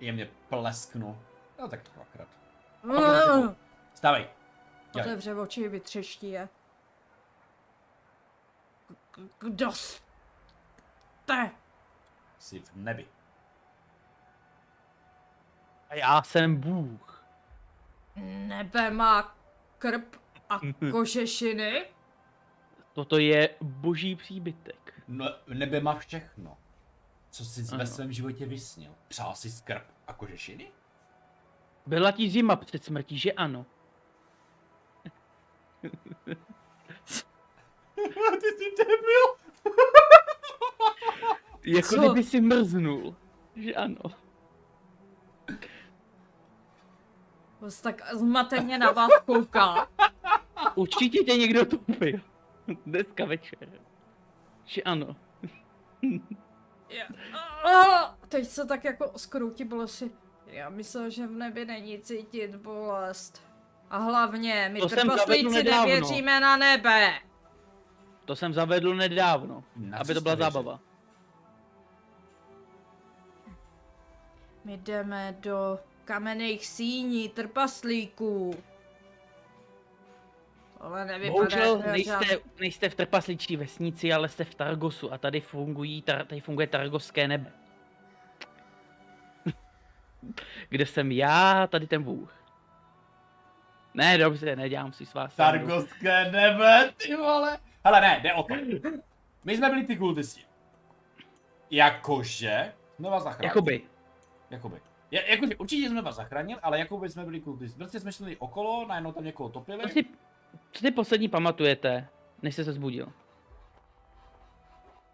Speaker 2: Jemně plesknu. No tak dvakrát. jako- Stávej. Dělej.
Speaker 1: Otevře oči, vytřeští je. K- k- Kdo jste?
Speaker 2: Jsi v nebi.
Speaker 3: A já jsem Bůh.
Speaker 1: Nebe má krb a
Speaker 3: Mhm.
Speaker 1: kožešiny?
Speaker 3: Toto je boží příbytek.
Speaker 2: No, nebe má všechno. Co jsi
Speaker 3: Ano.
Speaker 2: ve svém životě vysnil? Přál si skrb a
Speaker 3: <laughs>
Speaker 2: kožešiny?
Speaker 3: Byla ti zima před smrtí, že ano?
Speaker 2: Ty jsi debil!
Speaker 3: Jako
Speaker 1: Co?
Speaker 3: kdyby si mrznul. Že ano.
Speaker 1: Vos tak zmateně na vás kouká.
Speaker 3: Určitě tě někdo topil. <laughs> Dneska večer. Že ano.
Speaker 1: Je- A- Teď se tak jako skroutí bolesti. Já myslel, že v nebi není cítit bolest. A hlavně, my
Speaker 3: To jsem zavedl
Speaker 1: trpaslíci
Speaker 3: nedávno.
Speaker 1: nevěříme na nebe.
Speaker 3: To jsem zavedl nedávno,
Speaker 2: Na co
Speaker 3: aby
Speaker 2: jste
Speaker 3: to byla
Speaker 2: věřil?
Speaker 3: zábava.
Speaker 1: My jdeme do kamenných síní trpaslíků. Ale nevypadá jako
Speaker 3: Bohužel
Speaker 1: jak na žádný-
Speaker 3: nejste, nejste v trpasličí vesnici, ale jste v Targosu a tady, fungují, tar, tady funguje Targoské nebe. <laughs> Kde jsem já, tady ten bůh. Ne, dobře, nedělám si s vás. srandu.
Speaker 2: Targostské nebe, ty vole! Hele, ne, jde o to. My jsme byli ty kultisti. Jakože jsme vás zachránili.
Speaker 3: Jakoby.
Speaker 2: Jakoby. Ja, jakože určitě jsme vás zachránili, ale jakoby jsme byli kultisti. Prostě jsme šli okolo, najednou tam někoho topili.
Speaker 3: Co si, co si poslední pamatujete, než jste se zbudil?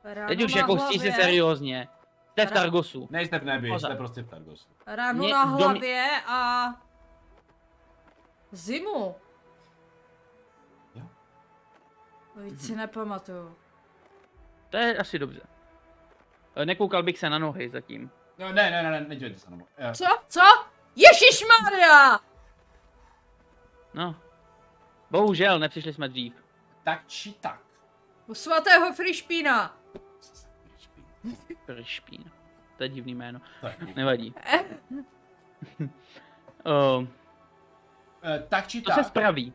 Speaker 1: Ráno
Speaker 3: Teď už
Speaker 1: na
Speaker 3: jako
Speaker 1: hlavě-
Speaker 3: si seriózně. Jste v
Speaker 1: Ano.
Speaker 3: Targosu.
Speaker 2: Nejste v nebi,
Speaker 3: Poza-
Speaker 2: jste prostě v Targosu.
Speaker 1: Ráno
Speaker 3: Mě
Speaker 1: na
Speaker 3: dom-
Speaker 1: hlavě a... Zimu.
Speaker 2: Jo.
Speaker 1: Víc si nepamatuju.
Speaker 3: To je asi dobře. E, Nekoukal bych se na nohy zatím.
Speaker 2: No, ne, ne, ne, ne, nedívejte se na mnou. Eh,
Speaker 1: Co? Co? Ježíš Maria!
Speaker 3: No. Bohužel, nepřišli jsme dřív.
Speaker 2: Tak či tak.
Speaker 1: U svatého Frišpína.
Speaker 3: Pršpín. To je divný jméno.
Speaker 1: <laughs>
Speaker 2: Tak,
Speaker 3: Nevadí. Eh, o,
Speaker 2: Eh, tak či
Speaker 3: to se
Speaker 2: tak,
Speaker 3: spraví.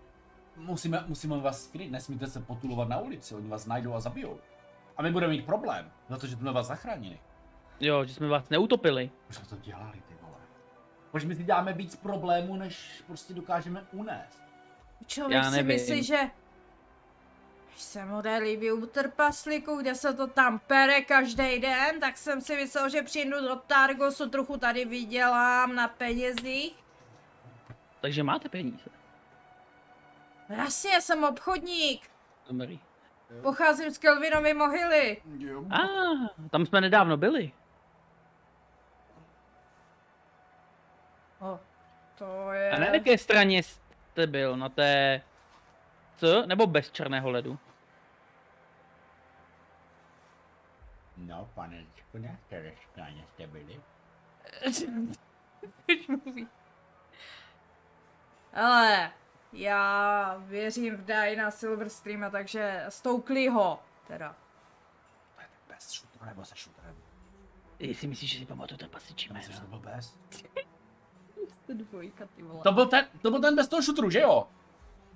Speaker 2: musíme, musíme vás skrýt, nesmíte se potulovat na ulici, oni vás najdou a zabijou. A my budeme mít problém, protože jsme vás zachránili.
Speaker 3: Jo, že jsme vás neutopili.
Speaker 2: Proč jsme to dělali, ty vole? Proč my si děláme víc problémů, než prostě dokážeme unést?
Speaker 1: Člověk
Speaker 3: Já
Speaker 1: si
Speaker 3: nevím.
Speaker 1: myslí, že... Když jsem mu líbí u trpaslíku, kde se to tam pere každý den, tak jsem si myslel, že přijdu do Targosu, trochu tady vydělám na penězích.
Speaker 3: Takže máte peníze.
Speaker 1: Jasně, jsem obchodník.
Speaker 3: Dobrý.
Speaker 1: Pocházím z Kelvinovy mohyly.
Speaker 2: Jo.
Speaker 3: A tam jsme nedávno byli.
Speaker 1: O, to
Speaker 3: A na
Speaker 1: je...
Speaker 3: jaké straně jste byl? Na té... Co? Nebo bez černého ledu?
Speaker 2: No, panečku, na které straně jste byli?
Speaker 1: Když mluví. Ale já věřím v Dina Silverstreama, takže stoukli ho. Teda.
Speaker 2: To je ten bez šutru nebo se šutrem?
Speaker 3: Ty si myslíš, že si pamatuju ten pasičí
Speaker 2: Já myslím, že to byl bez.
Speaker 1: Jste dvojka, ty vole.
Speaker 2: To byl ten, to byl ten bez toho šutru, že jo?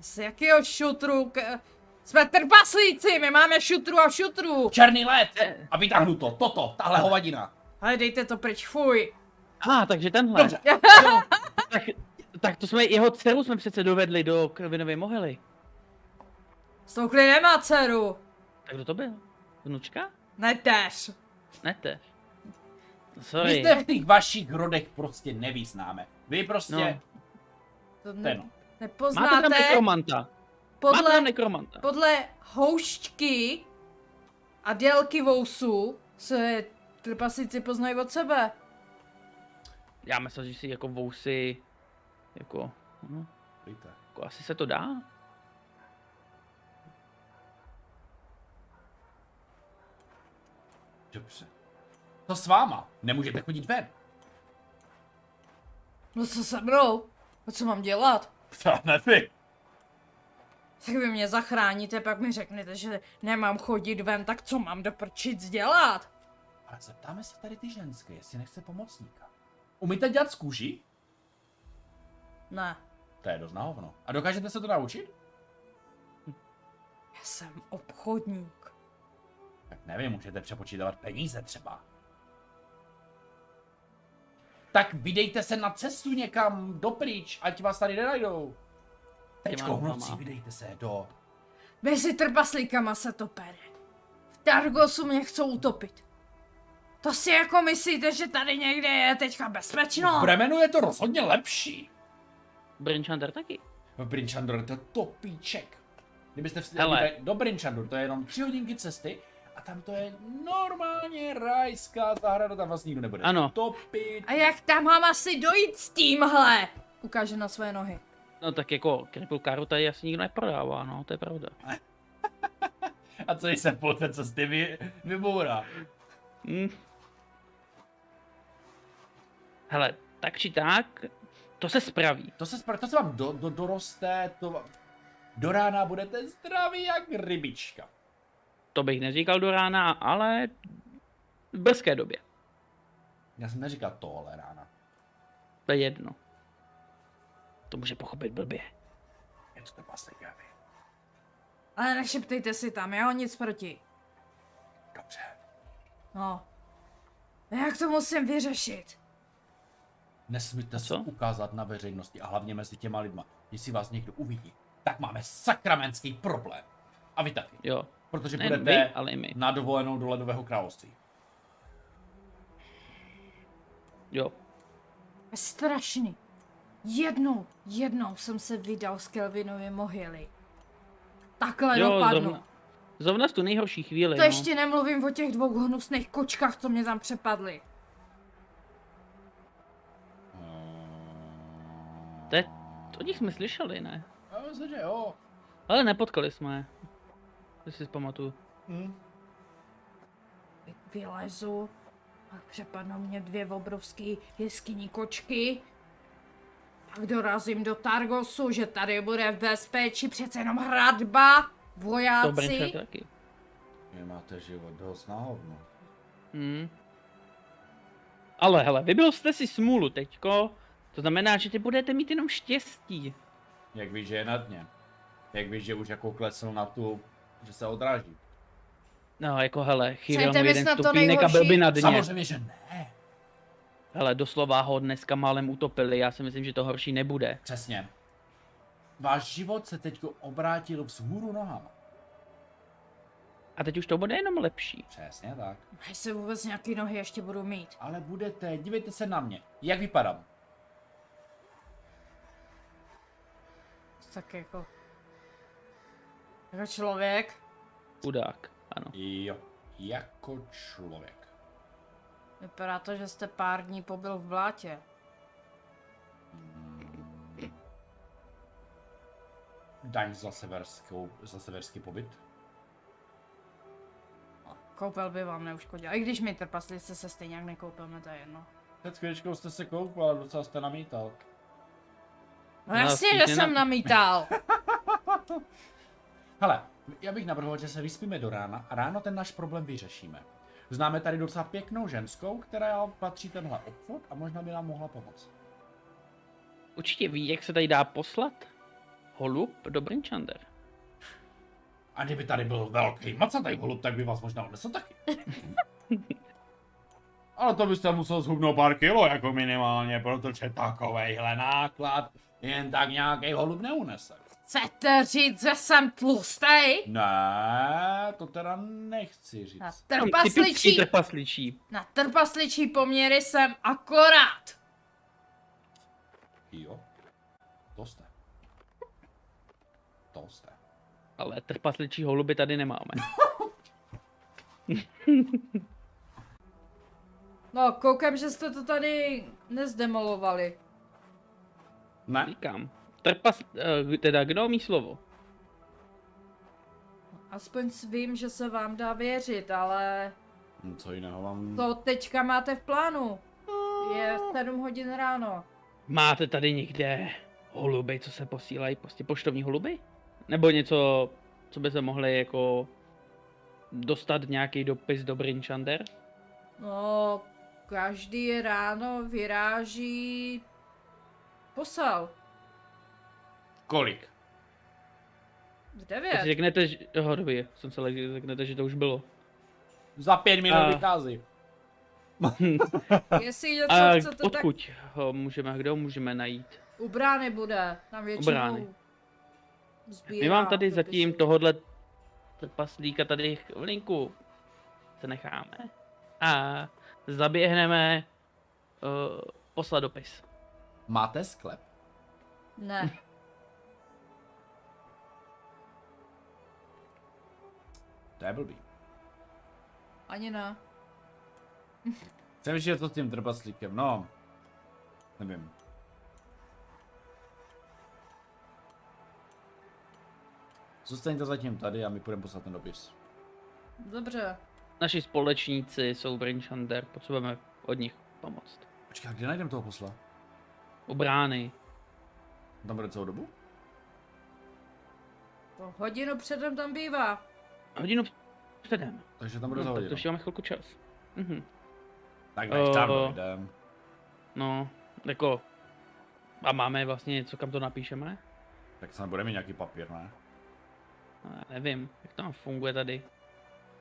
Speaker 1: Z jakého šutru? K... Jsme trpaslíci, my máme šutru a šutru.
Speaker 2: Černý led! A vytáhnu to, toto, tahle hovadina.
Speaker 1: Ale dejte to pryč, fuj.
Speaker 3: A, takže tenhle.
Speaker 2: Dobře.
Speaker 3: Jo. tak, tak to jsme, jeho dceru jsme přece dovedli do Kelvinovy mohyly.
Speaker 1: Stoukli nemá dceru.
Speaker 3: Tak kdo to byl? Vnučka?
Speaker 1: Netež.
Speaker 3: Ne tež.
Speaker 2: My
Speaker 3: Sorry.
Speaker 2: jste v těch vašich rodech prostě nevyznáme. Vy prostě,
Speaker 1: To
Speaker 2: no.
Speaker 1: ne...
Speaker 2: ten.
Speaker 3: Máte tam
Speaker 1: nepoznáte
Speaker 3: nekromanta. Máte
Speaker 1: podle
Speaker 3: tam nekromanta.
Speaker 1: Podle houšťky a délky vousu se trpasíci poznají od sebe.
Speaker 3: Já myslím, že si jako vousy, jako, no,
Speaker 2: Víte.
Speaker 3: jako asi se to dá.
Speaker 2: Dobře. Co s váma? Nemůžete chodit ven.
Speaker 1: No co se mnou? A co mám dělat?
Speaker 2: To nevím.
Speaker 1: Tak vy mě zachráníte, pak mi řeknete, že nemám chodit ven, tak co mám do prčic dělat?
Speaker 2: Ale zeptáme se tady ty ženské, jestli nechce pomocníka. Umíte dělat z kůží?
Speaker 1: Ne,
Speaker 2: To je dost na hovno. A dokážete se to naučit?
Speaker 1: já jsem obchodník.
Speaker 2: Tak nevím, můžete přepočítávat peníze třeba. tak vydejte se na cestu někam dopryč, ať vás tady nenajdou. Teďko v
Speaker 3: nohama.
Speaker 2: noci vydejte se do...
Speaker 1: Mezi trpaslíkama se to pere. V Targosu mě chcou utopit. To si jako myslíte, že tady někde je teďka bezpečno?
Speaker 2: V Bremenu je to rozhodně lepší.
Speaker 3: Brinchander taky.
Speaker 2: V Brinchandor to je topíček. Kdybyste vstali
Speaker 3: Hele.
Speaker 2: Hele. do Brinchandor, to je jenom tři hodinky cesty a tam to je normálně rajská zahrada, tam vás nikdo nebude.
Speaker 3: Ano.
Speaker 2: Topit.
Speaker 1: A jak tam mám asi dojít s tímhle? Ukáže na své nohy.
Speaker 3: No tak jako Cripple Caru tady asi nikdo neprodává, no, to je pravda.
Speaker 2: A co jsem po té cesty vy, vybourá?
Speaker 3: Hm. Hele, tak či tak, to se spraví.
Speaker 2: To se, spra- to se vám do, do, doroste, to vám... Do rána budete zdraví jak rybička.
Speaker 3: To bych neříkal do rána, ale v brzké době.
Speaker 2: Já jsem neříkal tohle rána.
Speaker 3: To je jedno. To může pochopit blbě.
Speaker 2: Je to trpaslík, já vím.
Speaker 1: Ale nešeptejte si tam, já nic proti.
Speaker 2: Dobře.
Speaker 1: No. A jak to musím vyřešit?
Speaker 2: Nesmíte se
Speaker 3: co?
Speaker 2: ukázat na veřejnosti a hlavně mezi těma lidma. Jestli vás někdo uvidí, tak máme sakramentský problém. A vy taky.
Speaker 3: Jo,
Speaker 2: Protože
Speaker 3: nejen
Speaker 2: budete
Speaker 3: vy, ale i my.
Speaker 2: na dovolenou do Ledového království.
Speaker 3: Jo,
Speaker 1: Je strašný. Jednou, jednou jsem se vydal z Kelvinovy mohyly. Takhle
Speaker 3: jo,
Speaker 1: dopadnu.
Speaker 3: zrovna, zrovna v tu nejhorší chvíli,
Speaker 1: To
Speaker 3: no.
Speaker 1: ještě nemluvím o těch dvou hnusných kočkách, co mě tam přepadly.
Speaker 3: To je, o nich jsme slyšeli, ne?
Speaker 2: Já myslím, že jo.
Speaker 3: Ale nepotkali jsme je. To si pamatuju.
Speaker 2: Hm.
Speaker 1: Vy- Vylezu, pak přepadnou mě dvě obrovský jeskyní kočky. Pak dorazím do Targosu, že tady bude v bezpečí přece jenom hradba,
Speaker 3: To
Speaker 1: vojáci.
Speaker 3: Brinchard taky.
Speaker 2: Vy máte život dost na hovno.
Speaker 3: Hmm. Ale hele, vybil jste si smůlu teďko. To znamená, že ty budete mít jenom štěstí.
Speaker 2: Jak víš, že je na dně. Jak víš, že už jako klesl na tu, že se odráží.
Speaker 3: No, jako hele, chýlil
Speaker 1: Přejte
Speaker 3: mu
Speaker 1: mi
Speaker 3: jeden
Speaker 1: snad to
Speaker 3: stupínek a byl
Speaker 1: nejhorší.
Speaker 3: by na dně.
Speaker 2: Samozřejmě, že ne.
Speaker 3: Hele, doslova ho dneska málem utopili, já si myslím, že to horší nebude.
Speaker 2: Přesně. Váš život se teď obrátil vzhůru nohama.
Speaker 3: A teď už to bude jenom lepší.
Speaker 2: Přesně tak.
Speaker 1: Až se vůbec nějaký nohy ještě budu mít.
Speaker 2: Ale budete, dívejte se na mě. Jak vypadám?
Speaker 1: Tak jako... Jako člověk.
Speaker 3: Chudák, ano.
Speaker 2: Jo. Jako člověk.
Speaker 1: Vypadá to, že jste pár dní pobyl v blátě.
Speaker 2: Daň za, severskou, za severský pobyt.
Speaker 1: Koupel by vám neuškodil. I když my trpaslice se stejně jak nekoupelme, to je jedno.
Speaker 2: Před chvíličkou jste se koupal, ale docela jste namítal.
Speaker 1: No
Speaker 3: No,
Speaker 1: jasně,
Speaker 3: spíš
Speaker 1: že
Speaker 3: ne
Speaker 1: jsem
Speaker 3: na- <laughs>
Speaker 1: namítal.
Speaker 2: Hele, já bych navrhoval, že se vyspíme do rána a ráno ten náš problém vyřešíme. Známe tady docela pěknou ženskou, která patří tenhle obchod a možná by nám mohla pomoct.
Speaker 3: Určitě ví, jak se tady dá poslat holub do Brinchander.
Speaker 2: A kdyby tady byl velký macatý holub, tak by vás možná odnesl taky. <laughs> Ale to byste musel zhubnout pár kilo jako minimálně, protože takovejhle náklad jen tak nějaký holub neunese.
Speaker 1: Chcete říct, že jsem tlustej?
Speaker 2: Ne, to teda nechci
Speaker 1: Na
Speaker 2: říct.
Speaker 1: trpasličí,
Speaker 3: trpasličí.
Speaker 1: na trpasličí poměry jsem akorát.
Speaker 2: Jo, to jste. To jste.
Speaker 3: Ale trpasličí holuby tady nemáme.
Speaker 1: No, koukám, že jste to tady nezdemolovali.
Speaker 2: Ne,
Speaker 3: Říkám. Trpas, eh, teda kdo mí slovo?
Speaker 1: Aspoň s- vím, že se vám dá věřit, ale
Speaker 2: co jiného vám...
Speaker 1: to teďka máte v plánu. Je 7 hodin ráno.
Speaker 3: Máte tady někde holuby, co se posílají, prostě poštovní holuby? Nebo něco, co by se mohli jako dostat nějaký dopis do Brinchander?
Speaker 1: No, každý ráno vyráží posel.
Speaker 2: Kolik?
Speaker 1: V
Speaker 3: To si
Speaker 1: 9.
Speaker 3: řeknete, že... Oh, dobře, jsem se lekl, že řeknete, že to už bylo.
Speaker 2: Za pět minut
Speaker 3: A-
Speaker 2: vychází.
Speaker 1: Jestli něco
Speaker 3: A
Speaker 1: chcete, tak
Speaker 3: "Eh, odkud ho můžeme, kde ho můžeme najít?
Speaker 1: u brány bude. Tam většinou
Speaker 3: brány.
Speaker 1: sbírá
Speaker 3: My mám tady
Speaker 1: dopisy.
Speaker 3: zatím tohohle trpaslíka tady v linku. Se necháme. A zaběhneme uh, poslat dopis.
Speaker 2: Máte sklep?
Speaker 1: Ne.
Speaker 2: To je blbý.
Speaker 1: Ani ne.
Speaker 2: Přemýšlím, co s tím trpaslíkem, no. Nevím. Zůstaňte zatím tady a my půjdeme poslat ten dopis.
Speaker 1: Dobře.
Speaker 3: Naši společníci jsou Brinchander, potřebujeme od nich pomoct.
Speaker 2: Počkej, a kde najdeme toho posla?
Speaker 3: U brány.
Speaker 2: On Tam bude celou dobu?
Speaker 1: Po hodinu předem tam bývá.
Speaker 3: Hodinu předem.
Speaker 2: Takže tam bude za
Speaker 3: No, tak
Speaker 2: hodinu.
Speaker 3: to ještě máme chvilku čas. Mhm.
Speaker 2: Tak než tam
Speaker 3: Eh.
Speaker 2: dojdem.
Speaker 3: No, jako... A máme vlastně něco, kam to napíšeme?
Speaker 2: Tak snad bude mít nějaký papír, ne?
Speaker 3: No, já nevím, jak to tam funguje tady.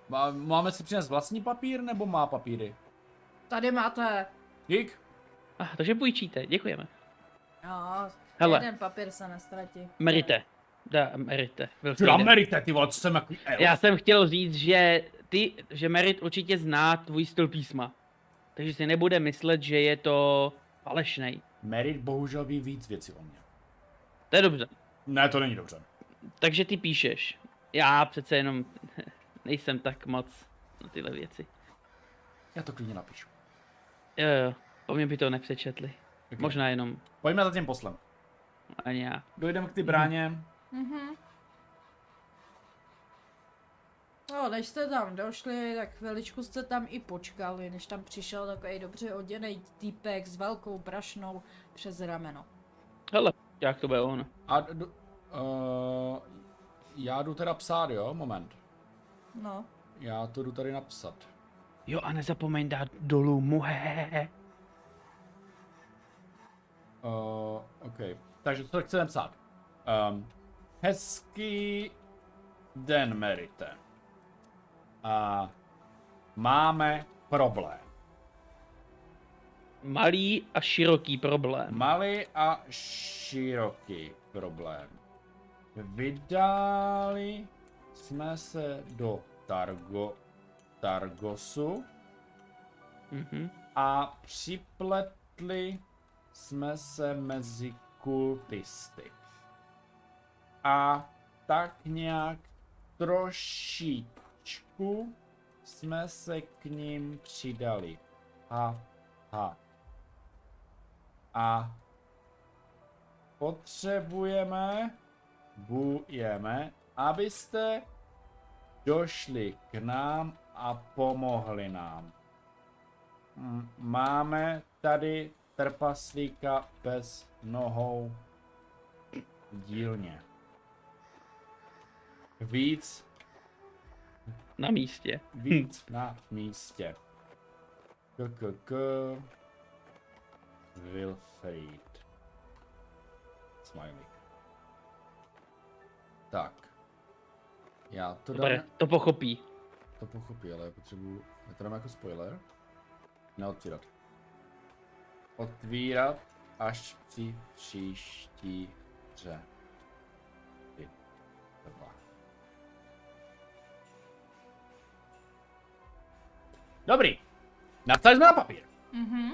Speaker 2: Má- Máme si přinést vlastní papír, nebo má papíry?
Speaker 1: Tady máte.
Speaker 2: Dík.
Speaker 3: Ah, takže půjčíte, děkujeme.
Speaker 1: No,
Speaker 3: Hele.
Speaker 1: jeden papír se nestratí.
Speaker 3: Merite. Da, merite. Byl
Speaker 2: Ty
Speaker 3: týden.
Speaker 2: Amerite, ty vole, co jsem jako elf.
Speaker 3: Já jsem chtěl říct, že ty, že Merit určitě zná tvůj styl písma. Takže si nebude myslet, že je to falešnej.
Speaker 2: Merit bohužel ví víc věcí o mě.
Speaker 3: To je dobře.
Speaker 2: Ne, to není dobře.
Speaker 3: Takže ty píšeš. Já přece jenom <laughs> nejsem tak moc na tyhle věci.
Speaker 2: Já to klidně napíšu.
Speaker 3: Jo, jo, po mně by to nepřečetli.
Speaker 2: Okay.
Speaker 3: Možná jenom
Speaker 2: Pojďme za tím poslem.
Speaker 3: ani já.
Speaker 2: Dojdeme k ty bráně.
Speaker 1: Mhm. No, než jste tam došli, tak chviličku jste tam i počkali, než tam přišel takový dobře oděnej týpek s velkou brašnou přes rameno.
Speaker 3: Hele, jak to bude on?
Speaker 2: A do, uh, já jdu teda psát, jo? Moment.
Speaker 1: No,
Speaker 2: Já to jdu tady napsat.
Speaker 3: Jo a nezapomeň dát dolů mu hehehe.
Speaker 2: Uh, OK. Takže co chceme psát? Um, hezký den, Merite. A máme problém.
Speaker 3: Malý a široký problém.
Speaker 2: Malý a široký problém. Vydali jsme se do Targo, Targosu
Speaker 3: Mhm.
Speaker 2: a připletli jsme se mezi kultisty. A tak nějak trošičku jsme se k ním přidali. Ha, ha. A potřebujeme, bujeme, abyste došli k nám a pomohli nám. M- Máme tady trpaslíka bez nohou v dílně. Víc,
Speaker 3: Na místě.
Speaker 2: víc na místě. KKK Wilfried. Smiley. Tak. Já to dám...
Speaker 3: Dobré, to pochopí.
Speaker 2: To pochopí, ale potřebuju... Já to dám jako spoiler. Neotvírat. Otvírat až při příští hře. Ty. Dva. Dobrý. Napsali jsme na papír.
Speaker 1: mhm.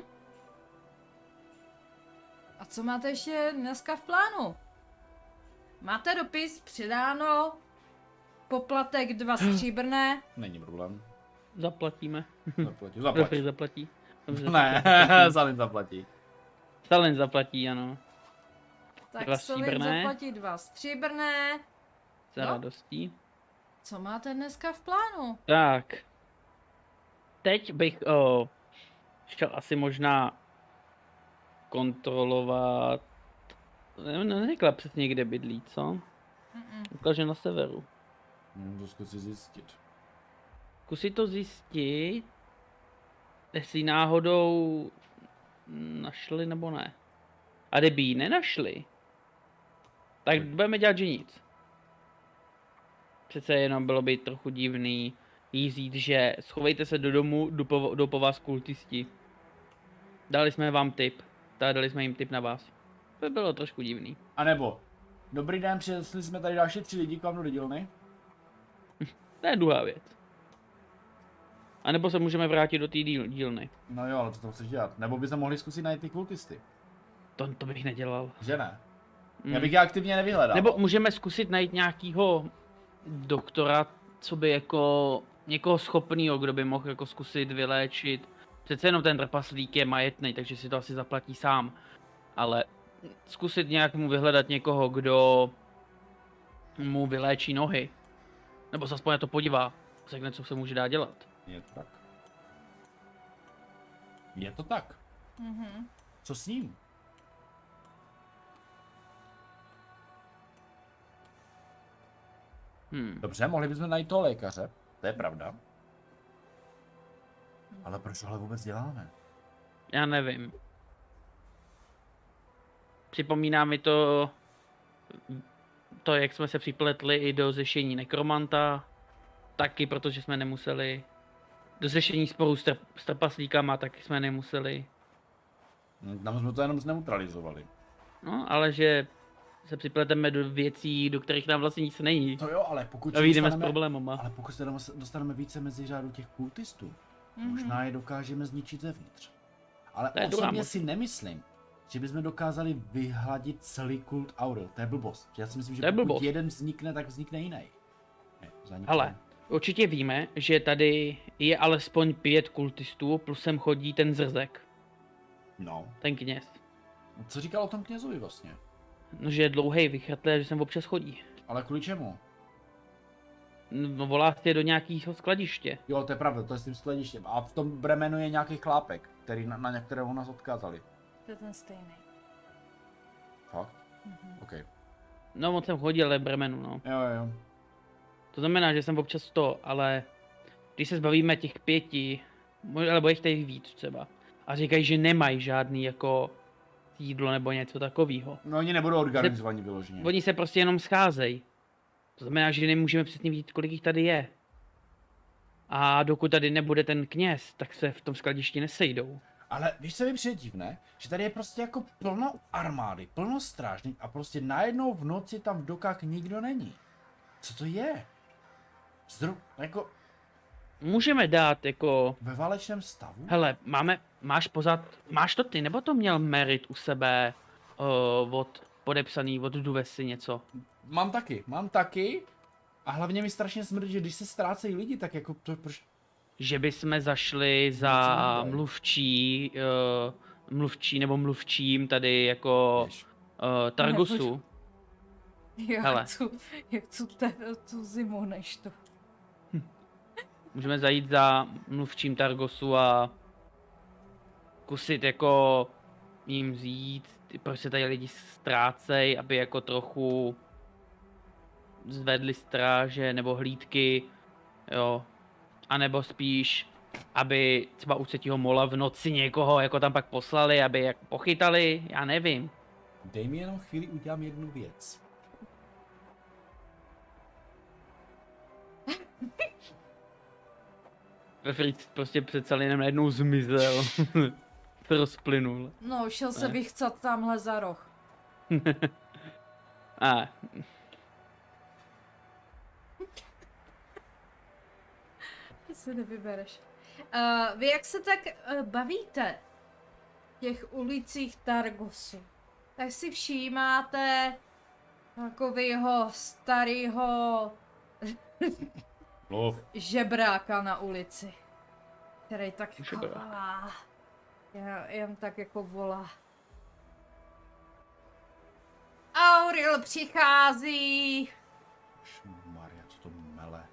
Speaker 1: A co máte ještě dneska v plánu? Máte dopis přidáno, poplatek
Speaker 3: <gasps>
Speaker 1: dva stříbrné,
Speaker 2: Není problém.
Speaker 3: Zaplatíme.
Speaker 2: Zaplatí. Zaplatí.
Speaker 3: Wilfried zaplatí. Dobře.
Speaker 2: Ne, Salin zaplatí.
Speaker 3: Stalin zaplatí, ano.
Speaker 1: tak
Speaker 3: Dva
Speaker 1: Solid
Speaker 3: stříbrné.
Speaker 1: zaplatí dva stříbrné.
Speaker 3: S
Speaker 1: No.
Speaker 3: radostí.
Speaker 1: Co máte dneska v plánu?
Speaker 3: Tak. Teď bych o, chtěl asi možná kontrolovat... Ne, ne- neřekla přesně, kde bydlí, co?
Speaker 1: Mm-mm.
Speaker 3: Řekla, že na severu.
Speaker 2: Můžu to zkusit zjistit.
Speaker 3: Zkusit to zjistit, jestli náhodou našli nebo ne. A kdyby ji nenašli, tak budeme dělat, že nic. Přece jenom bylo by trochu divný jí říct, že schovejte se do domu, jdu po, jdou po vás kultisti. Dali jsme vám tip, teda dali jsme jim tip na vás. To bylo trošku divný.
Speaker 2: A nebo, dobrý den, přinesli jsme tady další tři lidi k vám do dílny.
Speaker 3: To je druhá věc. A nebo se můžeme vrátit do té díl, dílny.
Speaker 2: No jo, ale co to chceš dělat? Nebo by se mohli zkusit najít ty kultisty,
Speaker 3: To, to bych nedělal.
Speaker 2: že ne?
Speaker 3: Mm.
Speaker 2: Já bych je aktivně nevyhledal.
Speaker 3: Nebo můžeme zkusit najít nějakýho doktora, co by jako někoho schopného, kdo by mohl jako zkusit vyléčit. Přece jenom ten trpaslík je majetný, takže si to asi zaplatí sám. Ale zkusit nějak mu vyhledat někoho, kdo mu vyléčí nohy. Nebo se aspoň na to podívá. Řekne, co se může dát dělat.
Speaker 2: Je to tak. Je to tak.
Speaker 1: Mhm.
Speaker 2: Co s ním?
Speaker 3: Hmm.
Speaker 2: Dobře, mohli bychom najít toho lékaře, to je pravda. Ale proč tohle vůbec děláme?
Speaker 3: Já nevím. Připomíná mi to, to jak jsme se připletli i do řešení nekromanta, taky protože jsme nemuseli, do řešení sporu s, trp, s trpaslíkama taky jsme nemuseli,
Speaker 2: Hm, Tam jsme to jenom zneutralizovali.
Speaker 3: no ale že se připleteme do věcí, do kterých nám vlastně nic není.
Speaker 2: To jo, ale pokud
Speaker 3: A No, vyjdeme s problémama.
Speaker 2: No, ale pokud se domas- dostaneme více mezi řádu těch kultistů,
Speaker 1: Mhm.
Speaker 2: možná je dokážeme zničit zevnitř. Ale
Speaker 3: To je druhá
Speaker 2: osobně
Speaker 3: možnost.
Speaker 2: si nemyslím, že bychom dokázali vyhladit celý kult Aurel. To je blbost. Já si myslím, že
Speaker 3: To je
Speaker 2: pokud
Speaker 3: blbost.
Speaker 2: jeden vznikne, tak vznikne jiný. Ne, zanikne.
Speaker 3: Ale určitě víme, že tady je alespoň pět kultistů, plus sem chodí ten zrzek,
Speaker 2: No.
Speaker 3: ten kněz.
Speaker 2: Co říkal o tom knězovi vlastně?
Speaker 3: No, že je dlouhej, vychrtlé, že sem občas chodí.
Speaker 2: Ale kvůli čemu?
Speaker 3: No, volá tě do nějakého skladiště.
Speaker 2: Jo, to je pravda, to je s tím skladištěm. A v tom bremenu je nějaký chlápek, který na, na některého nás odkázali.
Speaker 1: To je ten stejný.
Speaker 2: Fakt?
Speaker 3: Mhm.
Speaker 2: OK.
Speaker 3: No, moc jsem chodil, ale bremenu, no.
Speaker 2: Jo, jo, jo.
Speaker 3: To znamená, že jsem občas to, ale když se zbavíme těch pěti, mož- alebo jich tady víc třeba, a říkají, že nemají žádný jako jídlo nebo něco takového.
Speaker 2: No oni nebudou organizovaní vyloženě.
Speaker 3: Oni se prostě jenom scházejí. To znamená, že nemůžeme přesně vidět, kolik jich tady je. A dokud tady nebude ten kněz, tak se v tom skladišti nesejdou.
Speaker 2: Ale víš, co mi přijde divné? Že tady je prostě jako plno armády, plno strážných a prostě najednou v noci tam v dokách nikdo není. Co to je? Zru, jako
Speaker 3: Můžeme dát jako
Speaker 2: ve válečném stavu?
Speaker 3: Hele, máme, máš pořád, máš to ty, nebo to měl Merit u sebe uh, od podepsaný od Duvesy něco?
Speaker 2: Mám taky, mám taky. A hlavně mi strašně smrdí, že když se ztrácejí lidi, tak jako to proč...
Speaker 3: Že by jsme zašli za
Speaker 2: Něco nebylo.
Speaker 3: mluvčí, uh, mluvčí nebo mluvčím tady jako
Speaker 2: Víš.
Speaker 3: uh, Targusu.
Speaker 1: Já
Speaker 3: Hele.
Speaker 1: chci, já chci te, tu zimu než tu.
Speaker 3: Můžeme zajít za mluvčím Targosu a kusit jako jim říct, proč se tady lidi ztrácejí, aby jako trochu zvedli stráže nebo hlídky, jo. A nebo spíš, aby třeba u třetího mola v noci někoho jako tam pak poslali, aby jak pochytali, já nevím.
Speaker 2: Dej mi jenom chvíli, udělám jednu věc.
Speaker 3: Ve Fritz prostě před celým najednou zmizel. <laughs> se rozplynul.
Speaker 1: No, šel se
Speaker 3: Ne.
Speaker 1: vychcat tamhle za roh.
Speaker 3: A
Speaker 1: Ty se nevybereš. Uh, vy jak se tak uh, bavíte v těch ulicích Targosu, tak si všímáte takového starého
Speaker 2: Mluv.
Speaker 1: žebráka na ulici, který tak jako
Speaker 3: Žebrák.
Speaker 1: volá. Jen, jen tak jako volá. Auril přichází,
Speaker 2: Maria, co to mele.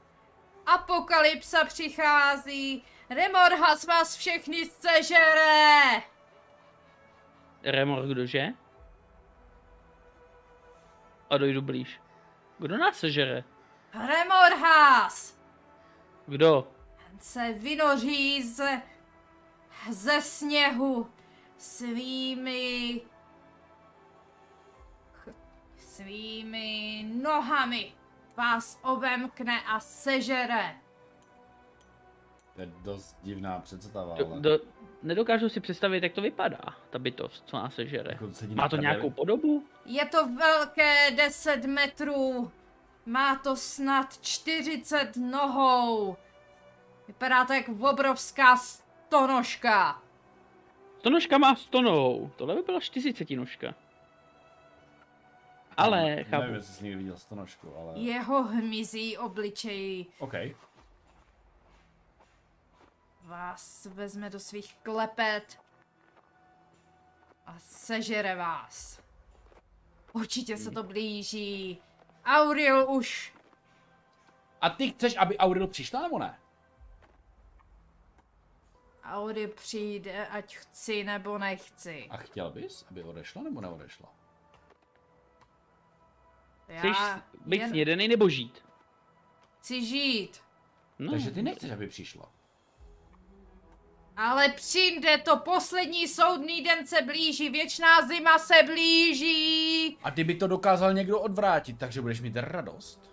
Speaker 1: apokalypsa přichází, Remorhas vás všechny sežere!
Speaker 3: Remor kdože? A dojdu blíž. Kdo nás sežere?
Speaker 1: Remorhas!
Speaker 3: Kdo?
Speaker 1: Ten se vynoří z, ze sněhu svými ch- svými nohami vás obemkne a sežere.
Speaker 2: To je dost divná představa,
Speaker 3: Do,
Speaker 2: ale...
Speaker 3: do, nedokážu si představit, jak to vypadá, ta bytost, co nás sežere.
Speaker 2: jako sedí na
Speaker 3: Má to
Speaker 2: kardeli.
Speaker 3: nějakou podobu?
Speaker 1: Je to velké 10 metrů. Má to snad 40 nohou. Vypadá to jak obrovská stonožka.
Speaker 3: Stonožka má stonovou, tohle by byla 40 nožka. Ale, chápu.
Speaker 2: No, Nevím, jestli jsi někdy viděl stonožku, ale...
Speaker 1: Jeho hmyzí obličej
Speaker 2: OK.
Speaker 1: vás vezme do svých klepet a sežere vás. Určitě se to blíží. Auril už
Speaker 2: A ty chceš, aby Auril přišla, nebo ne?
Speaker 1: Audi přijde, ať chci nebo nechci.
Speaker 2: A chtěl bys, aby odešla, nebo neodešla?
Speaker 3: Chceš být
Speaker 1: jen
Speaker 3: snědený nebo žít?
Speaker 1: chci žít,
Speaker 3: No,
Speaker 2: Takže ty nechceš, aby přišla.
Speaker 1: ale přijde to poslední soudný den se blíží, věčná zima se blíží.
Speaker 2: A kdyby to dokázal někdo odvrátit, takže budeš mít radost.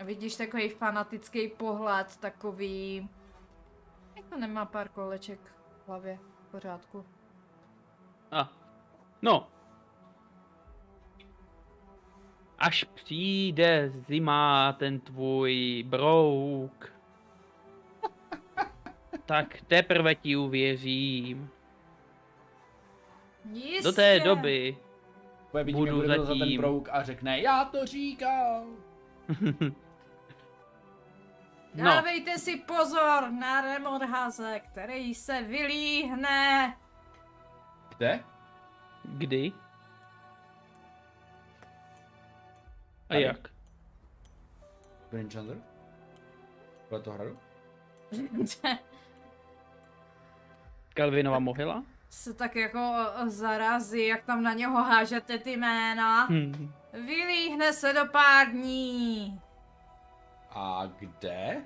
Speaker 1: Vidíš takový fanatický pohled, takový... Jako nemá pár koleček v hlavě, v pořádku.
Speaker 3: A. No. Až přijde zima, ten tvůj brouk, tak teprve ti uvěřím.
Speaker 1: Jistě.
Speaker 3: Do té doby
Speaker 2: Bude vidím,
Speaker 3: Budu
Speaker 2: Budu bude za ten
Speaker 3: zatím.
Speaker 2: brouk a řekne, já to říkal.
Speaker 3: No.
Speaker 1: Dávejte si pozor na Remorhaze, který se vylíhne. <laughs>
Speaker 2: Kde?
Speaker 3: Kdy? A
Speaker 2: Tady.
Speaker 3: jak?
Speaker 2: Brinchander? Podle toho hradu?
Speaker 3: Kalvinova mohyla?
Speaker 1: se tak jako eh, zarazí, jak tam na něho hážete ty jména.
Speaker 3: Hm.
Speaker 1: Vylíhne se do pár dní.
Speaker 2: A kde?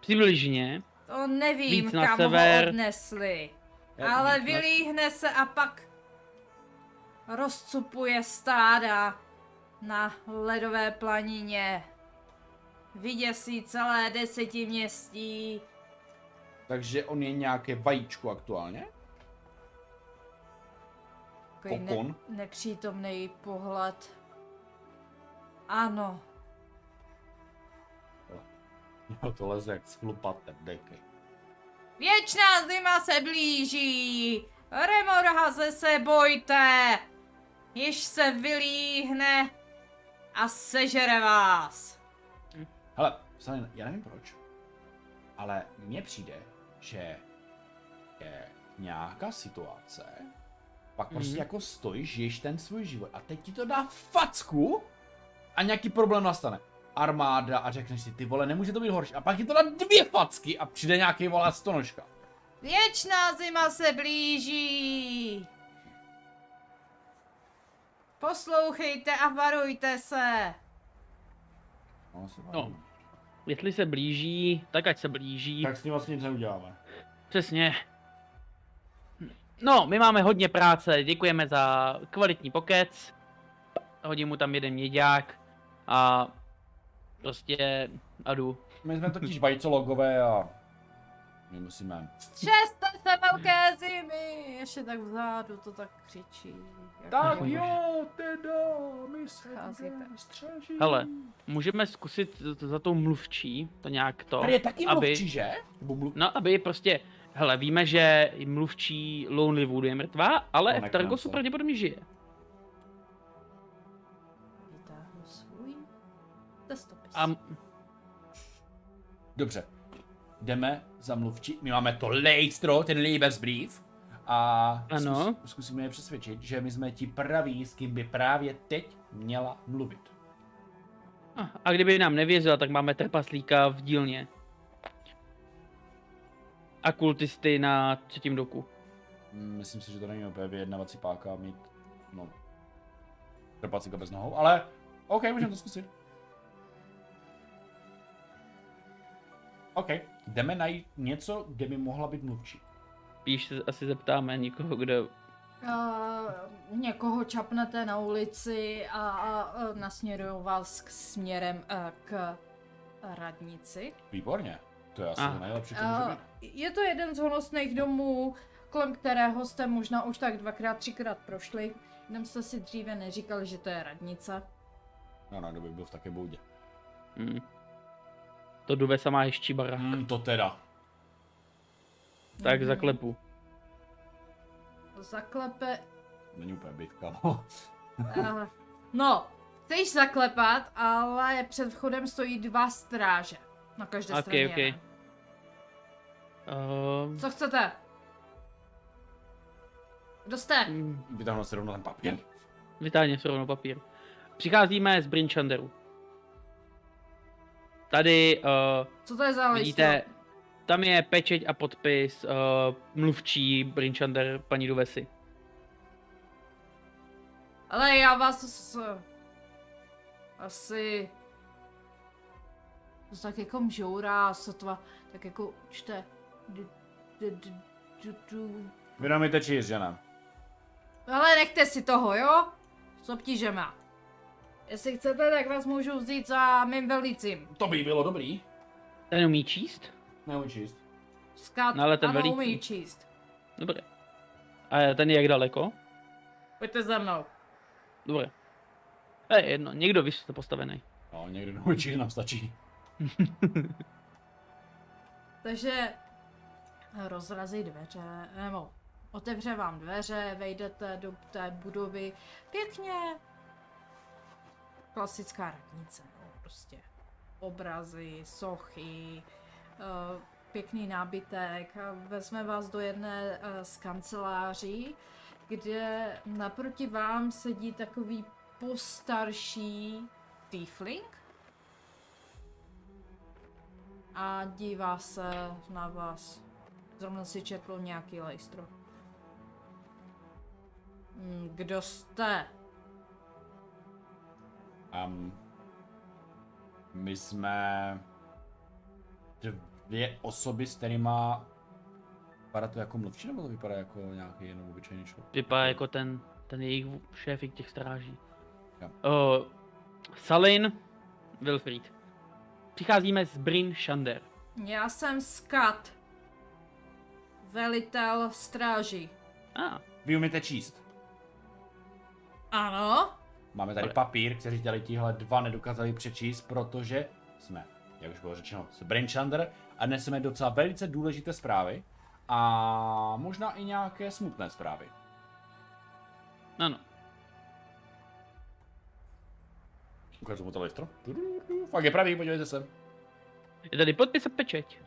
Speaker 3: Přibližně.
Speaker 1: To nevím,
Speaker 3: Víc na
Speaker 1: kam
Speaker 3: sever.
Speaker 1: ho odnesli.
Speaker 2: Já-
Speaker 1: Ale
Speaker 3: na-
Speaker 1: vylíhne se a pak rozcupuje stáda na ledové planině. Vyděsí celé desetiměstí.
Speaker 2: Takže on je nějaké vajíčku aktuálně?
Speaker 1: Takový
Speaker 2: Kokon?
Speaker 1: nepřítomný pohled. Ano,
Speaker 2: Jo, to leze jak s chlupatem, deky.
Speaker 1: Věčná zima se blíží! Remorhaze se bojte! Již se vylíhne a sežere vás.
Speaker 2: Hele, Salin, já nevím proč, ale mně přijde, že je nějaká situace, pak prostě
Speaker 3: Mhm.
Speaker 2: jako stojíš, žiješ ten svůj život a teď ti to dá facku a nějaký problém nastane. Armáda a řekneš si, ty vole, nemůže to být horší. A pak ti to dá dvě facky a přijde nějaký volá stonožka.
Speaker 1: Věčná zima se blíží! Poslouchejte a varujte se!
Speaker 2: No, se
Speaker 3: No.
Speaker 2: bavím.
Speaker 3: Jestli se blíží, tak ať se blíží.
Speaker 2: Tak s ním vlastně nic neuděláme.
Speaker 3: Přesně. No, my máme hodně práce, děkujeme za kvalitní pokec. Hodím mu tam jeden měďák a prostě a jdu.
Speaker 2: My jsme totiž vajcologové a my musíme
Speaker 1: Střeste se velké zimy! Ještě tak vzadu to tak křičí. jako
Speaker 2: Tak
Speaker 3: Děkuji.
Speaker 2: jo, teda, my se
Speaker 1: Scházíte.
Speaker 2: budeme střežit.
Speaker 3: Hele. Můžeme zkusit t- za tou mluvčí to nějak to,
Speaker 2: Tady je taky
Speaker 3: aby-
Speaker 2: aby... mluvčí, že? Nebo mluv...
Speaker 3: no aby prostě, hele víme, že mluvčí Lonely Wood je mrtvá, ale
Speaker 2: Ona
Speaker 3: v Targosu
Speaker 2: krásná.
Speaker 3: pravděpodobně žije.
Speaker 1: Vytáhnu svůj testopis.
Speaker 3: A
Speaker 2: Dobře, jdeme za mluvčí. My máme to lejstro, ten Liebesbrief. A
Speaker 3: Ano.
Speaker 2: Zkus, zkusíme je přesvědčit, že my jsme ti praví, s kým by právě teď měla mluvit.
Speaker 3: A kdyby nám nevěřila, tak máme trpaslíka v dílně. A kultisty na třetím doku.
Speaker 2: Mm, Myslím si, že to není úplně vyjednavací páka mít, no, trpacíka bez nohou, ale OK, můžeme to zkusit. OK, jdeme najít něco, kde by mohla být mluvčí.
Speaker 3: Píš se asi zeptáme někoho, kdo
Speaker 1: Uh, někoho čapnete na ulici a, a nasměrují vás k směrem uh, k radnici.
Speaker 2: Výborně. To je asi
Speaker 3: Ah.
Speaker 2: to nejlepší, co může
Speaker 1: Uh,
Speaker 2: být.
Speaker 1: je to jeden z honosných domů, kolem kterého jste možná už tak dvakrát, třikrát prošli. Jenom jste si dříve neříkali, že to je radnice.
Speaker 2: No, no, kdo by byl v také boudě.
Speaker 3: Hmm. To duve samá ještě barák.
Speaker 2: Hmm, to teda.
Speaker 3: Tak
Speaker 1: Mhm.
Speaker 3: zaklepu.
Speaker 1: Zaklepe...
Speaker 2: Není úplně bitka, no. <laughs>
Speaker 1: Uh, no, chceš zaklepat, ale před vchodem stojí dva stráže. Na každé
Speaker 3: Ok,
Speaker 1: straně.
Speaker 3: ok.
Speaker 1: jeden.
Speaker 3: Ehm,
Speaker 1: Co chcete? Kdo jste?
Speaker 3: hm,
Speaker 2: Vytáhnu si rovnou ten papír.
Speaker 3: Vytáhně se rovnou papír. Přicházíme z Brinchanderu. Tady eh,
Speaker 1: Co to je za
Speaker 3: Vidíte, tam je pečeť a podpis uh, mluvčí Brinchander paní Duvesy.
Speaker 1: Ale já vás s... asi... To tak jako mžourá a sotva, tak jako čte. D- d- d- d- d-
Speaker 2: Vyromíte číst, že ne?
Speaker 1: Ale nechte si toho, jo? S obtížema. Jestli chcete, tak vás můžu vzít za mým velicím.
Speaker 2: To by bylo dobrý.
Speaker 3: Ten umí číst?
Speaker 2: Neumím číst.
Speaker 1: Skat,
Speaker 3: No ale ten
Speaker 1: ano,
Speaker 3: velící.
Speaker 1: umí číst.
Speaker 3: Dobře. A ten je jak daleko?
Speaker 1: Pojďte za mnou.
Speaker 3: Dobře. To je jedno, někdo víš, jste postavený.
Speaker 2: No, někdy neumím číst, nám stačí.
Speaker 1: Takže rozrazí dveře, nebo otevře vám dveře, vejdete do té budovy pěkně. Klasická radnice, no, prostě obrazy, sochy, eh, pěkný nábytek. A Vezme vás do jedné eh, z kanceláří, kde naproti vám sedí takový postarší tiefling, a dívá se na vás. Zrovna si četl nějaký lejstro. Mm, Kdo jste?
Speaker 2: Um, my jsme dvě osoby, s kterýma vypadá to jako mluvčí, nebo to vypadá jako nějaký jenom obyčejný člověk?
Speaker 3: Vypadá jako ten, ten jejich šéfik těch stráží.
Speaker 2: Jo.
Speaker 3: Uh, Salin, Wilfried. Přicházíme z Brin Shander.
Speaker 1: Já jsem Skat. Velitel stráží.
Speaker 3: A, ah,
Speaker 2: Vy umíte číst.
Speaker 1: Ano?
Speaker 2: Máme tady
Speaker 3: Ale-
Speaker 2: papír, který tady tihle dva nedokázali přečíst, protože jsme, jak už bylo řečeno, z Brainchander a neseme docela velice důležité zprávy a možná i nějaké smutné zprávy.
Speaker 3: ano.
Speaker 2: Ukážu mu to listro. Fakt je pravý, podívejte se.
Speaker 3: Je tady podpis a pečeť.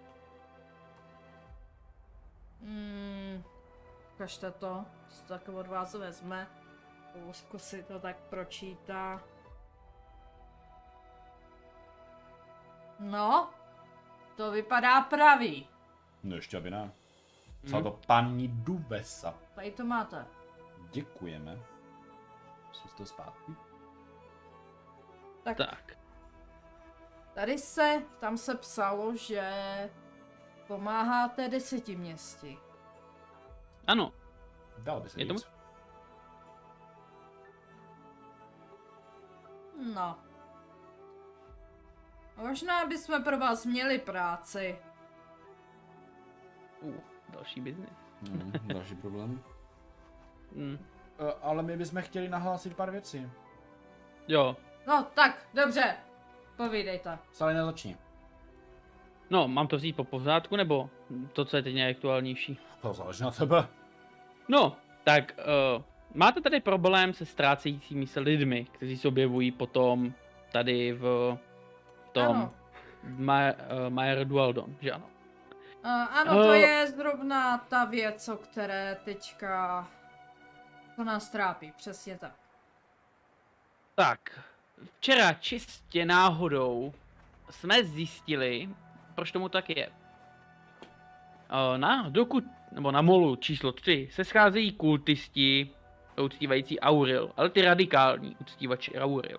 Speaker 1: Mm, ukažte to, co tak od vás vezme. Úzku si to tak pročítá. No, to vypadá pravý.
Speaker 2: No ještě aby ne.
Speaker 3: Mhm.
Speaker 2: Mhm. Psal to paní Duvesa.
Speaker 1: Tady to máte.
Speaker 2: Děkujeme. Jsme to zpátky.
Speaker 1: Tak
Speaker 3: Tak.
Speaker 1: Tady se, tam se psalo, že pomáháte deseti městi.
Speaker 3: Ano,
Speaker 2: Dalo by se
Speaker 3: Je
Speaker 2: říct.
Speaker 1: No. Možná bychom pro vás měli práci.
Speaker 3: uh, další biznis.
Speaker 2: Hmm, <laughs> další problém.
Speaker 3: Mm.
Speaker 2: E, ale my bychom chtěli nahlásit pár věcí.
Speaker 3: Jo,
Speaker 1: No, tak, dobře. Povídejte.
Speaker 2: Salina začni.
Speaker 3: No, mám to vzít po pořádku, nebo to, co je teď nejaktuálnější?
Speaker 2: To záleží na tebe.
Speaker 3: No, tak uh, máte tady problém se ztrácejícími se lidmi, kteří se objevují potom tady v tom
Speaker 1: Ano.
Speaker 3: Ma- uh, Majer Dualdon, že ano?
Speaker 1: Uh, ano, to
Speaker 3: Eh.
Speaker 1: je zrovna ta věc, o které teďka... To nás trápí, přesně tak.
Speaker 3: Tak, včera čistě náhodou jsme zjistili, proč tomu tak je. Eh, Na doku, nebo na molu číslo 3 se scházejí kultisti uctívající Auril, ale ty radikální uctívači Auril.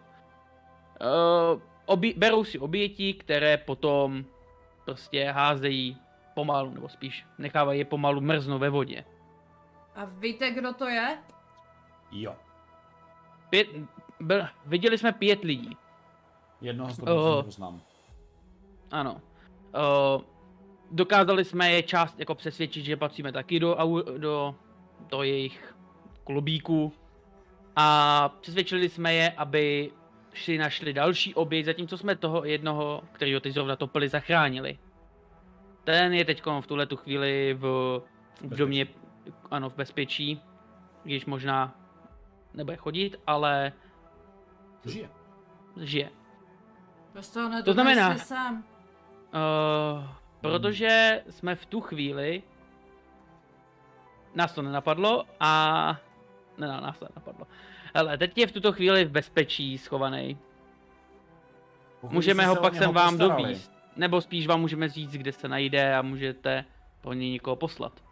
Speaker 3: Eh, Obě, berou si oběti, které potom prostě házejí pomalu, nebo spíš nechávají je pomalu mrznout ve vodě.
Speaker 1: A víte, kdo to je?
Speaker 2: Jo.
Speaker 3: Pět, byl, viděli jsme pět lidí.
Speaker 2: Jednoho z
Speaker 3: Oho.
Speaker 2: toho znám.
Speaker 3: Ano. Uh, dokázali jsme je část jako přesvědčit, že patříme taky do, au- do, do jejich klubíku. A přesvědčili jsme je, aby si našli další oběť, zatímco jsme toho jednoho, kterýho teď zrovna topili, zachránili. Ten je teď v tuhle tu chvíli v, v domě, ano, v bezpečí, když možná nebude chodit, ale
Speaker 2: Žije.
Speaker 3: žije.
Speaker 1: Prostě ho
Speaker 3: To znamená-
Speaker 1: nedonesli sem.
Speaker 3: Uh, protože jsme v tu chvíli nás to nenapadlo a ne, ne, nás to nenapadlo. Ale teď je v tuto chvíli v bezpečí schovaný.
Speaker 2: Pokud
Speaker 3: Můžeme
Speaker 2: jste
Speaker 3: ho
Speaker 2: se o
Speaker 3: pak
Speaker 2: něho
Speaker 3: sem vám
Speaker 2: postarali,
Speaker 3: dovíst. Nebo spíš vám můžeme říct, kde se najde a můžete po něj někoho poslat.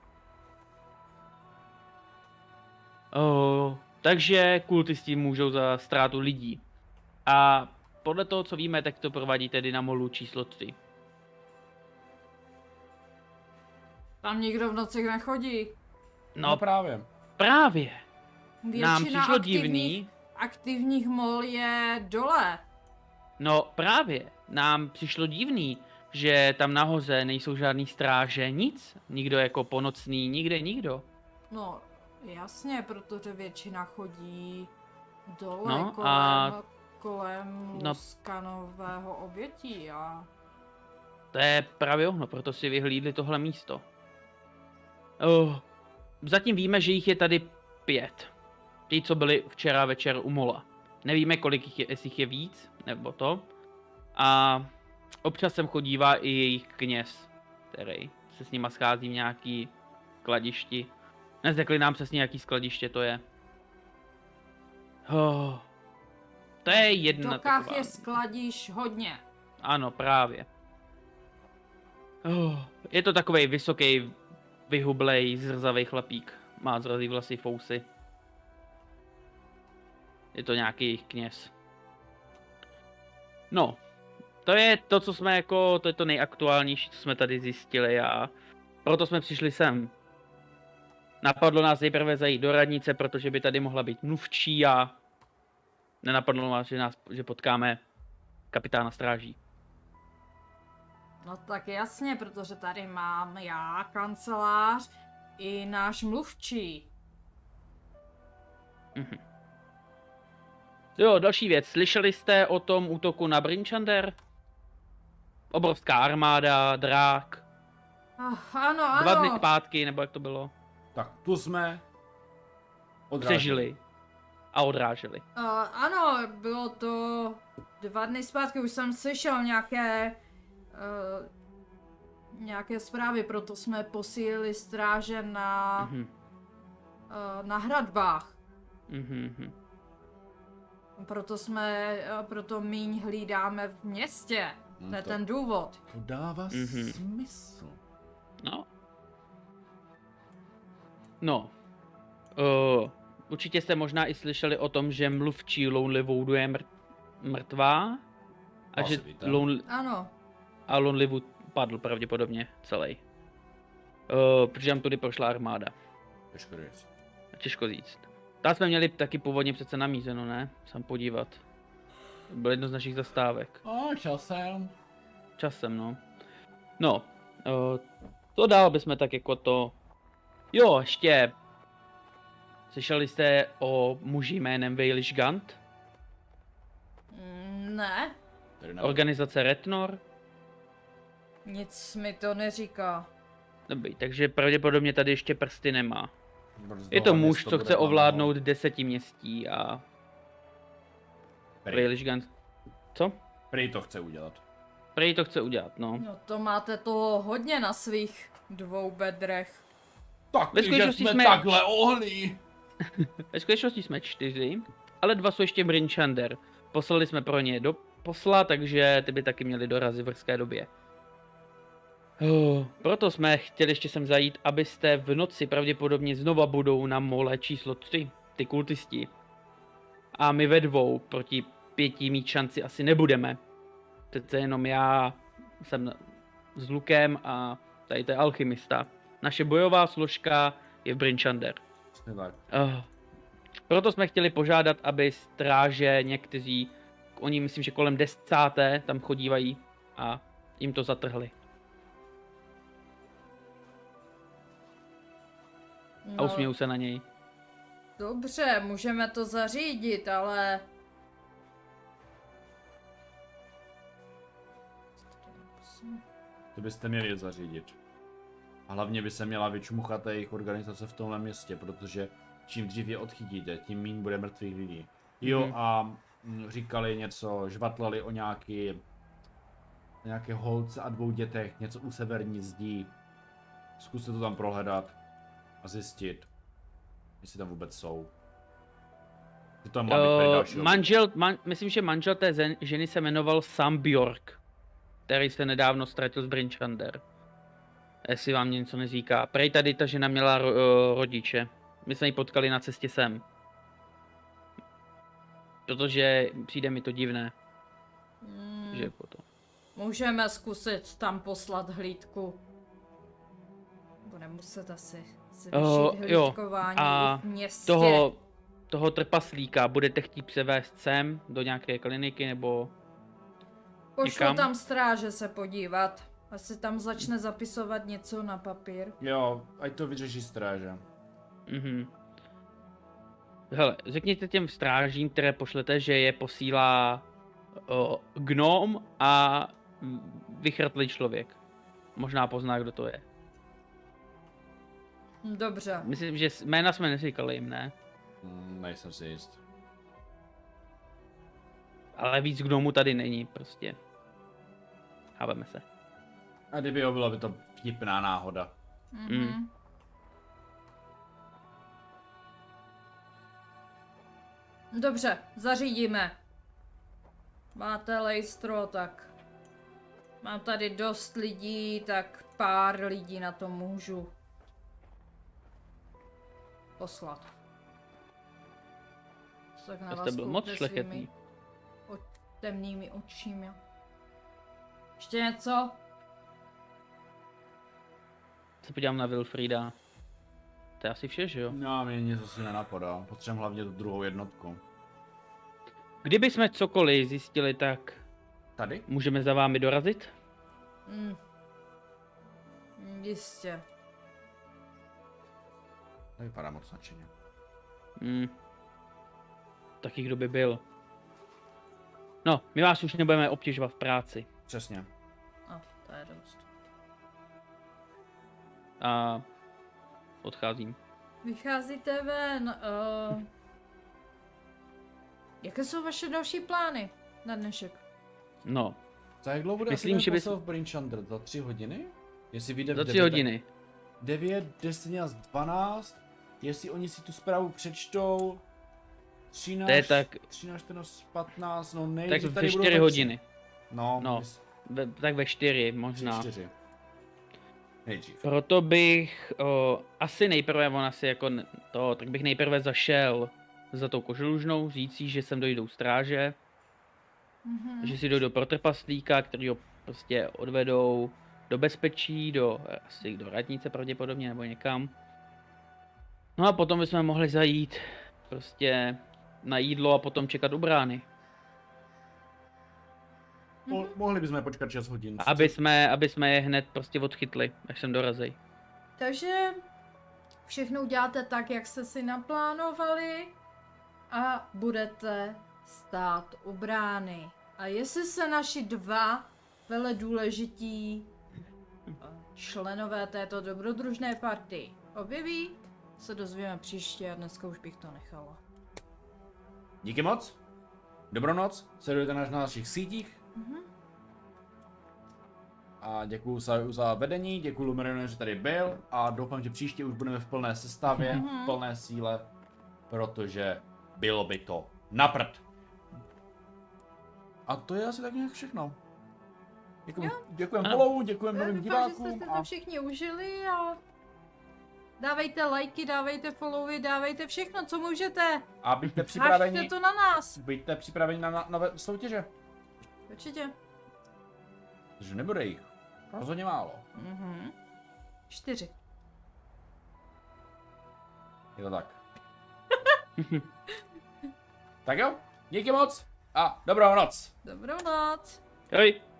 Speaker 3: Oh, takže kultisti můžou za ztrátu lidí. A podle toho, co víme, tak to provádí tedy na molu číslo 3.
Speaker 1: Tam nikdo v noci nechodí.
Speaker 2: No
Speaker 3: No
Speaker 2: právě.
Speaker 3: právě.
Speaker 1: Většina
Speaker 3: Nám přišlo
Speaker 1: aktivních,
Speaker 3: divný.
Speaker 1: aktivních mol je dole.
Speaker 3: No právě. Nám přišlo divný, že tam nahoře nejsou žádný stráže, nic. Nikdo jako ponocný, nikde nikdo.
Speaker 1: No, jasně, protože většina chodí dole
Speaker 3: No, a-
Speaker 1: kolem, a... kolem
Speaker 3: No.
Speaker 1: no. skanového obětí a...
Speaker 3: To je právě ono, proto si vyhlídli tohle místo. Oh, zatím víme, že jich je tady pět. Ti, co byli včera večer u Mola. Nevíme, kolik jich je, jestli jich je víc, nebo to. A občas sem chodívá i jejich kněz, který se s nima schází v nějaký skladišti. Neřekli nám přesně, jaký skladiště to je. Oh, to je
Speaker 1: V
Speaker 3: jedna
Speaker 1: dokách
Speaker 3: taková-
Speaker 1: je skladíš hodně.
Speaker 3: ano, právě. Oh, je to takový vysoký, vyhublej, zrzavý chlapík. Má zrazí vlasy, fousy. Je to nějaký jejich kněz. No, to je to, co jsme jako, to je to nejaktuálnější, co jsme tady zjistili a proto jsme přišli sem. Napadlo nás nejprve zajít do radnice, protože by tady mohla být mluvčí a nenapadlo nás, že, nás, že potkáme kapitána stráží.
Speaker 1: No tak jasně, protože tady mám já kancelář i náš mluvčí.
Speaker 3: Jo, další věc. Slyšeli jste o tom útoku na Brinchander? Obrovská armáda, drák.
Speaker 1: Ach, ano,
Speaker 3: Dva dny
Speaker 1: ano.
Speaker 3: zpátky, nebo jak to bylo?
Speaker 2: Tak tu jsme odráželi.
Speaker 3: Přežili. A odráželi.
Speaker 1: Uh, ano, bylo to dva dny zpátky, už jsem slyšel nějaké, uh, nějaké zprávy, proto jsme posílili stráže na, uh,
Speaker 3: Mhm,
Speaker 1: na hradbách.
Speaker 3: mhm, mhm.
Speaker 1: Proto jsme, eh, proto míň hlídáme v městě.
Speaker 3: No
Speaker 2: Hm,
Speaker 1: To je
Speaker 2: to-
Speaker 1: ten důvod.
Speaker 2: To dává
Speaker 3: Mhm.
Speaker 2: smysl.
Speaker 3: No. No. Uh, určitě jste možná i slyšeli o tom, že mluvčí Lonely Voodoo je mrt- mrtvá. A
Speaker 2: Asi
Speaker 3: že
Speaker 2: víte.
Speaker 3: Lonely,
Speaker 1: Ano,
Speaker 3: a Lonely Wood padl pravděpodobně celý. Uh, protože nám tudy prošla armáda.
Speaker 2: Těžko říct.
Speaker 3: Těžko říct. Tam jsme měli taky původně přece namízeno, ne? Sam podívat. To Byl jedno z našich zastávek.
Speaker 2: A časem.
Speaker 3: Časem, no. No, o, to dál bychom tak jako to... Jo, ještě... Slyšeli jste o muži jménem Waelish Gant?
Speaker 1: Mm, ne,
Speaker 2: Tady na
Speaker 3: Organizace Retnor?
Speaker 1: nic mi to neříká.
Speaker 3: Dobrý, takže pravděpodobně tady ještě prsty nemá.
Speaker 2: Brzdou
Speaker 3: Je to
Speaker 2: a
Speaker 3: muž,
Speaker 2: město
Speaker 3: co
Speaker 2: bude
Speaker 3: chce
Speaker 2: tam, no.
Speaker 3: ovládnout deseti městí a
Speaker 2: Prej,
Speaker 3: Waelish Gant... Co?
Speaker 2: prej to chce udělat.
Speaker 3: Prej to chce udělat, no.
Speaker 1: No to máte toho hodně na svých dvou bedrech.
Speaker 2: Tak,
Speaker 3: Ve
Speaker 2: že
Speaker 3: skutečnosti
Speaker 2: jsme,
Speaker 3: jsme-
Speaker 2: takhle ohlí.
Speaker 3: Ve skutečnosti jsme čtyři, ale dva jsou ještě Brinchander. Poslali jsme pro ně do posla, takže ty by taky měli dorazit v brzké době. Oh, Proto jsme chtěli ještě sem zajít, abyste v noci pravděpodobně znova budou na mole číslo 3, ty kultisti. A my ve dvou proti pěti mít šanci asi nebudeme. Přece jenom já jsem s Lukem a tady to je alchymista. Naše bojová složka je v Brinchander.
Speaker 2: Je tak.
Speaker 3: Uh, proto jsme chtěli požádat, aby stráže někteří, oni myslím, že kolem desáté tam chodívají a jim to zatrhli. A
Speaker 1: No,
Speaker 3: usmějou se na něj.
Speaker 1: dobře, můžeme to zařídit, ale...
Speaker 2: To byste měli zařídit. A hlavně by se měla vyčmuchat jejich organizace v tomhle městě, protože čím dřív je odchytíte, tím méně bude mrtvých lidí. Jo,
Speaker 3: Mhm.
Speaker 2: a mm, říkali něco, žvatlali o nějaký, nějaké holce a dvou dětech, něco u severní zdí. Zkuste to tam prohledat a zjistit, jestli tam vůbec jsou. Že tam má být tady další
Speaker 3: Uh,
Speaker 2: oběť.
Speaker 3: manžel, man, myslím, že manžel té zen, ženy se jmenoval Sam Bjork, který se nedávno ztratil z Brinchander. Jestli vám něco neříká. Prej tady ta žena měla ro, uh, rodiče. My jsme ji potkali na cestě sem. Protože přijde mi to divné,
Speaker 1: Mm,
Speaker 3: že potom.
Speaker 1: Můžeme zkusit tam poslat hlídku. Budeme muset asi zvýšit
Speaker 3: Oh,
Speaker 1: oh,
Speaker 3: jo,
Speaker 1: hlídkování
Speaker 3: a
Speaker 1: i v městě.
Speaker 3: Toho, toho trpaslíka budete chtít převést sem do nějaké kliniky nebo...
Speaker 1: Pošlu
Speaker 3: někam?
Speaker 1: tam stráže se podívat. Asi tam začne zapisovat něco na papír.
Speaker 2: Jo, ať to vyřeší stráže.
Speaker 3: Mhm. Hele, řekněte těm strážím, které pošlete, že je posílá o, gnom a mm, vychrtlý člověk. Možná pozná, kdo to je.
Speaker 1: Dobře.
Speaker 3: Myslím, že s- jména jsme neříkali jim, ne?
Speaker 2: Mm, nejsem si jist.
Speaker 3: Ale víc gnomů tady není, prostě. Hábeme se.
Speaker 2: A kdyby jo, byla by to vtipná náhoda.
Speaker 3: Mm-hmm.
Speaker 1: Mhm. Dobře, zařídíme. Máte lejstro, tak... Mám tady dost lidí, tak pár lidí na to můžu... poslat. Tak na vás
Speaker 3: To jste Prostě byl moc
Speaker 1: koukne svými
Speaker 3: šlechetný.
Speaker 1: o- temnými očími. Ještě něco?
Speaker 3: Se podívám na Wilfrida. To je asi vše, že jo?
Speaker 2: No, mě něco si nenapadá. Potřebujeme hlavně tu druhou jednotku.
Speaker 3: Kdyby jsme cokoliv zjistili, tak
Speaker 2: Tady?
Speaker 3: můžeme za vámi dorazit?
Speaker 1: Mm. Jistě.
Speaker 2: To vypadá moc nadšeně.
Speaker 3: Hmm. Taky kdo by byl. No, my vás už nebudeme obtěžovat v práci.
Speaker 2: Přesně.
Speaker 1: A, to je dost.
Speaker 3: A odcházím.
Speaker 1: Vycházíte ven. Uh... Jaké jsou vaše další plány na dnešek?
Speaker 3: No,
Speaker 2: Za jak dlouho bude
Speaker 3: Myslím,
Speaker 2: asi
Speaker 3: že
Speaker 2: ten
Speaker 3: bys-
Speaker 2: posel v Brinchander? Za tři hodiny? Jestli vyjde v
Speaker 3: za tři
Speaker 2: devět, tak
Speaker 3: hodiny.
Speaker 2: devět, 10 až 12. Jestli oni si tu zprávu přečtou... 13,
Speaker 3: To je tak-
Speaker 2: 13, 14, 15, no nej,
Speaker 3: Tak
Speaker 2: že
Speaker 3: ve
Speaker 2: budou
Speaker 3: čtyři
Speaker 2: tak-
Speaker 3: hodiny.
Speaker 2: No,
Speaker 3: No,
Speaker 2: no
Speaker 3: Ve, tak ve čtyři možná.
Speaker 2: čtyři. Nejdřív.
Speaker 3: Proto bych o, asi nejprve, on asi jako n- to, tak bych nejprve zašel za tou koželužnou, řící, že sem dojdou stráže,
Speaker 1: Mhm.
Speaker 3: že si dojdou pro trpaslíka, který ho prostě odvedou do bezpečí, do eh, asi do radnice pravděpodobně, nebo někam. No a potom bychom mohli zajít prostě na jídlo a potom čekat u brány.
Speaker 2: Mo- mohli bychom počkat 6 hodin.
Speaker 3: Aby jsme, aby jsme je hned prostě odchytli, až sem dorazej.
Speaker 1: Takže všechno uděláte tak, jak jste si naplánovali a budete stát u brány. A jestli se naši dva vele důležití eh, členové této dobrodružné party objeví, se dozvíme příště a dneska už bych to nechala.
Speaker 2: Díky moc. Dobrou noc. Sledujte nás na našich sítích.
Speaker 1: Mhm.
Speaker 2: A děkuji za, za vedení, děkuji Lumerinu, že tady byl a doufám, že příště už budeme v plné sestavě,
Speaker 1: Mhm.
Speaker 2: v plné síle, protože bylo by to na prd. A to je asi tak nějak všechno. Děkujem, děkujem
Speaker 3: Ano.
Speaker 2: Polovu, děkujem novým
Speaker 1: Doufám, že jste si
Speaker 2: divákům
Speaker 1: to
Speaker 2: a
Speaker 1: všichni užili a dávejte lajky, dávejte followy, dávejte všechno, co můžete.
Speaker 2: a buďte
Speaker 1: Hažte
Speaker 2: připraveni,
Speaker 1: to na nás.
Speaker 2: buďte připraveni na, na nové soutěže,
Speaker 1: Určitě.
Speaker 2: že nebude jich rozhodně málo.
Speaker 1: Mhm. Čtyři.
Speaker 2: Je to tak.
Speaker 3: <laughs> Tak jo, díky moc a dobrou noc.
Speaker 2: Dobrou noc.
Speaker 1: Hej.